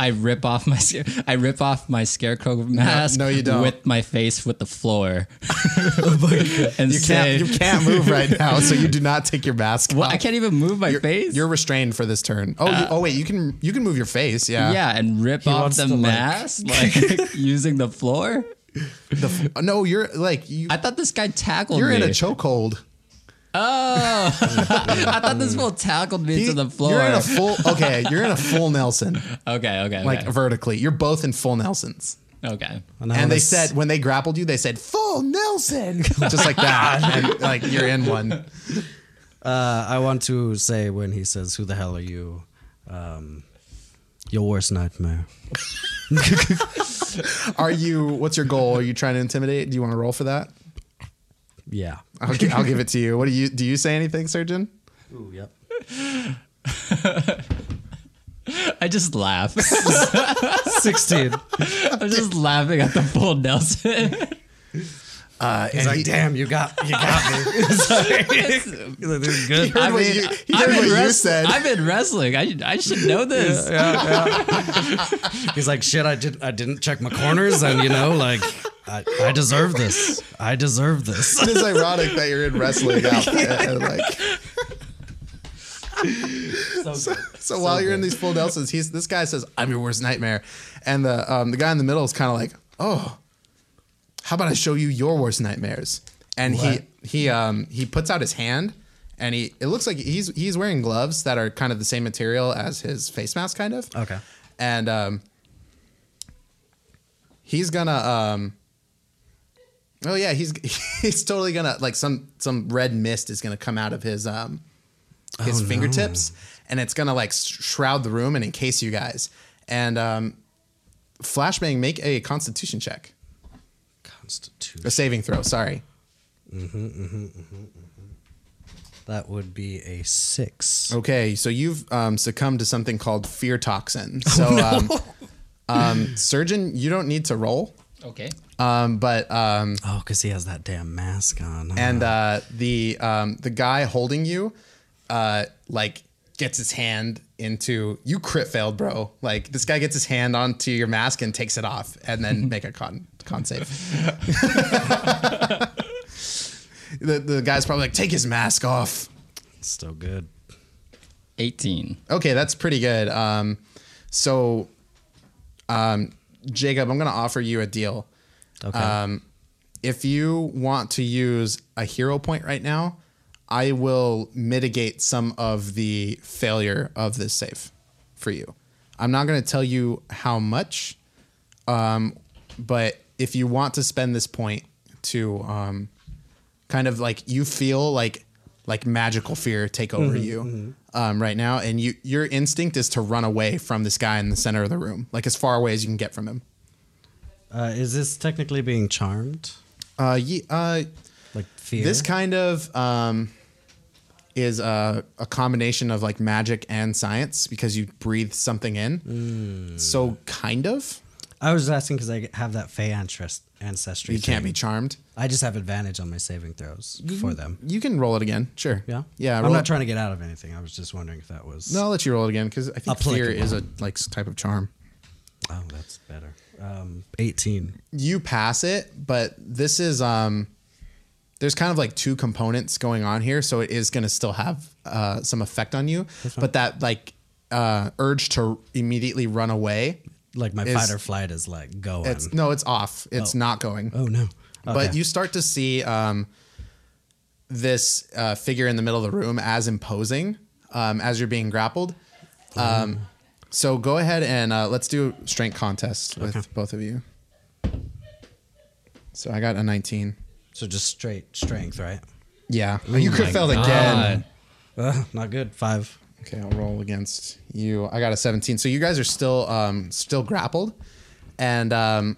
I rip off my sca- I rip off my scarecrow mask.
no, you don't.
With my face with the floor. and
You
say,
can't you can't move right now, so you do not take your mask.
Well,
off.
I can't even move my
you're,
face. Uh,
You're restrained for this turn. Oh, you, oh wait, you can you can move your face. Yeah.
yeah, and rip off
wants
the
to, like-
mask like, using the floor.
The f- no, you're like you.
I thought this guy tackled
you're
me.
in a chokehold.
I thought this fool tackled me to the floor.
You're in a full. Okay, you're in a full Nelson,
okay, okay,
like
okay.
vertically. You're both in full Nelsons.
okay.
and they said when they grappled you, they said full Nelson,
Oh
just like that, and like you're in one.
"Uh, I want to say when he says, "Who the hell are you?" Um, your worst nightmare.
Are you? What's your goal? Are you trying to intimidate? Do you want to roll for that?
Yeah.
I'll, gi- I'll give it to you. What do you do? You say anything, surgeon?
Ooh, yep.
I just laugh.
Sixteen.
I'm just laughing at the full Nelson.
Uh,
He's
and
like,
he-
"Damn, you got, you got me." He's like, "This is good."
heard
I
what
mean,
you- he
I've
heard
been
what you
wrest-
said.
I've been wrestling. I, I should know this.
He's like, "Shit, I didn't, I didn't check my corners, and you know, like, I, I deserve this. I deserve this."
it is ironic that you're in wrestling outfit. and, like, so, so while you're in these full Nelsons, he's this guy says, "I'm your worst nightmare," and the um, the guy in the middle is kind of like, "Oh, how about I show you your worst nightmares?" And he he um he puts out his hand, and he it looks like he's he's wearing gloves that are kind of the same material as his face mask, kind of.
Okay.
And um, he's gonna um, Oh yeah, he's he's totally gonna like some some red mist is gonna come out of his um his fingertips, and it's gonna like shroud the room and encase you guys. And um, flashbang, make a Constitution check,
Constitution.
a saving throw. Sorry,
That would be a six.
Okay, so you've um, succumbed to something called fear toxin. So, um, um, surgeon, you don't need to roll,
Okay.
um, but um,
Oh, because he has that damn mask on. Ah, huh?
and uh, the um, the guy holding you, uh, like, gets his hand into you. Crit failed, bro. Like, this guy gets his hand onto your mask and takes it off, and then make a con con save. the the guy's probably like, take his mask off.
it's still good.
18.
Okay, that's pretty good. Um, so, um, Jacob, I'm going to offer you a deal. Um,
Okay.
If you want to use a hero point right now, I will mitigate some of the failure of this save for you. I'm not going to tell you how much, um, but if you want to spend this point to um, kind of like you feel like like magical fear take over
Mm-hmm,
you Um, right now, and you your instinct is to run away from this guy in the center of the room, like as far away as you can get from him.
uh, is this technically being charmed?
Uh, ye, uh,
Like fear?
This kind of um, is a, a combination of like magic and science because you breathe something in.
Mm.
So kind of
I was asking because I have that Fey ancest- ancestry.
you can't be
thing.
charmed.
I just have advantage on my saving throws for them.
You can roll it again, sure.
Yeah.
yeah.
I'm
roll it-
not trying to get out of anything. I was just wondering if that was.
No, I'll let you roll it again because I think fear
Applicable.
is a like s- type of charm.
Oh, that's better. Um, 18.
You pass it, but this is um, there's kind of like two components going on here, so it is going to still have uh, some effect on you. But that like uh, urge to immediately run away
Like my
Is-
fight or flight is like going.
It's no, it's off. It's not going.
oh no.
But you start to see um, this uh, figure in the middle of the room as imposing um, as you're being grappled. Um, so go ahead and uh, let's do strength contest with both of you. So I got a 19.
So just straight strength, right?
Yeah, you could fail again.
Uh, not good. Five.
Okay, I'll roll against you. I got a 17. So you guys are still um, still grappled, and um,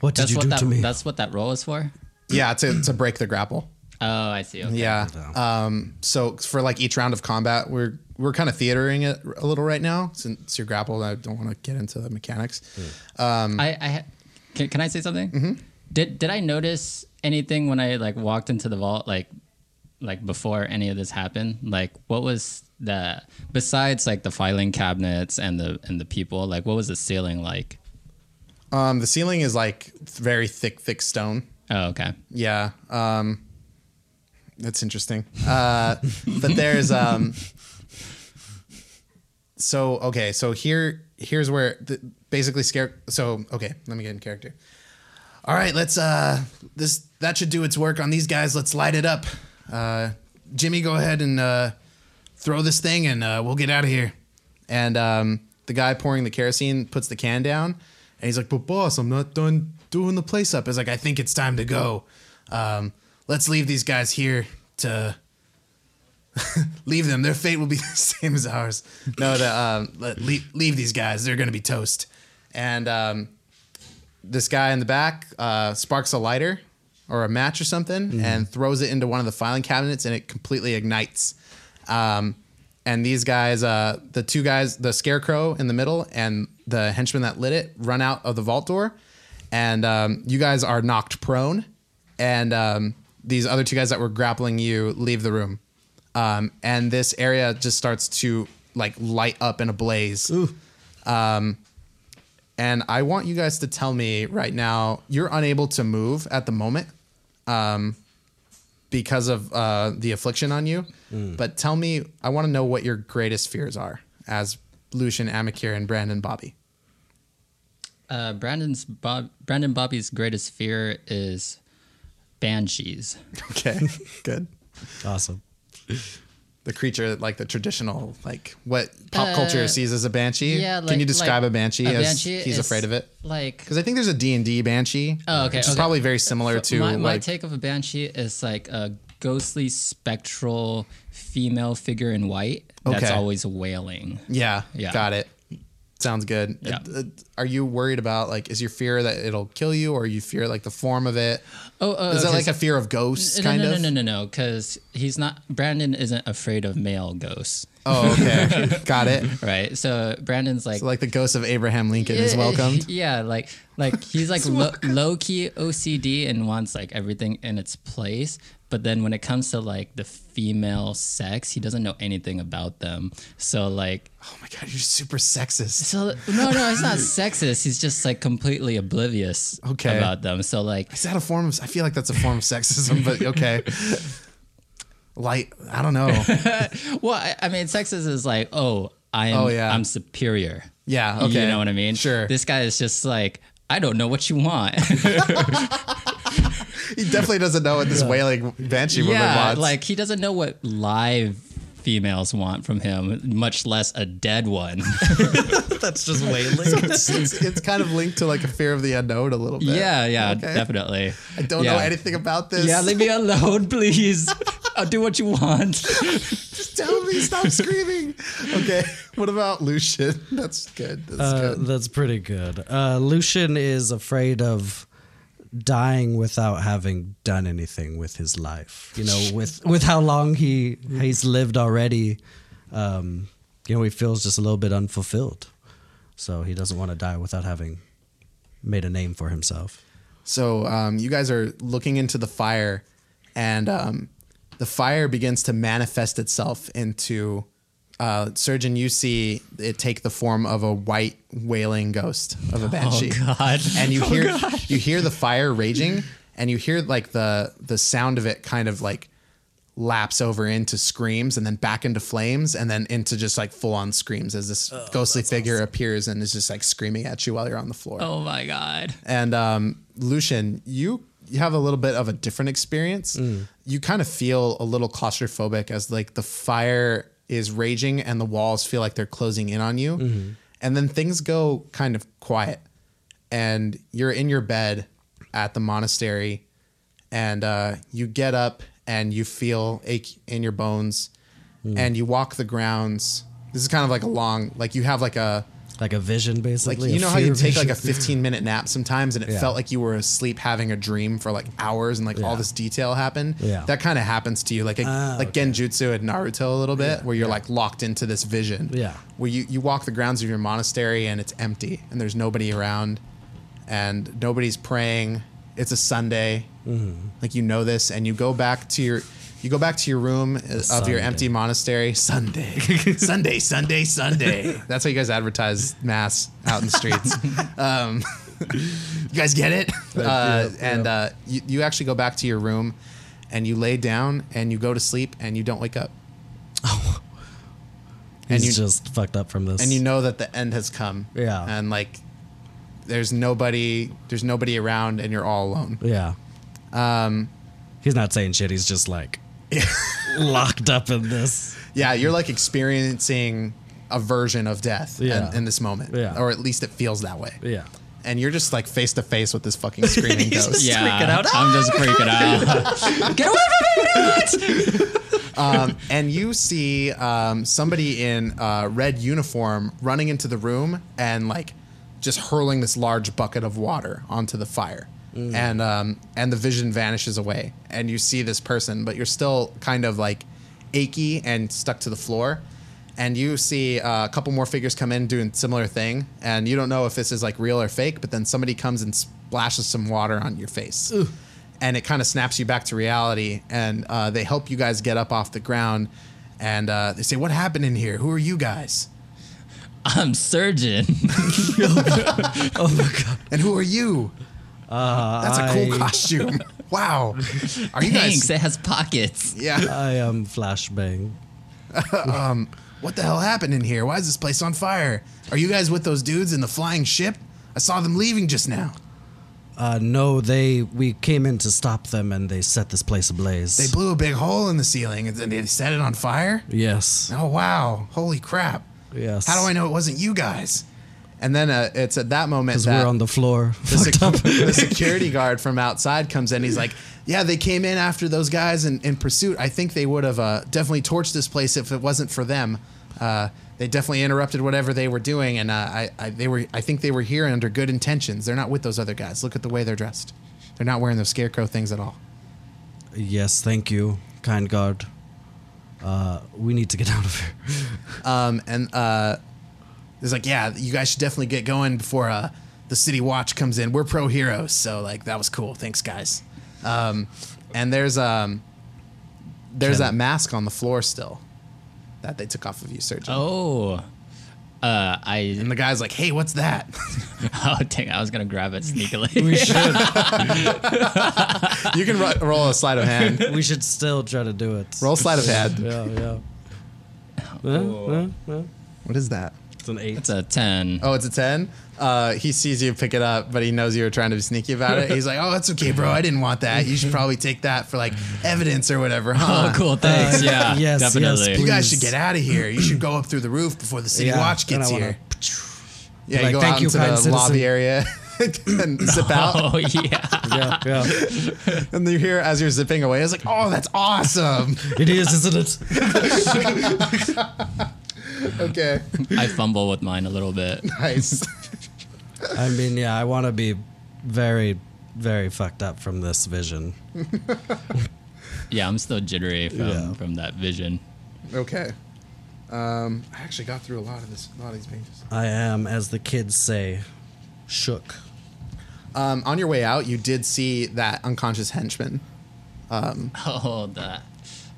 What did
That's
you
what
do
that
to me?
that's what that roll is for?
yeah, to to break the grapple.
Oh, I see. Okay.
Yeah. Um, so for like each round of combat, we're we're kind of theatering it a little right now since you're grappled. I don't want to get into the mechanics.
I, I ha- can, can I say something? Mm-hmm. Did did I notice anything when I like walked into the vault like like before any of this happened? Like what was the besides like the filing cabinets and the and the people, like what was the ceiling like?
Um, the ceiling is like very thick, thick stone.
Oh, okay.
Yeah. Um, that's interesting. Uh, but there's um. So okay, so here here's where the, basically scare. So okay, let me get in character. All right, let's uh this that should do its work on these guys. Let's light it up. Uh, Jimmy, go ahead and uh, throw this thing, and uh, we'll get out of here. And um, the guy pouring the kerosene puts the can down, and he's like, "But boss, I'm not done doing the place up." He's like, "I think it's time to go. Um, let's leave these guys here to leave them. Their fate will be the same as ours. No, the, um, let, leave, leave these guys. They're gonna be toast." And um, this guy in the back uh, sparks a lighter or a match or something and throws it into one of the filing cabinets and it completely ignites. Um, and these guys, uh, the two guys, the scarecrow in the middle and the henchman that lit it, run out of the vault door. And um, you guys are knocked prone. And um, these other two guys that were grappling you leave the room. Um, and this area just starts to like light up in a blaze. Um, And I want you guys to tell me right now, you're unable to move at the moment um, because of uh, the affliction on you. But tell me, I want to know what your greatest fears are as Lucian, Amakir, and Brandon Bobby.
Uh, Brandon's Bob Brandon Bobby's greatest fear is banshees.
Okay, good.
Awesome.
the creature, like the traditional, like what pop culture
Uh,
sees as a banshee.
yeah, like-
Can you describe
like
a banshee
a
as
banshee
he's
is
afraid of it?
like
Because I think there's a D and D banshee.
Oh, okay,
Which is
okay.
probably very similar to
my,
like
my take of a banshee is like a ghostly spectral female figure in white that's
Okay.
always wailing
Yeah,
Yeah.
got it. Sounds good.
Yeah.
Uh, uh, Are you worried about like is your fear that it'll kill you, or you fear like the form of it?
oh, oh
is it
okay,
like
so-
a fear of ghosts
no,
kind
no,
of?
no no no no because he's not brandon isn't afraid of male ghosts
Oh, okay, got it.
right so brandon's like eh,
So, like the ghost of Abraham Lincoln is welcomed.
yeah like like he's like lo- low key ocd and wants like everything in its place but then when it comes to like the female sex he doesn't know anything about them so like
Oh my god, you're super sexist.
So no, no, it's not sexist. He's just like completely oblivious
Okay.
about them. So like,
Is that a form of? I feel like that's a form of sexism, but okay. Like I don't know.
well, I, I mean, sexist is like, oh, I am,
Oh, yeah.
I'm superior.
Yeah, okay.
You know what I mean?
Sure.
This guy is just like, I don't know what you want.
He definitely doesn't know what this wailing banshee woman
yeah,
wants.
like he doesn't know what live females want from him, much less a dead one.
That's just wailing.
it's, it's, it's kind of linked to like a fear of the unknown a little bit.
yeah, yeah,
Okay.
definitely.
I don't know anything about this.
Yeah, leave me alone, please. I'll do what you want.
Tell me, stop screaming. Okay, what about Lucian? That's good. That's
Uh,
good.
that's pretty good. Uh, Lucian is afraid of dying without having done anything with his life. You know, with with how long he he's lived already, um, you know, he feels just a little bit unfulfilled. So he doesn't want to die without having made a name for himself.
So um, you guys are looking into the fire, and um, the fire begins to manifest itself into. Uh, Surgeon, you see it take the form of a white wailing ghost of a banshee.
God.
and you hear you hear the fire raging and you hear like the the sound of it kind of like laps over into screams and then back into flames and then into just like full on screams as this ghostly figure appears and is just like screaming at you while you're on the floor.
Oh my god.
And um, Lucian, you you have a little bit of a different experience. You kind of feel a little claustrophobic as like the fire is raging and the walls feel like they're closing in on you. And then things go kind of quiet, and you're in your bed at the monastery, and uh, you get up and you feel ache in your bones, and you walk the grounds. This is kind of like a long, like you have like a
Like a vision,
like
basically.
you
a
know how you
fear
take like a
vision.
15 minute nap sometimes and it
Yeah.
felt like you were asleep having a dream for like hours and like all this detail happened
Yeah.
that kind of happens to you like a, like genjutsu and naruto a little bit where you're like locked into this vision
Yeah.
where you you walk the grounds of your monastery and it's empty and there's nobody around and nobody's praying it's a sunday like you know this and you go back to your you go back to your room uh, of your empty monastery sunday sunday sunday sunday that's how you guys advertise mass out in the streets um, you guys get it uh, and uh, you, you actually go back to your room and you lay down and you go to sleep and you don't wake up
he's
and you-
just fucked up from this.
and you know that the end has come
Yeah.
and like there's nobody there's nobody around and you're all alone
Yeah. Um, he's not saying shit. He's just like locked up in this.
Yeah, you're like experiencing a version of death
Yeah.
in, in this moment,
Yeah.
or at least it feels that way.
Yeah.
And you're just like face to face with this fucking screaming ghost.
Yeah, I'm just freaking out.
Um, and you see um, somebody in a red uniform running into the room and like just hurling this large bucket of water onto the fire.
Mm.
And um, and the vision vanishes away, and you see this person, but you're still kind of like achy and stuck to the floor. And you see uh, a couple more figures come in doing similar thing, and you don't know if this is like real or fake. But then somebody comes and splashes some water on your face and it kind of snaps you back to reality. And uh, they help you guys get up off the ground. And uh, they say, "What happened in here? Who are you guys?
I'm surgeon.
And who are you? That's a cool
I-
costume. Wow. Are you
Thanks.
guys?
It has pockets.
Yeah.
I am flashbang.
What the hell happened in here? Why is this place on fire? Are you guys with those dudes in the flying ship? I saw them leaving just now.
Uh, no, they we came in to stop them, and they set this place ablaze.
They blew a big hole in the ceiling and then they set it on fire?
yes.
Oh, wow. Holy crap.
Yes.
How do I know it wasn't you guys? And then uh, it's at that moment
Because
that
we're on the floor.
the,
fucked
sec-
up.
the security guard from outside comes in. He's like, "Yeah, they came in after those guys in, in pursuit. I think they would have uh, definitely torched this place if it wasn't for them. Uh, they definitely interrupted whatever they were doing, and uh, I, I they were I think they were here under good intentions. They're not with those other guys. Look at the way they're dressed. They're not wearing those scarecrow things at all.
yes, thank you, kind guard. Uh, we need to get out of here.
Um, and uh, it's like, yeah, you guys should definitely get going before uh, the city watch comes in. We're pro heroes, so like that was cool. Thanks, guys. Um, and there's um, there's that mask on the floor still that they took off of you, Sergio.
Oh, uh, I
And the guy's like, hey, what's that?
oh dang, I was gonna grab it sneakily.
you can ro- roll a sleight of hand.
we should still try to do it.
Roll sleight of hand.
Yeah, yeah.
What is that?
It's an eight.
It's a ten.
Oh, it's a 10. Uh, he sees you pick it up, but he knows you were trying to be sneaky about it. He's like, oh, that's okay, bro. I didn't want that. You should probably take that for like evidence or whatever, huh?
Oh, cool. Thanks. yeah.
uh, yes, yes,
definitely.
You
please.
guys should get out of here. You should go up through the roof before the city
Yeah,
watch
then
gets
I wanna-
here. Yeah,
Like,
you go
thank
out
you,
into the
kind citizen.
lobby area and zip out.
Oh yeah.
Yeah, yeah.
And you hear as you're zipping away, it's like, oh, that's awesome.
It is, isn't it?
okay,
I fumble with mine a little bit.
nice.
I mean, yeah, I want to be very, very fucked up from this vision.
Yeah, I'm still jittery from
Yeah.
from that vision.
Okay. Um, I actually got through a lot of this, a lot of these pages.
I am, as the kids say, shook.
Um, on your way out, you did see that unconscious henchman,
Oh, the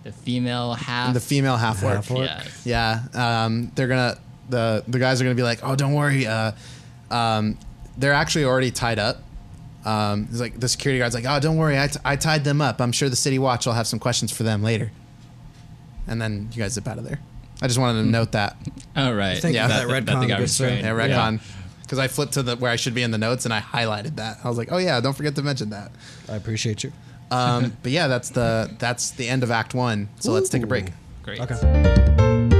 the female half.
the female half orc.
Half-orc?
yeah.
Yeah, um, they're gonna the the guys are gonna be like, oh, don't worry. Uh, um, they're actually already tied up. Um, it's like the security guard's like, oh, don't worry, I, t- I tied them up. I'm sure the city watch will have some questions for them later. And then you guys zip out of there. I just wanted to note that.
All right.
Thank
yeah,
you for that
that they
retcon,
got
good sir.
restrained.
Yeah, retcon. Because I flipped to the where I should be in the notes and I highlighted that. I was like, oh yeah, don't forget to mention that.
I appreciate you.
Um, but yeah, that's the that's the end of Act One. So let's take a break.
Great.
Okay.